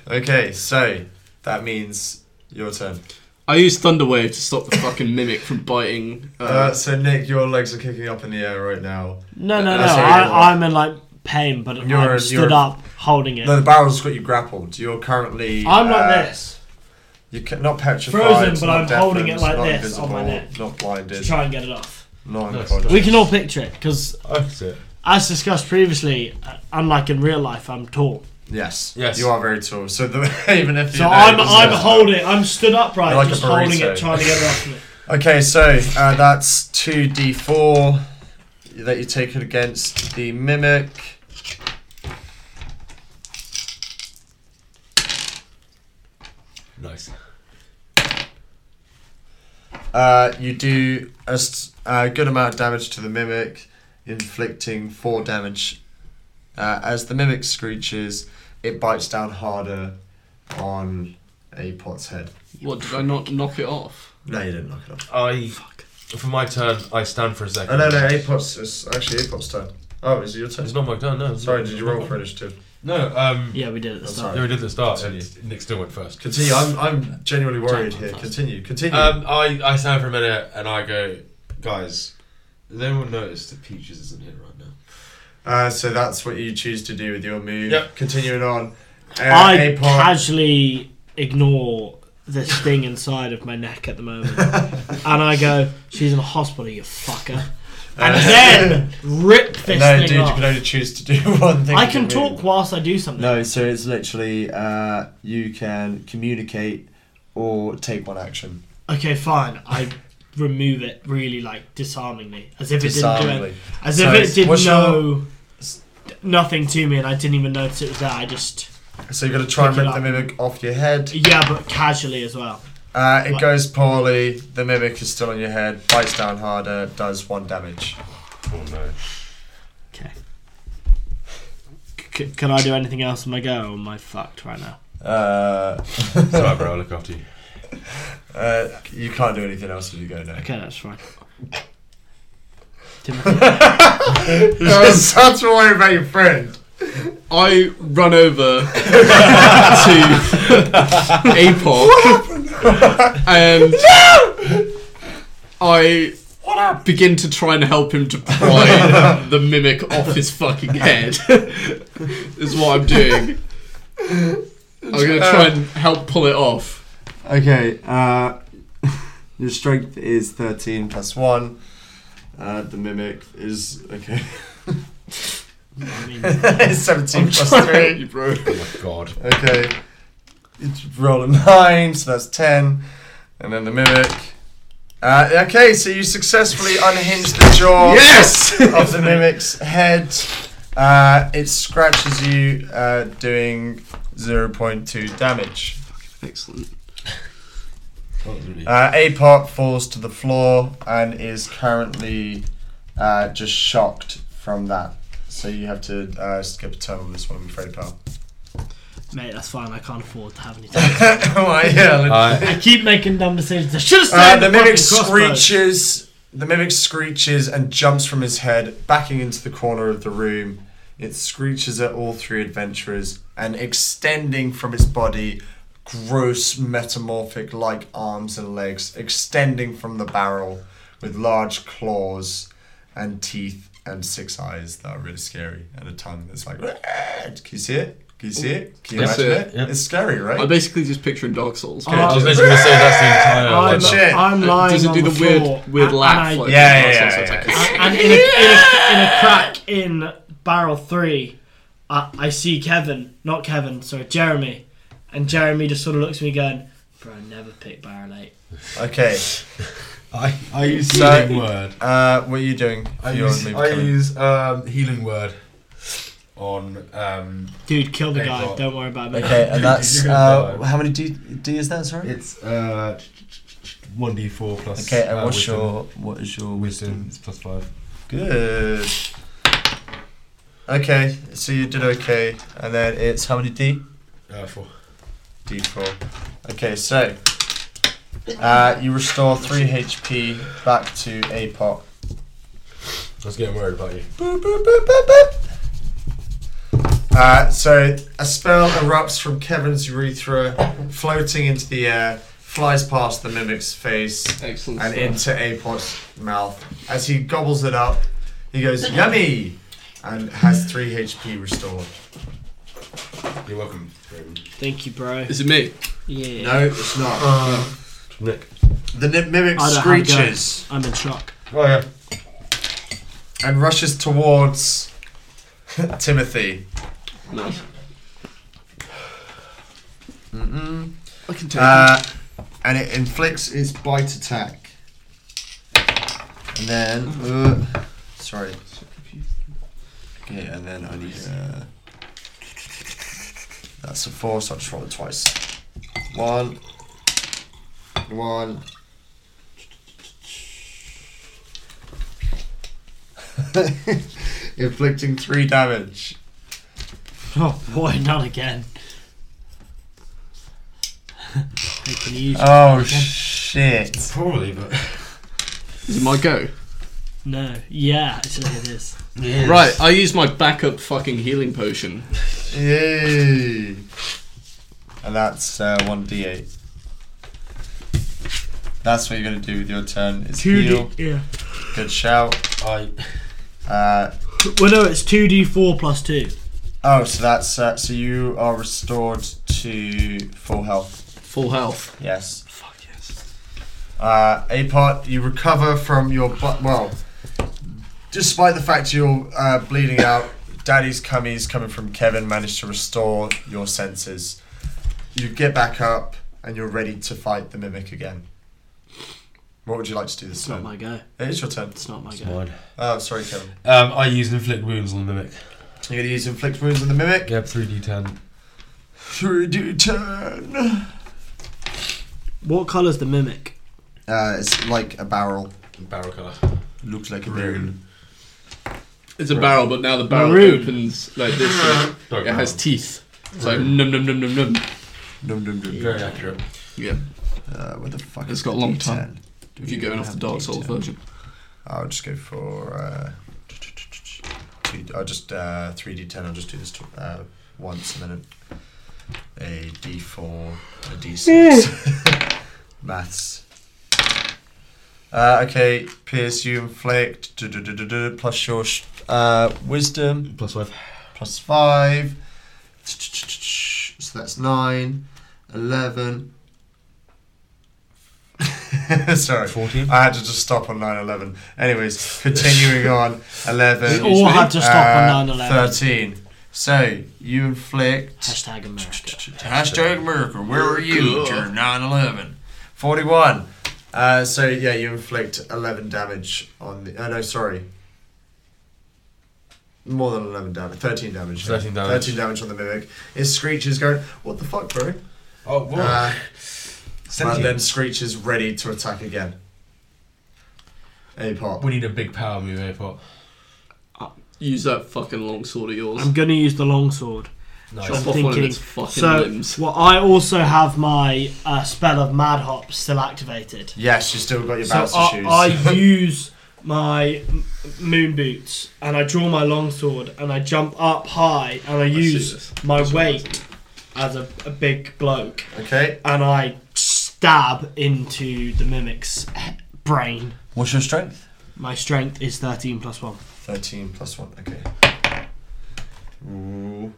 [SPEAKER 3] okay, so that means your turn.
[SPEAKER 4] I use thunder wave to stop the fucking mimic from biting. Uh,
[SPEAKER 3] Uh, so Nick, your legs are kicking up in the air right now.
[SPEAKER 5] No, no, no.
[SPEAKER 3] That's what you're-
[SPEAKER 5] I, I'm in like pain, but
[SPEAKER 3] You're-
[SPEAKER 5] I'm stood
[SPEAKER 3] you're-
[SPEAKER 5] up holding it.
[SPEAKER 3] No, the barrel's got you grappled. You're currently.
[SPEAKER 5] I'm like
[SPEAKER 3] uh,
[SPEAKER 5] this
[SPEAKER 3] You're ca- not petrified.
[SPEAKER 5] Frozen, but
[SPEAKER 3] not
[SPEAKER 5] I'm holding it
[SPEAKER 3] deafened,
[SPEAKER 5] like
[SPEAKER 3] not
[SPEAKER 5] this on my
[SPEAKER 3] invisible,
[SPEAKER 5] neck.
[SPEAKER 3] Not
[SPEAKER 5] to
[SPEAKER 3] blinded.
[SPEAKER 5] try and get it off.
[SPEAKER 3] Not
[SPEAKER 6] Nice.
[SPEAKER 3] unconscious.
[SPEAKER 5] We can all picture it because,
[SPEAKER 6] That's it.
[SPEAKER 5] as discussed previously, uh, unlike in real life, I'm tall.
[SPEAKER 3] Yes.
[SPEAKER 6] Yes.
[SPEAKER 3] You are very tall. So the, even if you
[SPEAKER 5] So
[SPEAKER 3] know,
[SPEAKER 5] I'm
[SPEAKER 3] it
[SPEAKER 5] I'm
[SPEAKER 3] doesn't-
[SPEAKER 5] holding. I'm stood upright,
[SPEAKER 3] You're like a
[SPEAKER 5] just holding
[SPEAKER 3] burrito.
[SPEAKER 5] it, trying to get it off me.
[SPEAKER 3] Okay, so uh, that's two d four that you take it against the mimic.
[SPEAKER 6] Nice.
[SPEAKER 3] Uh, you do a, s- a good amount of damage to the mimic, inflicting four damage. Uh, as the mimic screeches, it bites down harder on a pot's head.
[SPEAKER 4] what did I not knock it off?
[SPEAKER 3] No, you didn't knock it off.
[SPEAKER 6] I. For my turn, I stand for a second.
[SPEAKER 3] Oh no, no, Apot's it's actually Apot's turn. Oh, is it your
[SPEAKER 6] It's
[SPEAKER 3] turn?
[SPEAKER 6] not my turn, no.
[SPEAKER 3] Sorry, did you roll for initiative?
[SPEAKER 6] No, um.
[SPEAKER 5] Yeah, we did at the
[SPEAKER 3] I'm
[SPEAKER 5] start.
[SPEAKER 6] Yeah, we did the start.
[SPEAKER 3] Continue.
[SPEAKER 6] and Nick still went first.
[SPEAKER 3] Continue. I'm I'm genuinely worried here. Continue. Continue.
[SPEAKER 6] Um, I, I stand for a minute and I go, guys, has anyone noticed that Peaches isn't here right now?
[SPEAKER 3] uh, so that's what you choose to do with your move.
[SPEAKER 6] Yep.
[SPEAKER 3] Continuing on. Uh,
[SPEAKER 5] I
[SPEAKER 3] Apot-
[SPEAKER 5] casually ignore this thing inside of my neck at the moment, and I go, "She's in a hospital, you fucker!" And
[SPEAKER 3] Uh,
[SPEAKER 5] then rip this
[SPEAKER 3] no,
[SPEAKER 5] thing
[SPEAKER 3] dude, you
[SPEAKER 5] off.
[SPEAKER 3] can only choose to do one thing.
[SPEAKER 5] I
[SPEAKER 3] with
[SPEAKER 5] can
[SPEAKER 3] your move.
[SPEAKER 5] talk whilst I do something.
[SPEAKER 3] No, so it's literally uh, you can communicate or take one action.
[SPEAKER 5] Okay, fine. I remove it really like disarmingly, as if it didn't do
[SPEAKER 3] Disarmingly.
[SPEAKER 5] it, as
[SPEAKER 3] So
[SPEAKER 5] if
[SPEAKER 3] it's-
[SPEAKER 5] it did
[SPEAKER 3] what's your-
[SPEAKER 5] know s- nothing to me, and I didn't even notice it was there. I just
[SPEAKER 3] So you're gonna try and
[SPEAKER 5] Pick it
[SPEAKER 3] rip the
[SPEAKER 5] up.
[SPEAKER 3] mimic off your head.
[SPEAKER 5] yeah, but casually as well.
[SPEAKER 3] Uh, it
[SPEAKER 5] What?
[SPEAKER 3] goes poorly. The mimic is still on your head. Bites down harder. Does one damage.
[SPEAKER 6] Oh no.
[SPEAKER 5] Okay. C- can I do anything else on my go? Or am I fucked right now?
[SPEAKER 3] Uh,
[SPEAKER 6] Sorry, bro, I'll look after you.
[SPEAKER 3] uh, you can't do anything else if you go now.
[SPEAKER 5] Okay, that's fine. Timothy,
[SPEAKER 3] start to worry about your friend.
[SPEAKER 4] I run over to Apoc and I begin to try and help him to pry the mimic off his fucking head. is what I'm doing. I'm gonna try
[SPEAKER 3] Um,
[SPEAKER 4] and help pull it off.
[SPEAKER 3] Okay, uh, your strength is 13 plus 1. Uh, the mimic is. Okay.
[SPEAKER 5] I mean,
[SPEAKER 3] 17 plus
[SPEAKER 4] trying to
[SPEAKER 3] 3.
[SPEAKER 4] help you, bro.
[SPEAKER 6] Oh, God.
[SPEAKER 3] Okay. It's roll a 9, so that's 10. And then the mimic. Uh, okay, so you successfully unhinge the jaw
[SPEAKER 4] Yes.
[SPEAKER 3] of the mimic's head. Uh, it scratches you, uh, doing 0.2 damage.
[SPEAKER 4] Excellent.
[SPEAKER 3] Uh, Apot falls to the floor and is currently uh, just shocked from that. So you have to uh, skip a turn on this one, I'm afraid, pal.
[SPEAKER 5] mate, that's fine. I can't afford to have any. time.
[SPEAKER 3] Why, yeah.
[SPEAKER 5] I keep making dumb decisions. I should have
[SPEAKER 3] Uh,
[SPEAKER 5] said
[SPEAKER 3] the mimic screeches. The mimic screeches and jumps from his head, backing into the corner of the room. It screeches at all three adventurers and extending from its body, gross metamorphic-like arms and legs, extending from the barrel with large claws and teeth and six eyes that are really scary and a tongue that's like. Can you see it? Can you see it? Can you
[SPEAKER 4] Yes,
[SPEAKER 3] imagine
[SPEAKER 4] sir.
[SPEAKER 3] it?
[SPEAKER 6] Yep.
[SPEAKER 3] It's scary, right?
[SPEAKER 4] I'm basically just picturing Dark Souls. Uh,
[SPEAKER 5] Oh,
[SPEAKER 6] I was literally going to say that's the entire.
[SPEAKER 5] I'm,
[SPEAKER 3] Good Oh, shit.
[SPEAKER 5] I'm lying
[SPEAKER 4] Does it
[SPEAKER 5] on
[SPEAKER 4] do
[SPEAKER 5] the,
[SPEAKER 4] the, weird,
[SPEAKER 5] floor,
[SPEAKER 4] weird
[SPEAKER 5] and-
[SPEAKER 4] laugh?
[SPEAKER 5] and I-
[SPEAKER 4] like,
[SPEAKER 3] Yeah,
[SPEAKER 4] Dark
[SPEAKER 3] yeah,
[SPEAKER 4] Souls,
[SPEAKER 3] yeah,
[SPEAKER 4] it's like-
[SPEAKER 5] and in a, in, a, in a crack in barrel three, I, I see Kevin, not Kevin, sorry, Jeremy, and Jeremy just sort of looks at me going, "Bro, I never picked barrel eight.
[SPEAKER 3] Okay.
[SPEAKER 6] I, I use
[SPEAKER 3] So-
[SPEAKER 6] healing word.
[SPEAKER 3] Uh, what are you doing?
[SPEAKER 6] I
[SPEAKER 3] You're
[SPEAKER 6] use,
[SPEAKER 3] maybe
[SPEAKER 6] I
[SPEAKER 3] coming.
[SPEAKER 6] use um, healing word on. Um,
[SPEAKER 5] Dude, kill the
[SPEAKER 6] Hey,
[SPEAKER 5] guy.
[SPEAKER 6] Bob.
[SPEAKER 5] Don't worry about me.
[SPEAKER 3] Okay, and that's
[SPEAKER 6] You're gonna
[SPEAKER 3] uh,
[SPEAKER 6] die.
[SPEAKER 3] how many D, D is that? Sorry.
[SPEAKER 6] it's uh, 1d4 plus.
[SPEAKER 3] Okay, and
[SPEAKER 6] uh,
[SPEAKER 3] what's
[SPEAKER 6] wisdom.
[SPEAKER 3] your what is your
[SPEAKER 6] Wisdom
[SPEAKER 3] wisdom?
[SPEAKER 6] is plus 5.
[SPEAKER 3] Good. Okay, so you did okay, and then it's how many D?
[SPEAKER 6] Uh, 4.
[SPEAKER 3] D four. Okay, so uh, you restore three HP back to Apot.
[SPEAKER 6] I was getting worried about you.
[SPEAKER 3] Boop, boop, boop, boop, boop. Uh, so a spell erupts from Kevin's urethra, floating into the air, flies past the mimic's face,
[SPEAKER 4] Excellent.
[SPEAKER 3] and
[SPEAKER 4] stuff.
[SPEAKER 3] into Apot's mouth. As he gobbles it up, he goes, Yummy! And has 3 HP restored.
[SPEAKER 6] You're welcome.
[SPEAKER 5] Thank you, bro.
[SPEAKER 4] Is it me?
[SPEAKER 5] Yeah.
[SPEAKER 3] No, it's not.
[SPEAKER 6] Nick.
[SPEAKER 3] the ni- mimic
[SPEAKER 5] I don't have a go.
[SPEAKER 3] screeches
[SPEAKER 5] I'm in shock.
[SPEAKER 6] Oh, yeah.
[SPEAKER 3] and rushes towards Timothy.
[SPEAKER 4] No.
[SPEAKER 3] Mm-mm.
[SPEAKER 4] I can take it.
[SPEAKER 3] Uh, and it inflicts its bite attack. And then. Uh, sorry. Okay, and then I need. Uh, that's a four, so I just roll it twice. One. One. Inflicting three damage.
[SPEAKER 5] Oh boy, not again. Hey, can you use
[SPEAKER 3] Oh shit.
[SPEAKER 6] Probably, but.
[SPEAKER 4] Is it my go?
[SPEAKER 5] No. Yeah, actually it is.
[SPEAKER 4] Right, I use my backup fucking healing potion.
[SPEAKER 3] Yay. And that's uh, 1d8. That's what you're going to do with your turn. It's heal.
[SPEAKER 5] Yeah.
[SPEAKER 3] Good shout.
[SPEAKER 6] I.
[SPEAKER 3] Uh,
[SPEAKER 5] Well, no, it's two d four plus two.
[SPEAKER 3] oh, so that's uh, so you are restored to full health.
[SPEAKER 4] Full health.
[SPEAKER 3] Yes.
[SPEAKER 4] Fuck yes.
[SPEAKER 3] Uh, Apot, you recover from your bu- well, despite the fact you're uh, bleeding out. Daddy's cummies coming from Kevin managed to restore your senses. You get back up and you're ready to fight the mimic again. What would you like to do this
[SPEAKER 5] It's not
[SPEAKER 3] time?
[SPEAKER 5] my go.
[SPEAKER 3] it is your turn.
[SPEAKER 5] It's not my go.
[SPEAKER 6] Mine.
[SPEAKER 3] Oh, sorry, Kevin.
[SPEAKER 6] Um, I use inflict wounds on the mimic.
[SPEAKER 3] You're gonna use inflict wounds on the mimic.
[SPEAKER 6] Yep, 3d10.
[SPEAKER 3] Three D turn.
[SPEAKER 5] What colour's the mimic?
[SPEAKER 3] Uh, it's like a barrel.
[SPEAKER 6] Barrel colour.
[SPEAKER 3] Looks like a
[SPEAKER 6] Maroon.
[SPEAKER 3] moon.
[SPEAKER 4] It's a barrel, but now the barrel
[SPEAKER 5] Maroon.
[SPEAKER 4] opens like this. and
[SPEAKER 6] Dark
[SPEAKER 4] it has
[SPEAKER 6] brown.
[SPEAKER 4] teeth. It's like num num num num num.
[SPEAKER 3] Dum dum dum.
[SPEAKER 6] Very accurate.
[SPEAKER 4] Yeah,
[SPEAKER 3] Uh, what the fuck?
[SPEAKER 4] It's
[SPEAKER 3] is
[SPEAKER 4] got
[SPEAKER 3] the
[SPEAKER 4] a long
[SPEAKER 3] D10?
[SPEAKER 4] tongue.
[SPEAKER 3] Do
[SPEAKER 4] if
[SPEAKER 3] we
[SPEAKER 4] you're going
[SPEAKER 3] even
[SPEAKER 4] off
[SPEAKER 3] have
[SPEAKER 4] the
[SPEAKER 3] the
[SPEAKER 4] Dark Souls
[SPEAKER 3] D10?
[SPEAKER 4] version.
[SPEAKER 3] I'll just go for. Uh, two, I'll just uh, 3d10. I'll just do this t- uh, once and then a, a d4, a d6. Maths. Uh, okay, Pierce, you inflict duh, duh, duh, duh, duh, plus your sh- uh, wisdom
[SPEAKER 11] Plus five.
[SPEAKER 3] plus five. So that's nine, eleven. Sorry,
[SPEAKER 6] 14?
[SPEAKER 3] I had to just stop on nine eleven. Anyways, continuing on eleven. uh,
[SPEAKER 5] We all had to stop
[SPEAKER 4] Uh,
[SPEAKER 5] on 9/11.
[SPEAKER 3] Thirteen. So you inflict.
[SPEAKER 5] Hashtag America.
[SPEAKER 3] Hashtag America, where were you during 9 11? 41. Uh, so, yeah, you inflict 11 damage on the. Oh, no, sorry. More than 11 damage. 13 damage.
[SPEAKER 6] 13 damage.
[SPEAKER 3] 13 damage on the mimic. It screeches going, What the fuck, bro?
[SPEAKER 6] Oh, what?
[SPEAKER 3] Uh, and
[SPEAKER 6] Sentient.
[SPEAKER 3] then screeches ready to attack again. A pop.
[SPEAKER 6] we need a big power move, Apot.
[SPEAKER 4] Use that fucking long sword of yours.
[SPEAKER 5] I'm gonna use the longsword.
[SPEAKER 6] Nice.
[SPEAKER 4] Chop
[SPEAKER 5] I'm
[SPEAKER 4] off one of
[SPEAKER 5] thinking-
[SPEAKER 4] its fucking
[SPEAKER 5] So,
[SPEAKER 4] limbs.
[SPEAKER 5] well, I also have my uh, spell of Mad Hop still activated.
[SPEAKER 3] Yes, you still got your
[SPEAKER 5] So
[SPEAKER 3] bouncer shoes.
[SPEAKER 5] I, I use my m- moon boots and I draw my longsword and I jump up high and I
[SPEAKER 4] I see
[SPEAKER 5] use
[SPEAKER 4] this.
[SPEAKER 5] my
[SPEAKER 4] That's what I
[SPEAKER 5] weight as a, a big bloke
[SPEAKER 3] okay.
[SPEAKER 5] and I stab into the mimic's he- brain.
[SPEAKER 3] What's your strength?
[SPEAKER 5] My strength is 13 plus 1.
[SPEAKER 3] 13 plus 1. Okay. Ooh.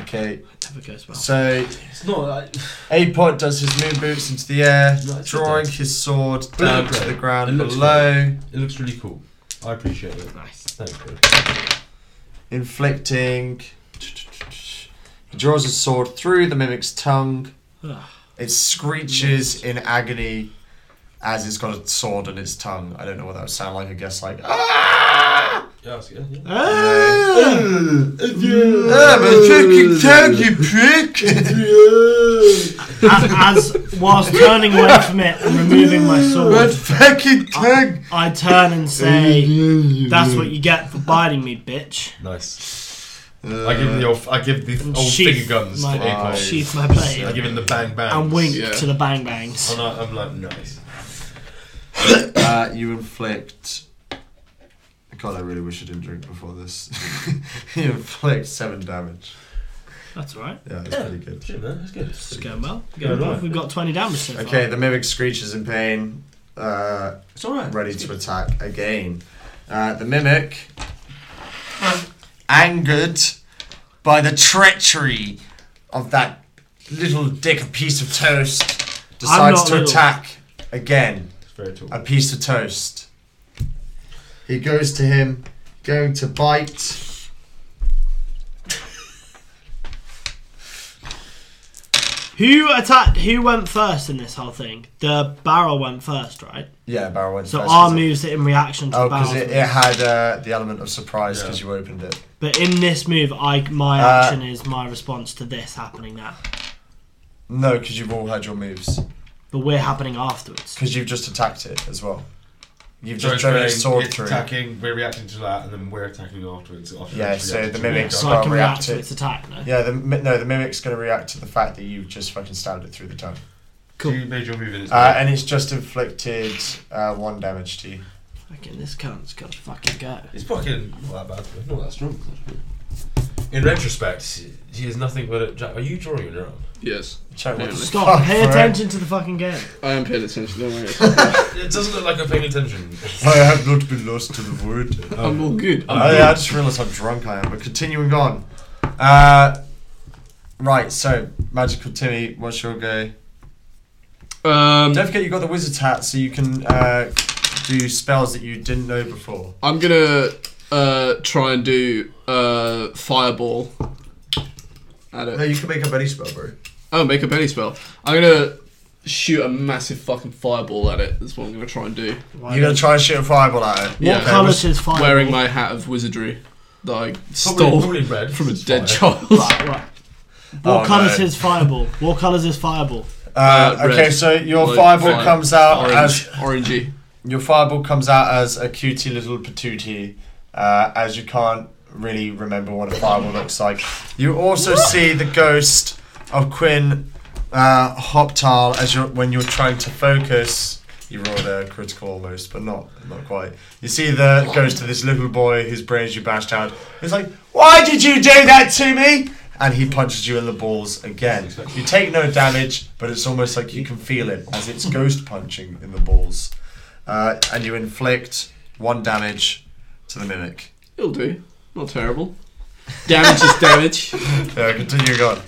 [SPEAKER 3] Okay.
[SPEAKER 5] Never goes well.
[SPEAKER 3] So
[SPEAKER 4] It's not like
[SPEAKER 3] Apod does his moon boots into the air, drawing his sword
[SPEAKER 6] But it
[SPEAKER 3] down
[SPEAKER 6] looks
[SPEAKER 3] to the
[SPEAKER 6] great. It
[SPEAKER 3] ground
[SPEAKER 6] looks
[SPEAKER 3] below,
[SPEAKER 6] It looks really cool. I appreciate it. Nice. Thank you.
[SPEAKER 3] inflicting. He draws his sword through the mimic's tongue.
[SPEAKER 5] Ah.
[SPEAKER 3] It screeches in agony as it's got a sword in its tongue. I don't know what that would sound like. I guess like ah.
[SPEAKER 6] Yeah, that's good. Yeah.
[SPEAKER 3] I'm a fucking tongue, you prick.
[SPEAKER 5] as, as whilst turning away from it and removing my
[SPEAKER 3] I'm
[SPEAKER 5] sword,
[SPEAKER 3] fucking
[SPEAKER 6] Ah,
[SPEAKER 3] tongue.
[SPEAKER 5] I turn and say, "That's what you get for biting me, bitch."
[SPEAKER 6] Nice.
[SPEAKER 3] Uh,
[SPEAKER 6] I give him the old, I give the
[SPEAKER 5] And
[SPEAKER 6] old Oh, finger
[SPEAKER 5] sheath
[SPEAKER 6] guns
[SPEAKER 5] my,
[SPEAKER 6] to Apot.
[SPEAKER 5] sheath my blade
[SPEAKER 6] I give him the bang bang.
[SPEAKER 5] and wink
[SPEAKER 4] Yeah.
[SPEAKER 5] to the bang bangs.
[SPEAKER 6] And I, I'm like, nice.
[SPEAKER 3] Uh, you inflict. God, I really wish I didn't drink before this. you inflict seven damage.
[SPEAKER 5] That's all right.
[SPEAKER 3] Yeah, that's pretty good.
[SPEAKER 6] Shit, man, that's good.
[SPEAKER 5] It's going well. Going
[SPEAKER 6] Good
[SPEAKER 5] well.
[SPEAKER 6] luck.
[SPEAKER 5] We've got 20 damage so far.
[SPEAKER 3] Okay, the mimic screeches in pain, uh,
[SPEAKER 6] It's alright.
[SPEAKER 3] ready to attack again. Uh, the mimic, angered by the treachery of that little dick, a piece of toast, decides
[SPEAKER 5] not
[SPEAKER 3] to
[SPEAKER 5] little.
[SPEAKER 3] attack again.
[SPEAKER 6] It's very tall.
[SPEAKER 3] a piece of toast. He goes to him, going to bite.
[SPEAKER 5] Who attacked? Who went first in this whole thing? The barrel went first, right?
[SPEAKER 3] Yeah, barrel went
[SPEAKER 5] So
[SPEAKER 3] first,
[SPEAKER 5] our
[SPEAKER 3] 'cause it-
[SPEAKER 5] moves it in reaction to
[SPEAKER 3] Oh,
[SPEAKER 5] the
[SPEAKER 3] because it,
[SPEAKER 5] barrel.
[SPEAKER 3] it had uh, the element of surprise
[SPEAKER 6] Yeah.
[SPEAKER 3] because you opened it.
[SPEAKER 5] but in this move, I my
[SPEAKER 3] Uh,
[SPEAKER 5] action is my response to this happening now.
[SPEAKER 3] No, because you've all had your moves.
[SPEAKER 5] But we're happening afterwards.
[SPEAKER 3] Because you've just attacked it as well. You've
[SPEAKER 6] So
[SPEAKER 3] just
[SPEAKER 6] it's
[SPEAKER 3] driven
[SPEAKER 6] going,
[SPEAKER 3] its sword
[SPEAKER 6] it's
[SPEAKER 3] through.
[SPEAKER 6] attacking, we're reacting to that, and then we're attacking afterwards. after
[SPEAKER 3] Yeah,
[SPEAKER 6] it's
[SPEAKER 3] so
[SPEAKER 6] reacted
[SPEAKER 3] the
[SPEAKER 6] to.
[SPEAKER 3] mimic's
[SPEAKER 5] So
[SPEAKER 3] got-
[SPEAKER 5] I can react to
[SPEAKER 3] reacted.
[SPEAKER 5] its attack now.
[SPEAKER 3] Yeah, the mi- no, the mimic's going to react to the fact that you've just fucking stabbed it through the tongue.
[SPEAKER 5] Cool.
[SPEAKER 6] You made your move in its
[SPEAKER 3] Uh, and it's just inflicted uh, one damage to you.
[SPEAKER 5] Fucking this cunt's got to fucking go.
[SPEAKER 6] It's fucking not that bad, but not that strong. In retrospect, he is nothing but a. Jack, are you drawing on your own?
[SPEAKER 4] Yes.
[SPEAKER 3] Check what the
[SPEAKER 4] Really?
[SPEAKER 5] Stop.
[SPEAKER 3] fuck,
[SPEAKER 5] pay
[SPEAKER 3] bro.
[SPEAKER 5] attention to the fucking game.
[SPEAKER 4] I am paying attention, don't worry.
[SPEAKER 6] It doesn't look like I'm paying attention.
[SPEAKER 3] I have not been lost to the void.
[SPEAKER 4] I'm all good.
[SPEAKER 3] Oh, yeah, I just realised how drunk I am. But continuing on. Uh, right, so magical Timmy, what's your go?
[SPEAKER 4] Um,
[SPEAKER 3] Don't forget you got the wizard's hat, so you can uh, do spells that you didn't know before.
[SPEAKER 4] I'm gonna uh, try and do uh, fireball at
[SPEAKER 3] No,
[SPEAKER 4] it.
[SPEAKER 3] you can make up any spell, bro.
[SPEAKER 4] Oh, make up any spell. I'm gonna shoot a massive fucking fireball at it. That's what I'm gonna try and do.
[SPEAKER 3] You're gonna try and shoot a fireball at it.
[SPEAKER 4] Yeah.
[SPEAKER 5] What colours
[SPEAKER 4] I
[SPEAKER 5] is fire?
[SPEAKER 4] Wearing my hat of wizardry that I
[SPEAKER 6] Probably,
[SPEAKER 4] stole
[SPEAKER 6] probably red.
[SPEAKER 4] from a
[SPEAKER 6] It's
[SPEAKER 4] dead
[SPEAKER 6] fine.
[SPEAKER 4] child.
[SPEAKER 5] Right, right.
[SPEAKER 3] Oh,
[SPEAKER 5] What colours
[SPEAKER 3] no.
[SPEAKER 5] is fireball? What colours is fireball?
[SPEAKER 3] Uh,
[SPEAKER 4] Uh,
[SPEAKER 3] okay,
[SPEAKER 4] red.
[SPEAKER 3] so your
[SPEAKER 4] Like,
[SPEAKER 3] fireball
[SPEAKER 4] fire-
[SPEAKER 3] comes out
[SPEAKER 4] orange,
[SPEAKER 3] as
[SPEAKER 4] orangey.
[SPEAKER 3] your fireball comes out as a cutie little patootie, uh, as you can't really remember what a fireball looks like. You also see the ghost of Quinn uh, Hoptal as you're when you're trying to focus. You rolled a critical almost, but not not quite. You see the ghost of this little boy whose brains you bashed out. He's like, "Why did you do that to me?" and he punches you in the balls again. You take no damage, but it's almost like you can feel it as it's ghost punching in the balls. Uh, and you inflict one damage to the mimic.
[SPEAKER 4] It'll do. Not terrible. Damage is damage.
[SPEAKER 3] Yeah, continue on.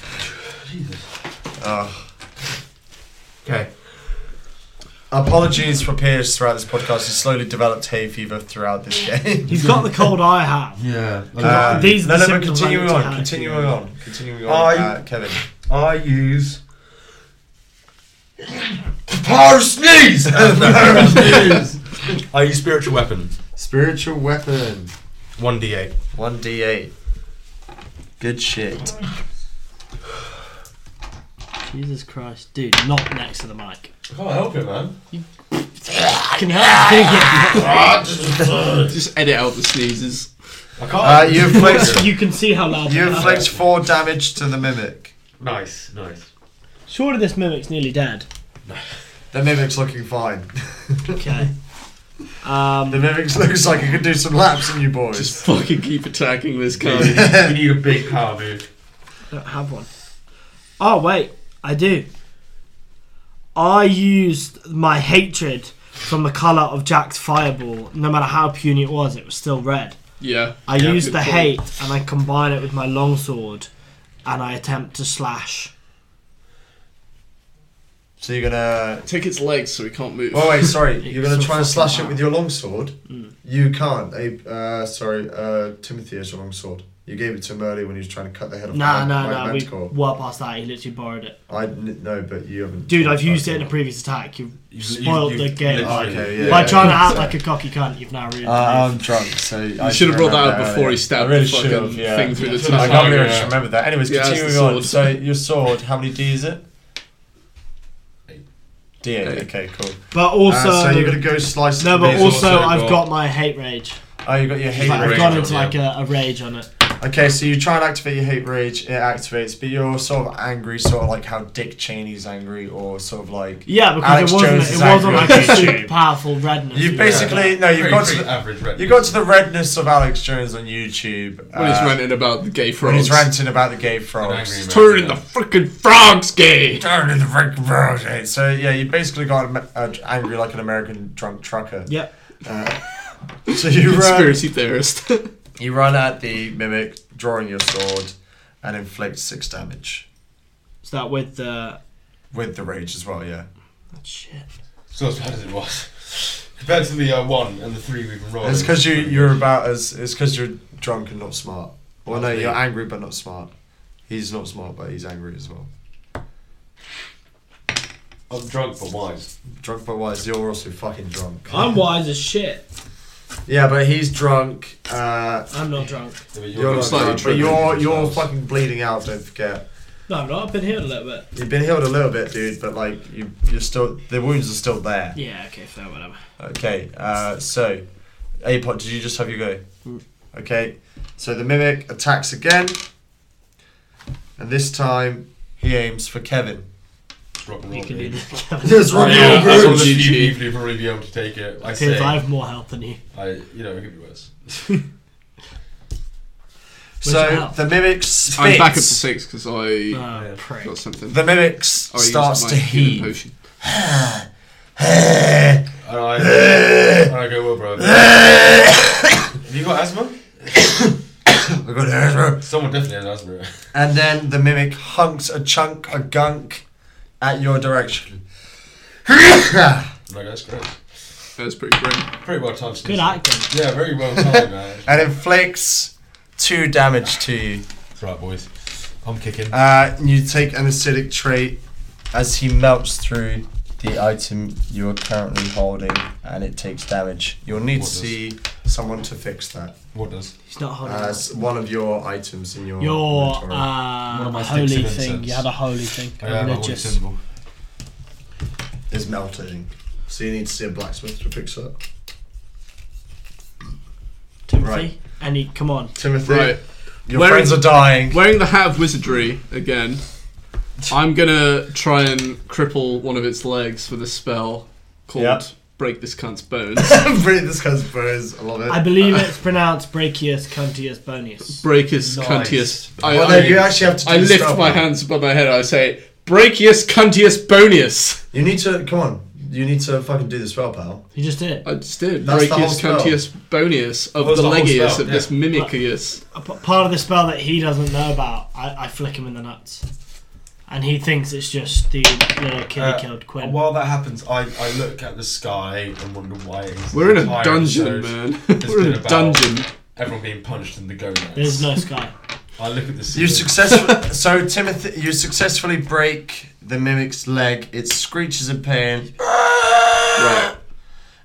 [SPEAKER 3] Uh,
[SPEAKER 6] Okay.
[SPEAKER 3] apologies for Piers throughout this podcast. He slowly developed hay fever throughout this game.
[SPEAKER 5] He's got the cold I have.
[SPEAKER 6] Yeah.
[SPEAKER 3] Uh,
[SPEAKER 5] These are
[SPEAKER 3] no,
[SPEAKER 5] the
[SPEAKER 3] no, but
[SPEAKER 5] symptoms I
[SPEAKER 3] continuing
[SPEAKER 5] need to
[SPEAKER 3] on,
[SPEAKER 5] have.
[SPEAKER 3] continuing on, continuing on.
[SPEAKER 6] I-
[SPEAKER 3] Uh, Kevin.
[SPEAKER 6] I use.
[SPEAKER 3] Power sneeze!
[SPEAKER 6] I use spiritual weapon.
[SPEAKER 3] Spiritual weapon.
[SPEAKER 6] 1d8.
[SPEAKER 3] 1d8. Good shit.
[SPEAKER 5] Jesus Christ, dude, not next to the mic.
[SPEAKER 6] I can't help it, man.
[SPEAKER 5] Can help
[SPEAKER 4] Just edit out the sneezes.
[SPEAKER 6] I can't.
[SPEAKER 3] Uh, you inflict,
[SPEAKER 5] You can see how loud.
[SPEAKER 3] you
[SPEAKER 5] they are.
[SPEAKER 3] inflict four damage to the mimic.
[SPEAKER 6] nice, nice.
[SPEAKER 5] Surely this mimic's nearly dead.
[SPEAKER 3] The mimic's looking fine.
[SPEAKER 5] Okay. Um,
[SPEAKER 3] The mimic looks like it could do some laps in you boys.
[SPEAKER 4] Just fucking keep attacking this guy.
[SPEAKER 6] we need a big power move.
[SPEAKER 5] don't have one. Oh wait, I do. I used my hatred from the colour of Jack's fireball. No matter how puny it was, it was still red.
[SPEAKER 4] yeah.
[SPEAKER 5] I
[SPEAKER 4] Yeah,
[SPEAKER 5] use
[SPEAKER 4] good
[SPEAKER 5] the
[SPEAKER 4] point.
[SPEAKER 5] hate and I combine it with my longsword, and I attempt to slash.
[SPEAKER 3] So you're gonna.
[SPEAKER 4] Take its legs so he can't move.
[SPEAKER 3] Oh wait, sorry. You're gonna
[SPEAKER 5] It's a
[SPEAKER 3] try and slash it
[SPEAKER 5] fucking Mm.
[SPEAKER 3] with your longsword. You can't. Abe, uh, sorry, uh, Timothy has your longsword. You gave it to him earlier when he was trying to cut the head off.
[SPEAKER 5] Nah,
[SPEAKER 3] the
[SPEAKER 5] nah,
[SPEAKER 3] man-
[SPEAKER 5] nah.
[SPEAKER 3] man-
[SPEAKER 5] We
[SPEAKER 3] manticore.
[SPEAKER 5] well past that. He literally borrowed it.
[SPEAKER 3] I kn- no, but you haven't.
[SPEAKER 5] Dude, I've used it in
[SPEAKER 3] Okay.
[SPEAKER 5] a previous attack. You've
[SPEAKER 6] You've-
[SPEAKER 5] spoiled
[SPEAKER 6] you've-
[SPEAKER 5] the
[SPEAKER 6] you've
[SPEAKER 5] game.
[SPEAKER 3] Oh,
[SPEAKER 6] literally-
[SPEAKER 3] okay, yeah.
[SPEAKER 5] By trying to
[SPEAKER 3] yeah,
[SPEAKER 5] act
[SPEAKER 3] yeah.
[SPEAKER 5] like a cocky cunt, you've now ruined
[SPEAKER 3] Uh,
[SPEAKER 5] it.
[SPEAKER 3] I'm drunk, so
[SPEAKER 4] You should have brought that out before he stabbed
[SPEAKER 3] really
[SPEAKER 4] the fucking
[SPEAKER 3] should have, yeah.
[SPEAKER 4] thing through the
[SPEAKER 3] I
[SPEAKER 4] top.
[SPEAKER 3] can't really
[SPEAKER 6] Yeah.
[SPEAKER 3] remember that. Anyways,
[SPEAKER 4] Yeah, it's the
[SPEAKER 3] continuing on.
[SPEAKER 4] sword.
[SPEAKER 3] So your sword, how many D is it?
[SPEAKER 6] Eight.
[SPEAKER 3] D eight.
[SPEAKER 4] Eight.
[SPEAKER 3] Okay, cool.
[SPEAKER 5] but also,
[SPEAKER 3] uh, so you're gonna go slice.
[SPEAKER 5] no,
[SPEAKER 3] the
[SPEAKER 5] but
[SPEAKER 3] bits
[SPEAKER 5] also,
[SPEAKER 3] off.
[SPEAKER 6] also
[SPEAKER 5] I've
[SPEAKER 6] got-
[SPEAKER 5] got, my hate rage.
[SPEAKER 3] oh, you got your hate
[SPEAKER 5] Like, I've
[SPEAKER 3] rage.
[SPEAKER 5] gone
[SPEAKER 6] on,
[SPEAKER 5] into
[SPEAKER 6] yeah.
[SPEAKER 5] like a, a rage on it.
[SPEAKER 3] Okay, so you try and activate your hate rage, it activates, but you're sort of angry, sort of like how Dick Cheney's angry, or sort of like
[SPEAKER 5] Yeah, because
[SPEAKER 3] Alex
[SPEAKER 5] it wasn't.
[SPEAKER 3] Jones
[SPEAKER 5] it
[SPEAKER 3] is
[SPEAKER 5] wasn't like
[SPEAKER 3] angry
[SPEAKER 5] a
[SPEAKER 3] on
[SPEAKER 5] super
[SPEAKER 3] YouTube.
[SPEAKER 5] powerful redness.
[SPEAKER 3] you
[SPEAKER 5] Yeah.
[SPEAKER 3] basically no,
[SPEAKER 6] Pretty-
[SPEAKER 3] you've got to
[SPEAKER 6] pretty
[SPEAKER 3] the,
[SPEAKER 6] average red.
[SPEAKER 3] you got to the redness of Alex Jones on YouTube
[SPEAKER 4] When he's
[SPEAKER 3] uh,
[SPEAKER 4] ranting about the gay
[SPEAKER 3] when
[SPEAKER 4] frogs.
[SPEAKER 3] he's ranting about the gay
[SPEAKER 6] An
[SPEAKER 3] frogs.
[SPEAKER 6] angry man,
[SPEAKER 4] Turning the
[SPEAKER 6] yeah.
[SPEAKER 4] freaking frogs gay!
[SPEAKER 3] Down in the freaking frogs, eh? So yeah, you basically got am- uh, angry like an American drunk trucker.
[SPEAKER 5] Yep.
[SPEAKER 3] So you run,
[SPEAKER 4] Conspiracy theorist.
[SPEAKER 3] you run at the mimic, drawing your sword, and inflict six damage
[SPEAKER 5] Start with the.
[SPEAKER 3] with the rage as well. Yeah.
[SPEAKER 5] oh, shit.
[SPEAKER 6] It's not as bad as it was. Compared to the uh, one and the three we've been rolling.
[SPEAKER 3] It's because you you're about as it's because you're drunk and not smart. Well, no, you're angry but not smart. He's not smart, but he's angry as well.
[SPEAKER 6] I'm drunk but wise.
[SPEAKER 3] Drunk but wise. You're also fucking drunk.
[SPEAKER 5] I'm wise as shit.
[SPEAKER 3] Yeah, but he's drunk. Uh,
[SPEAKER 5] I'm not drunk.
[SPEAKER 6] Yeah, but
[SPEAKER 3] you're not
[SPEAKER 4] slightly
[SPEAKER 3] drunk, but
[SPEAKER 4] tripping
[SPEAKER 3] you're you're
[SPEAKER 6] yourself.
[SPEAKER 3] fucking bleeding out. Don't forget.
[SPEAKER 5] No, I'm not. I've been here a little bit.
[SPEAKER 3] You've been healed a little bit, dude, but like you you're still the wounds are still there.
[SPEAKER 5] Yeah. Okay. Fair. Whatever.
[SPEAKER 3] Okay. Uh, so, Apot, did you just have your go? Okay. So the mimic attacks again, and this time he aims for Kevin.
[SPEAKER 6] Rock and
[SPEAKER 5] You
[SPEAKER 6] roll,
[SPEAKER 5] can do
[SPEAKER 6] baby.
[SPEAKER 5] that.
[SPEAKER 3] Yes,
[SPEAKER 6] Right,
[SPEAKER 3] Robbie,
[SPEAKER 6] yeah,
[SPEAKER 3] you're
[SPEAKER 6] that's
[SPEAKER 3] good.
[SPEAKER 6] one of the few
[SPEAKER 4] GG.
[SPEAKER 6] people who'd probably be able to take it. I
[SPEAKER 5] Because
[SPEAKER 6] say,
[SPEAKER 5] I
[SPEAKER 6] I,
[SPEAKER 5] have more health than you.
[SPEAKER 6] you know, it could be worse.
[SPEAKER 5] Where's your
[SPEAKER 3] So
[SPEAKER 5] health?
[SPEAKER 3] the mimic
[SPEAKER 4] I'm Oh, back up to
[SPEAKER 3] spits.
[SPEAKER 4] six because I
[SPEAKER 5] Oh,
[SPEAKER 6] Yeah.
[SPEAKER 5] prick.
[SPEAKER 4] got something.
[SPEAKER 3] The mimic s-
[SPEAKER 4] Oh, I used
[SPEAKER 3] starts
[SPEAKER 4] my
[SPEAKER 3] to
[SPEAKER 4] healing
[SPEAKER 3] heave.
[SPEAKER 4] Potion.
[SPEAKER 6] And I, and I go, well, bro. have you got asthma?
[SPEAKER 3] I've got asthma.
[SPEAKER 6] Someone definitely has asthma.
[SPEAKER 3] And then the mimic hunks a chunk, a gunk, at your direction. and
[SPEAKER 6] I'm like, that's great.
[SPEAKER 4] That's pretty grim.
[SPEAKER 6] Pretty well timed.
[SPEAKER 5] Good acting.
[SPEAKER 6] Yeah, very well timed, man.
[SPEAKER 3] inflicts two damage to you.
[SPEAKER 6] right, boys. I'm kicking.
[SPEAKER 3] Uh, and you take an acidic trait as he melts through the item you are currently holding, and it takes damage. You'll need
[SPEAKER 6] What does-
[SPEAKER 3] to see someone to fix that.
[SPEAKER 6] What does?
[SPEAKER 5] He's not holding.
[SPEAKER 3] Uh,
[SPEAKER 5] on.
[SPEAKER 3] s- one of your items in your
[SPEAKER 5] Your
[SPEAKER 3] inventory.
[SPEAKER 5] uh,
[SPEAKER 6] my sticks
[SPEAKER 5] holy
[SPEAKER 6] of
[SPEAKER 5] thing.
[SPEAKER 6] incense.
[SPEAKER 5] You had a holy thing.
[SPEAKER 6] I have a holy
[SPEAKER 5] religious.
[SPEAKER 6] symbol.
[SPEAKER 3] is melting. So you need to see a blacksmith to fix it up.
[SPEAKER 5] Timothy.
[SPEAKER 3] Right.
[SPEAKER 5] And he, come on.
[SPEAKER 3] Timothy,
[SPEAKER 4] Right.
[SPEAKER 3] your
[SPEAKER 4] Where-
[SPEAKER 3] friends are dying.
[SPEAKER 4] Wearing the hat of wizardry again, I'm gonna try and cripple one of its legs with a spell called
[SPEAKER 3] Yep.
[SPEAKER 4] break this cunt's bones.
[SPEAKER 3] Breathe this guy's bones. I love it.
[SPEAKER 5] I believe it's pronounced brachius cuntius bonius.
[SPEAKER 4] Brachius
[SPEAKER 3] Nice.
[SPEAKER 4] cuntius. I,
[SPEAKER 3] well,
[SPEAKER 4] I,
[SPEAKER 3] no, you actually have to. Do
[SPEAKER 4] I
[SPEAKER 3] the
[SPEAKER 4] lift
[SPEAKER 3] spell
[SPEAKER 4] my
[SPEAKER 3] now.
[SPEAKER 4] hands above my head. and I say, Brachius cuntius bonius.
[SPEAKER 3] You need to come on. You need to fucking do the spell, pal.
[SPEAKER 5] You just did.
[SPEAKER 4] I just did.
[SPEAKER 3] That's the whole
[SPEAKER 4] Brachius
[SPEAKER 3] spell.
[SPEAKER 4] cuntius bonius
[SPEAKER 6] Well,
[SPEAKER 4] of the
[SPEAKER 6] it's the whole
[SPEAKER 4] legius
[SPEAKER 6] spell,
[SPEAKER 4] of this mimicus.
[SPEAKER 5] A p- part of the spell that he doesn't know about, I, I flick him in the nuts. And he thinks it's just the little kid
[SPEAKER 6] Uh,
[SPEAKER 5] he killed Quinn.
[SPEAKER 6] While that happens, I, I look at the sky and wonder why. it's
[SPEAKER 4] We're in a
[SPEAKER 6] entire
[SPEAKER 4] dungeon,
[SPEAKER 6] episode-
[SPEAKER 4] man.
[SPEAKER 6] It's
[SPEAKER 4] We're in
[SPEAKER 6] been
[SPEAKER 4] a
[SPEAKER 6] about-
[SPEAKER 4] dungeon.
[SPEAKER 6] Everyone being punched in the go
[SPEAKER 5] There's no sky.
[SPEAKER 6] I look at this.
[SPEAKER 3] You successfully. so Timothy, you successfully break the mimic's leg. It screeches in pain
[SPEAKER 4] Right.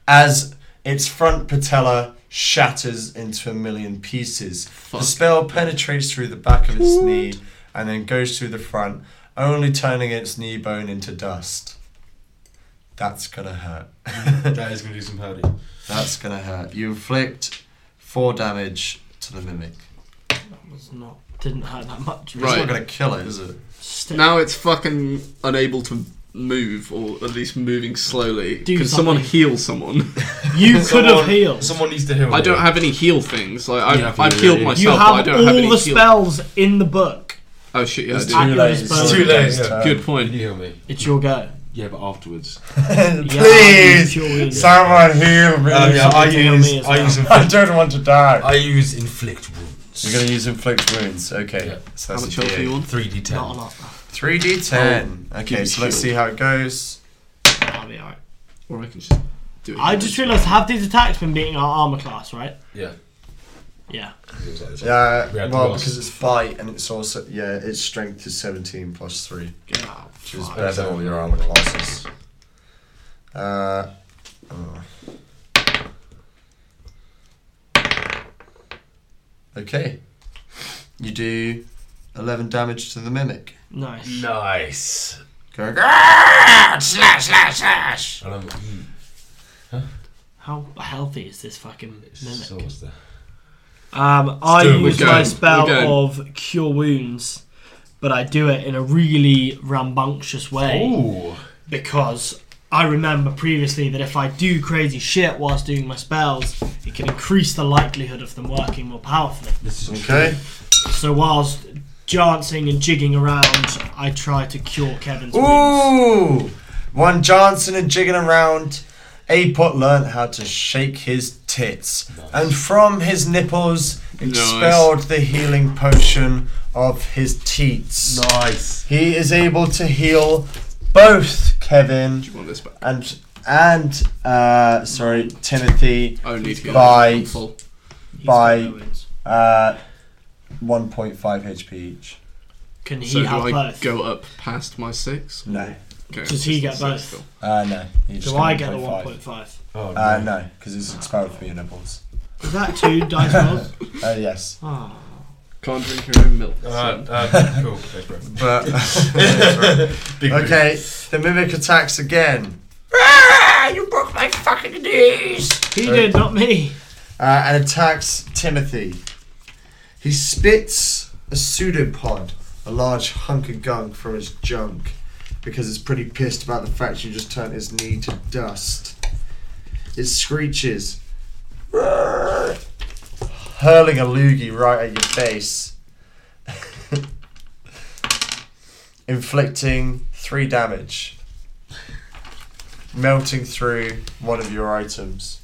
[SPEAKER 3] as its front patella shatters into a million pieces. The spell penetrates through the back of its knee and then goes through the front, only turning its knee bone into dust. That's gonna hurt.
[SPEAKER 6] That is going to do some hurting.
[SPEAKER 3] That's gonna hurt. You inflict four damage to the mimic.
[SPEAKER 5] It's not. Didn't hurt that much.
[SPEAKER 3] It's
[SPEAKER 4] Right.
[SPEAKER 3] not gonna kill it, is it?
[SPEAKER 5] Still-
[SPEAKER 4] Now it's fucking unable to move, or at least moving slowly.
[SPEAKER 5] Do
[SPEAKER 4] Can someone
[SPEAKER 5] something.
[SPEAKER 4] heal someone?
[SPEAKER 5] you could have
[SPEAKER 6] Someone-
[SPEAKER 5] healed.
[SPEAKER 6] Someone needs to heal.
[SPEAKER 4] I
[SPEAKER 6] me.
[SPEAKER 4] don't have any heal things. Like I've,
[SPEAKER 6] You have to
[SPEAKER 4] I've
[SPEAKER 6] do
[SPEAKER 4] healed
[SPEAKER 6] it. You
[SPEAKER 4] myself,
[SPEAKER 5] you
[SPEAKER 4] but I
[SPEAKER 5] have
[SPEAKER 4] don't
[SPEAKER 5] all
[SPEAKER 4] have any
[SPEAKER 5] the
[SPEAKER 4] heal.
[SPEAKER 5] spells in the book.
[SPEAKER 4] Oh shit, yeah, I do.
[SPEAKER 5] too late, it's
[SPEAKER 3] It's
[SPEAKER 5] too
[SPEAKER 3] too
[SPEAKER 5] late,
[SPEAKER 3] late.
[SPEAKER 6] yeah. Can
[SPEAKER 4] Good
[SPEAKER 6] you
[SPEAKER 4] point.
[SPEAKER 6] heal me?
[SPEAKER 5] It's your go.
[SPEAKER 12] Yeah, but afterwards.
[SPEAKER 3] Please,
[SPEAKER 5] Yeah, I need to heal you.
[SPEAKER 3] someone heal me.
[SPEAKER 6] Um, yeah, I
[SPEAKER 5] You can heal
[SPEAKER 6] use.
[SPEAKER 5] me as
[SPEAKER 6] I
[SPEAKER 5] well.
[SPEAKER 6] use.
[SPEAKER 3] I
[SPEAKER 6] Inflict,
[SPEAKER 3] don't want to die.
[SPEAKER 6] I use inflict wounds.
[SPEAKER 3] You're gonna use inflict wounds. Okay.
[SPEAKER 6] Yeah.
[SPEAKER 3] So
[SPEAKER 4] How much health do you want?
[SPEAKER 6] Three d
[SPEAKER 5] Not a
[SPEAKER 6] ten.
[SPEAKER 5] lot.
[SPEAKER 3] Three D ten.
[SPEAKER 4] give
[SPEAKER 3] Okay,
[SPEAKER 4] me
[SPEAKER 3] so let's
[SPEAKER 4] shield.
[SPEAKER 3] see how it goes.
[SPEAKER 5] That'll be alright.
[SPEAKER 4] Or I can just do it.
[SPEAKER 5] I just realised have these attacks been beating our armor class, right?
[SPEAKER 6] Yeah.
[SPEAKER 5] Yeah.
[SPEAKER 3] Yeah.
[SPEAKER 6] We had
[SPEAKER 3] Well,
[SPEAKER 6] lost.
[SPEAKER 3] because it's fight and it's also yeah, its strength is seventeen plus three,
[SPEAKER 5] Yeah.
[SPEAKER 3] which is
[SPEAKER 5] Fuck.
[SPEAKER 3] better than all your armor classes. Uh. oh. Okay. You do eleven damage to the mimic.
[SPEAKER 5] Nice.
[SPEAKER 6] Nice.
[SPEAKER 3] Go.
[SPEAKER 6] And I'm mm,
[SPEAKER 5] How healthy is this fucking mimic?
[SPEAKER 6] so what's that?
[SPEAKER 5] Um, I
[SPEAKER 6] do it, we're
[SPEAKER 5] use my
[SPEAKER 4] going,
[SPEAKER 5] spell
[SPEAKER 4] we're going.
[SPEAKER 5] of cure wounds, but I do it in a really rambunctious way
[SPEAKER 6] Ooh.
[SPEAKER 5] because I remember previously that if I do crazy shit whilst doing my spells, it can increase the likelihood of them working more powerfully.
[SPEAKER 6] This is
[SPEAKER 3] Okay.
[SPEAKER 5] So whilst dancing and jigging around, I try to cure Kevin's wounds.
[SPEAKER 3] Ooh! One Johnson and jigging around, Apot learned how to shake his tits. And from his nipples, expelled the healing potion of his teats.
[SPEAKER 6] Nice.
[SPEAKER 3] He is able to heal both Kevin
[SPEAKER 4] Do you want this back?
[SPEAKER 3] and and uh, sorry Timothy
[SPEAKER 4] I don't need to get
[SPEAKER 3] Bye.
[SPEAKER 4] it. I'm full.
[SPEAKER 5] He's
[SPEAKER 3] by-
[SPEAKER 5] got no wounds.
[SPEAKER 3] uh, 1.5 HP each.
[SPEAKER 5] Can he
[SPEAKER 4] So do
[SPEAKER 5] have
[SPEAKER 4] I
[SPEAKER 5] both?
[SPEAKER 4] go up past my six?
[SPEAKER 3] No,
[SPEAKER 4] Okay,
[SPEAKER 5] Does he get
[SPEAKER 4] six
[SPEAKER 5] both?
[SPEAKER 4] still.
[SPEAKER 3] uh, no. you just
[SPEAKER 5] do I get the
[SPEAKER 3] 1.5.
[SPEAKER 5] 1.5?
[SPEAKER 6] Oh,
[SPEAKER 3] Uh, no, because it's expelled from your nipples.
[SPEAKER 5] Is that two dice rolls?
[SPEAKER 3] Uh, yes.
[SPEAKER 5] Oh.
[SPEAKER 4] Can't drink your own milk.
[SPEAKER 6] no.
[SPEAKER 4] so-
[SPEAKER 6] Uh, cool. Go for it.
[SPEAKER 3] But
[SPEAKER 6] Big move.
[SPEAKER 3] okay, the mimic attacks again,
[SPEAKER 5] He did, not me.
[SPEAKER 3] uh, and attacks Timothy. He spits a pseudopod, a large hunk of gunk from his junk, because it's pretty pissed about the fact you just turned his knee to dust. It screeches, hurling a loogie right at your face, inflicting three damage, melting through one of your items.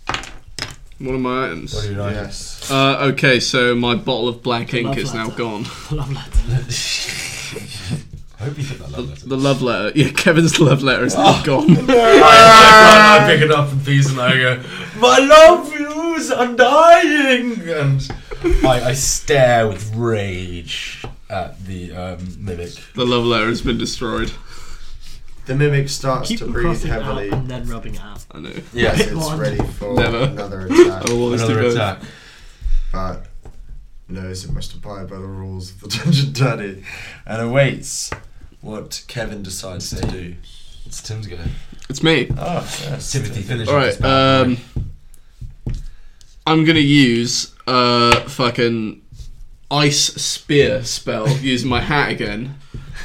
[SPEAKER 4] One of my items.
[SPEAKER 6] What do you like?
[SPEAKER 3] Yes.
[SPEAKER 4] Uh, okay, so my bottle of black ink
[SPEAKER 5] love
[SPEAKER 4] is now
[SPEAKER 5] letter.
[SPEAKER 4] gone.
[SPEAKER 5] Love letter.
[SPEAKER 6] I hope you hit that
[SPEAKER 4] The,
[SPEAKER 6] love letter.
[SPEAKER 4] the love letter. Yeah, Kevin's love letter is
[SPEAKER 6] Oh.
[SPEAKER 4] now gone.
[SPEAKER 6] I pick it up in peace and I go, My love is undying! And I, I stare with rage at the um, mimic.
[SPEAKER 4] the love letter has been destroyed.
[SPEAKER 3] The mimic starts
[SPEAKER 5] Keep
[SPEAKER 3] to
[SPEAKER 5] them
[SPEAKER 3] breathe
[SPEAKER 5] crossing out
[SPEAKER 3] heavily
[SPEAKER 5] and then rubbing it out.
[SPEAKER 4] I know.
[SPEAKER 3] as
[SPEAKER 6] Yes.
[SPEAKER 3] it's
[SPEAKER 5] One.
[SPEAKER 3] ready for
[SPEAKER 4] Never.
[SPEAKER 3] another attack.
[SPEAKER 4] I will always do
[SPEAKER 6] Another
[SPEAKER 4] both.
[SPEAKER 6] attack.
[SPEAKER 3] But knows it must abide by the rules of the Dungeon Daddy and awaits what Kevin decides to do.
[SPEAKER 6] It's Tim's go.
[SPEAKER 4] It's me.
[SPEAKER 3] Oh, yes.
[SPEAKER 6] Timothy, finish
[SPEAKER 4] All
[SPEAKER 6] off
[SPEAKER 4] right.
[SPEAKER 6] this bad
[SPEAKER 4] Um,
[SPEAKER 6] boy.
[SPEAKER 4] I'm gonna use uh fucking ice spear spell. using my hat again.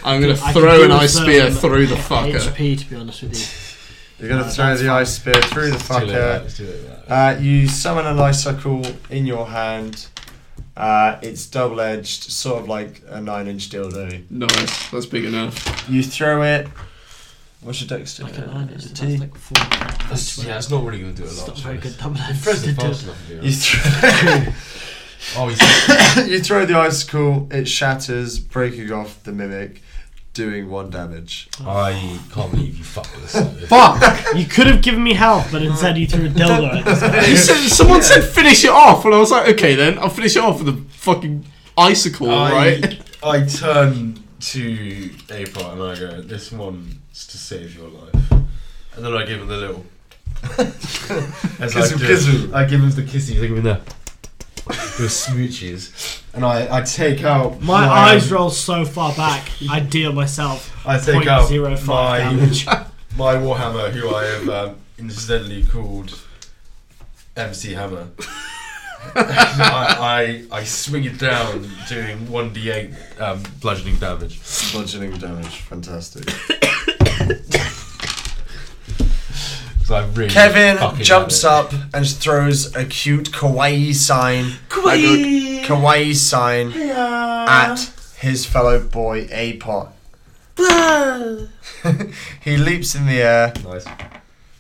[SPEAKER 4] I'm gonna
[SPEAKER 5] I could
[SPEAKER 4] throw
[SPEAKER 5] do
[SPEAKER 4] an
[SPEAKER 5] with
[SPEAKER 4] ice spear
[SPEAKER 5] some
[SPEAKER 4] through the fucker.
[SPEAKER 5] HP, to be honest with you.
[SPEAKER 3] You're gonna throw the ice spear through the fucker.
[SPEAKER 6] It's too late for that.
[SPEAKER 3] Uh, you summon an icicle in your hand. Uh, it's double edged, sort of like a nine inch dildo.
[SPEAKER 4] Nice. That's big enough.
[SPEAKER 3] You throw it. What's your dexterity?
[SPEAKER 5] Fantastic four.
[SPEAKER 6] It's, yeah, it's not really going to do a
[SPEAKER 5] It's
[SPEAKER 6] lot.
[SPEAKER 5] not
[SPEAKER 6] to
[SPEAKER 5] very
[SPEAKER 6] be
[SPEAKER 5] good
[SPEAKER 6] honest.
[SPEAKER 5] double
[SPEAKER 6] It throws the
[SPEAKER 5] edged.
[SPEAKER 6] fast enough to do
[SPEAKER 3] You
[SPEAKER 6] it.
[SPEAKER 3] throw.
[SPEAKER 6] Oh, he's
[SPEAKER 3] you throw the icicle, it shatters, breaking off the mimic, doing one damage.
[SPEAKER 6] I can't believe you fucked with this.
[SPEAKER 5] Fuck! you could have given me health, but instead you threw a dildo at us.
[SPEAKER 4] You said, someone said finish it off, and I was like, okay then, I'll finish it off with a fucking icicle, right?
[SPEAKER 6] I, I turn to April and I go, "This one's to save your life," and then I give him the little. As I,
[SPEAKER 3] Kissoo,
[SPEAKER 6] do it,
[SPEAKER 3] kissoo.
[SPEAKER 6] I give him the kisses. I give him the the smooches, and I, I take out
[SPEAKER 5] My eyes roll so far back, I deal myself.
[SPEAKER 6] I take
[SPEAKER 5] point
[SPEAKER 6] out
[SPEAKER 5] zero five
[SPEAKER 6] my
[SPEAKER 5] damage.
[SPEAKER 6] my warhammer, who I have um, incidentally called MC Hammer. I, I I swing it down, doing one d8 um, bludgeoning damage.
[SPEAKER 3] Bludgeoning damage, fantastic.
[SPEAKER 6] So I really
[SPEAKER 3] Kevin
[SPEAKER 6] fucking
[SPEAKER 3] jumps
[SPEAKER 6] love
[SPEAKER 3] up and throws a cute kawaii sign. Kawaii! Kawaii sign at his fellow boy Apot. he leaps in the air,
[SPEAKER 6] it. Nice.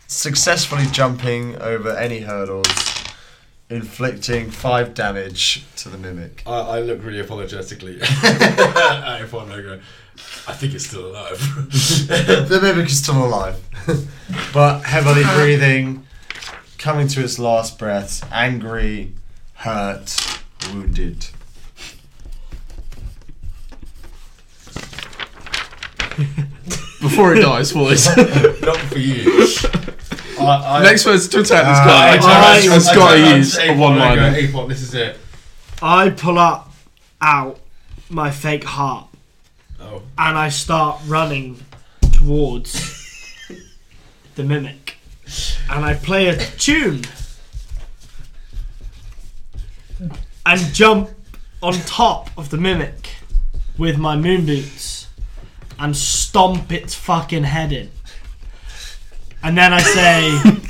[SPEAKER 3] successfully jumping over any hurdles, inflicting five damage to the mimic.
[SPEAKER 6] I, I look really apologetically at everyone. I go, I think it's still alive.
[SPEAKER 3] The mimic is still alive, but heavily breathing, coming to its last breaths, angry, hurt, wounded.
[SPEAKER 4] Before it dies, boys.
[SPEAKER 6] Not for you. I, I,
[SPEAKER 4] Next one's to attack this
[SPEAKER 3] Uh,
[SPEAKER 4] guy.
[SPEAKER 3] I
[SPEAKER 6] turn around-
[SPEAKER 4] I, has
[SPEAKER 6] I
[SPEAKER 4] got
[SPEAKER 6] turn
[SPEAKER 4] to
[SPEAKER 6] around
[SPEAKER 4] use a
[SPEAKER 6] Apon
[SPEAKER 4] one
[SPEAKER 6] and I go,
[SPEAKER 4] liner.
[SPEAKER 6] "Apon, this is it.
[SPEAKER 5] I pull up out my fake harp
[SPEAKER 6] Oh.
[SPEAKER 5] and I start running towards the mimic. And I play a tune and jump on top of the mimic with my moon boots and stomp its fucking head in. And then I say,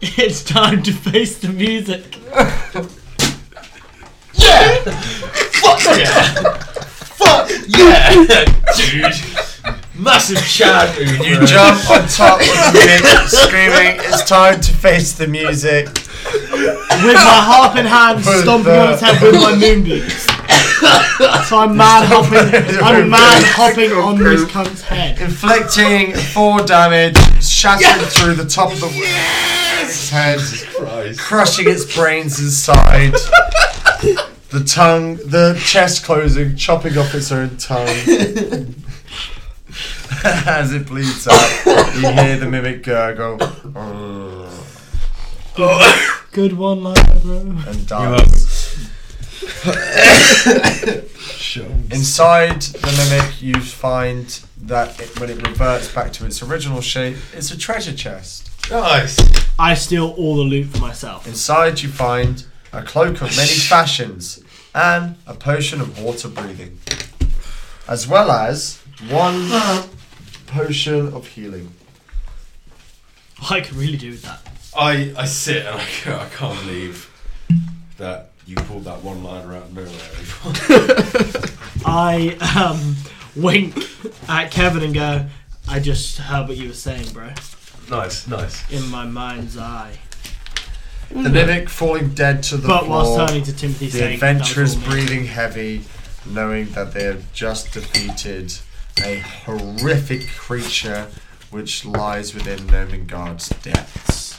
[SPEAKER 5] It's time to face the music.
[SPEAKER 6] Dude. Massive shad move. You jump.
[SPEAKER 3] jump on top of the mimic, screaming, "It's time to face the music!"
[SPEAKER 5] with my harp in hand,
[SPEAKER 3] With
[SPEAKER 5] stomping on its
[SPEAKER 3] the-
[SPEAKER 5] head with my moon boots. so I'm mad hopping. I'm mad hopping on this cunt's head.
[SPEAKER 3] Inflicting four damage, shattering through the top of the its head, crushing its brains inside. The tongue, the chest closing, chopping off its own tongue. As it bleeds out, you hear the mimic gurgle uh,
[SPEAKER 5] Good one, liner, bro.
[SPEAKER 3] and dies. Inside the mimic, you find that it, when it reverts back to its original shape, it's a treasure chest.
[SPEAKER 6] Nice.
[SPEAKER 5] I steal all the loot for myself.
[SPEAKER 3] Inside, you find a cloak of many fashions and a potion of water breathing, as well as one potion of healing.
[SPEAKER 5] I could really do with that.
[SPEAKER 6] I, I sit and I go, I can't believe that you pulled that one liner out of nowhere. Apon."
[SPEAKER 5] I um, wink at Kevin and go. I just heard what you were saying, bro.
[SPEAKER 6] nice, nice.
[SPEAKER 5] In my mind's eye.
[SPEAKER 3] The mimic falling dead to the
[SPEAKER 5] Mm. but
[SPEAKER 3] floor.
[SPEAKER 5] whilst turning to Timothy,
[SPEAKER 3] The
[SPEAKER 5] saying, "That was
[SPEAKER 3] adventurers
[SPEAKER 5] all me."
[SPEAKER 3] breathing heavy, knowing that they have just defeated a horrific creature which lies within Nomengard's depths.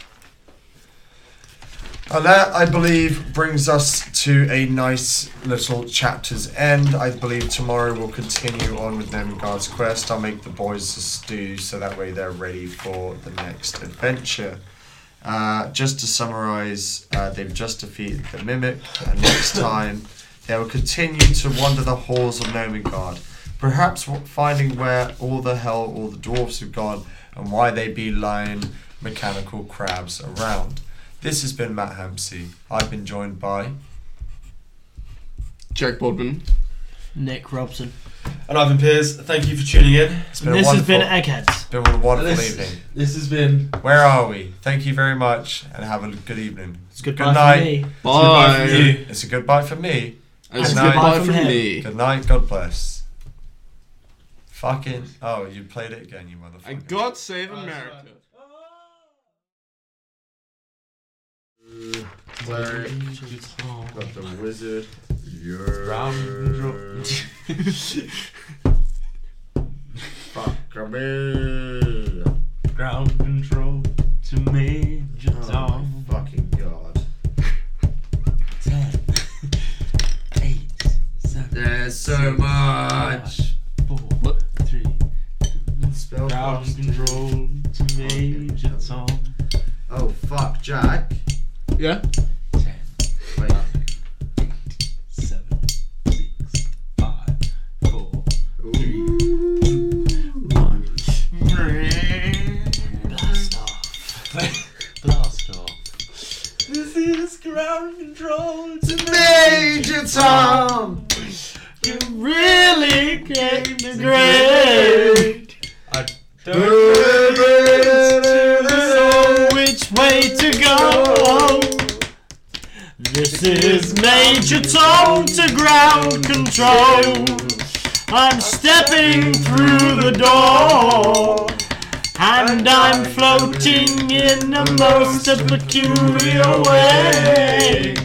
[SPEAKER 3] And that, I believe, brings us to a nice little chapter's end. I believe tomorrow we'll continue on with Nomengard's quest. I'll make the boys a stew so that way they're ready for the next adventure. Uh, just to summarise, uh, they've just defeated the Mimic, and next time they will continue to wander the halls of Nomengard, perhaps w- finding where all the hell all the dwarfs have gone and why they be lying mechanical crabs around. This has been Matt Hampsey. I've been joined by.
[SPEAKER 4] Jack Bodman.
[SPEAKER 5] Nick Robson.
[SPEAKER 6] And I've been Piers. Thank you for tuning in.
[SPEAKER 3] It's been a
[SPEAKER 5] This has
[SPEAKER 3] wonderful,
[SPEAKER 5] been Eggheads.
[SPEAKER 3] been a wonderful
[SPEAKER 6] This-
[SPEAKER 3] evening.
[SPEAKER 6] This has been
[SPEAKER 3] Where are we? Thank you very much and have a good evening.
[SPEAKER 5] It's
[SPEAKER 3] Good
[SPEAKER 5] goodbye
[SPEAKER 3] night.
[SPEAKER 5] from me.
[SPEAKER 6] Goodbye from
[SPEAKER 4] Bye.
[SPEAKER 6] you.
[SPEAKER 3] It's a goodbye from me.
[SPEAKER 4] It's
[SPEAKER 3] And goodbye
[SPEAKER 4] goodbye
[SPEAKER 5] from
[SPEAKER 4] from
[SPEAKER 5] him.
[SPEAKER 4] me.
[SPEAKER 3] Good night. God bless. Fucking. Oh, you played it again, you motherfucker.
[SPEAKER 4] And God save America.
[SPEAKER 3] Got the wizard.
[SPEAKER 6] Round and dro-
[SPEAKER 13] Fuck me.
[SPEAKER 6] ground control to Major
[SPEAKER 13] Oh, my fucking god. There's so much. Spell
[SPEAKER 6] Ground
[SPEAKER 13] bastard.
[SPEAKER 6] control to Major Tom.
[SPEAKER 13] Oh fuck, Jack.
[SPEAKER 4] Yeah?
[SPEAKER 13] Wait.
[SPEAKER 6] Seven, six, five, four.
[SPEAKER 5] Blast off.
[SPEAKER 6] Blast off.
[SPEAKER 13] This is ground control to Major Tom.
[SPEAKER 5] You really came to great. So which way to go? This is Major Tom to ground control. I'm stepping through the door. And I'm floating in a most peculiar way.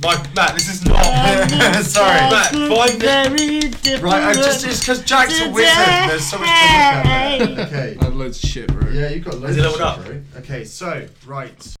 [SPEAKER 6] Mike, Matt, this is not.
[SPEAKER 3] Sorry,
[SPEAKER 6] Matt, five minutes.
[SPEAKER 5] Very different.
[SPEAKER 3] Right, I just it's because Jack's a wizard. There's so much to look at.
[SPEAKER 5] today.
[SPEAKER 3] Okay.
[SPEAKER 4] I have loads of shit, bro.
[SPEAKER 3] Yeah, you've got loads
[SPEAKER 6] it
[SPEAKER 3] of
[SPEAKER 6] leveled
[SPEAKER 3] shit, bro. Okay, so right.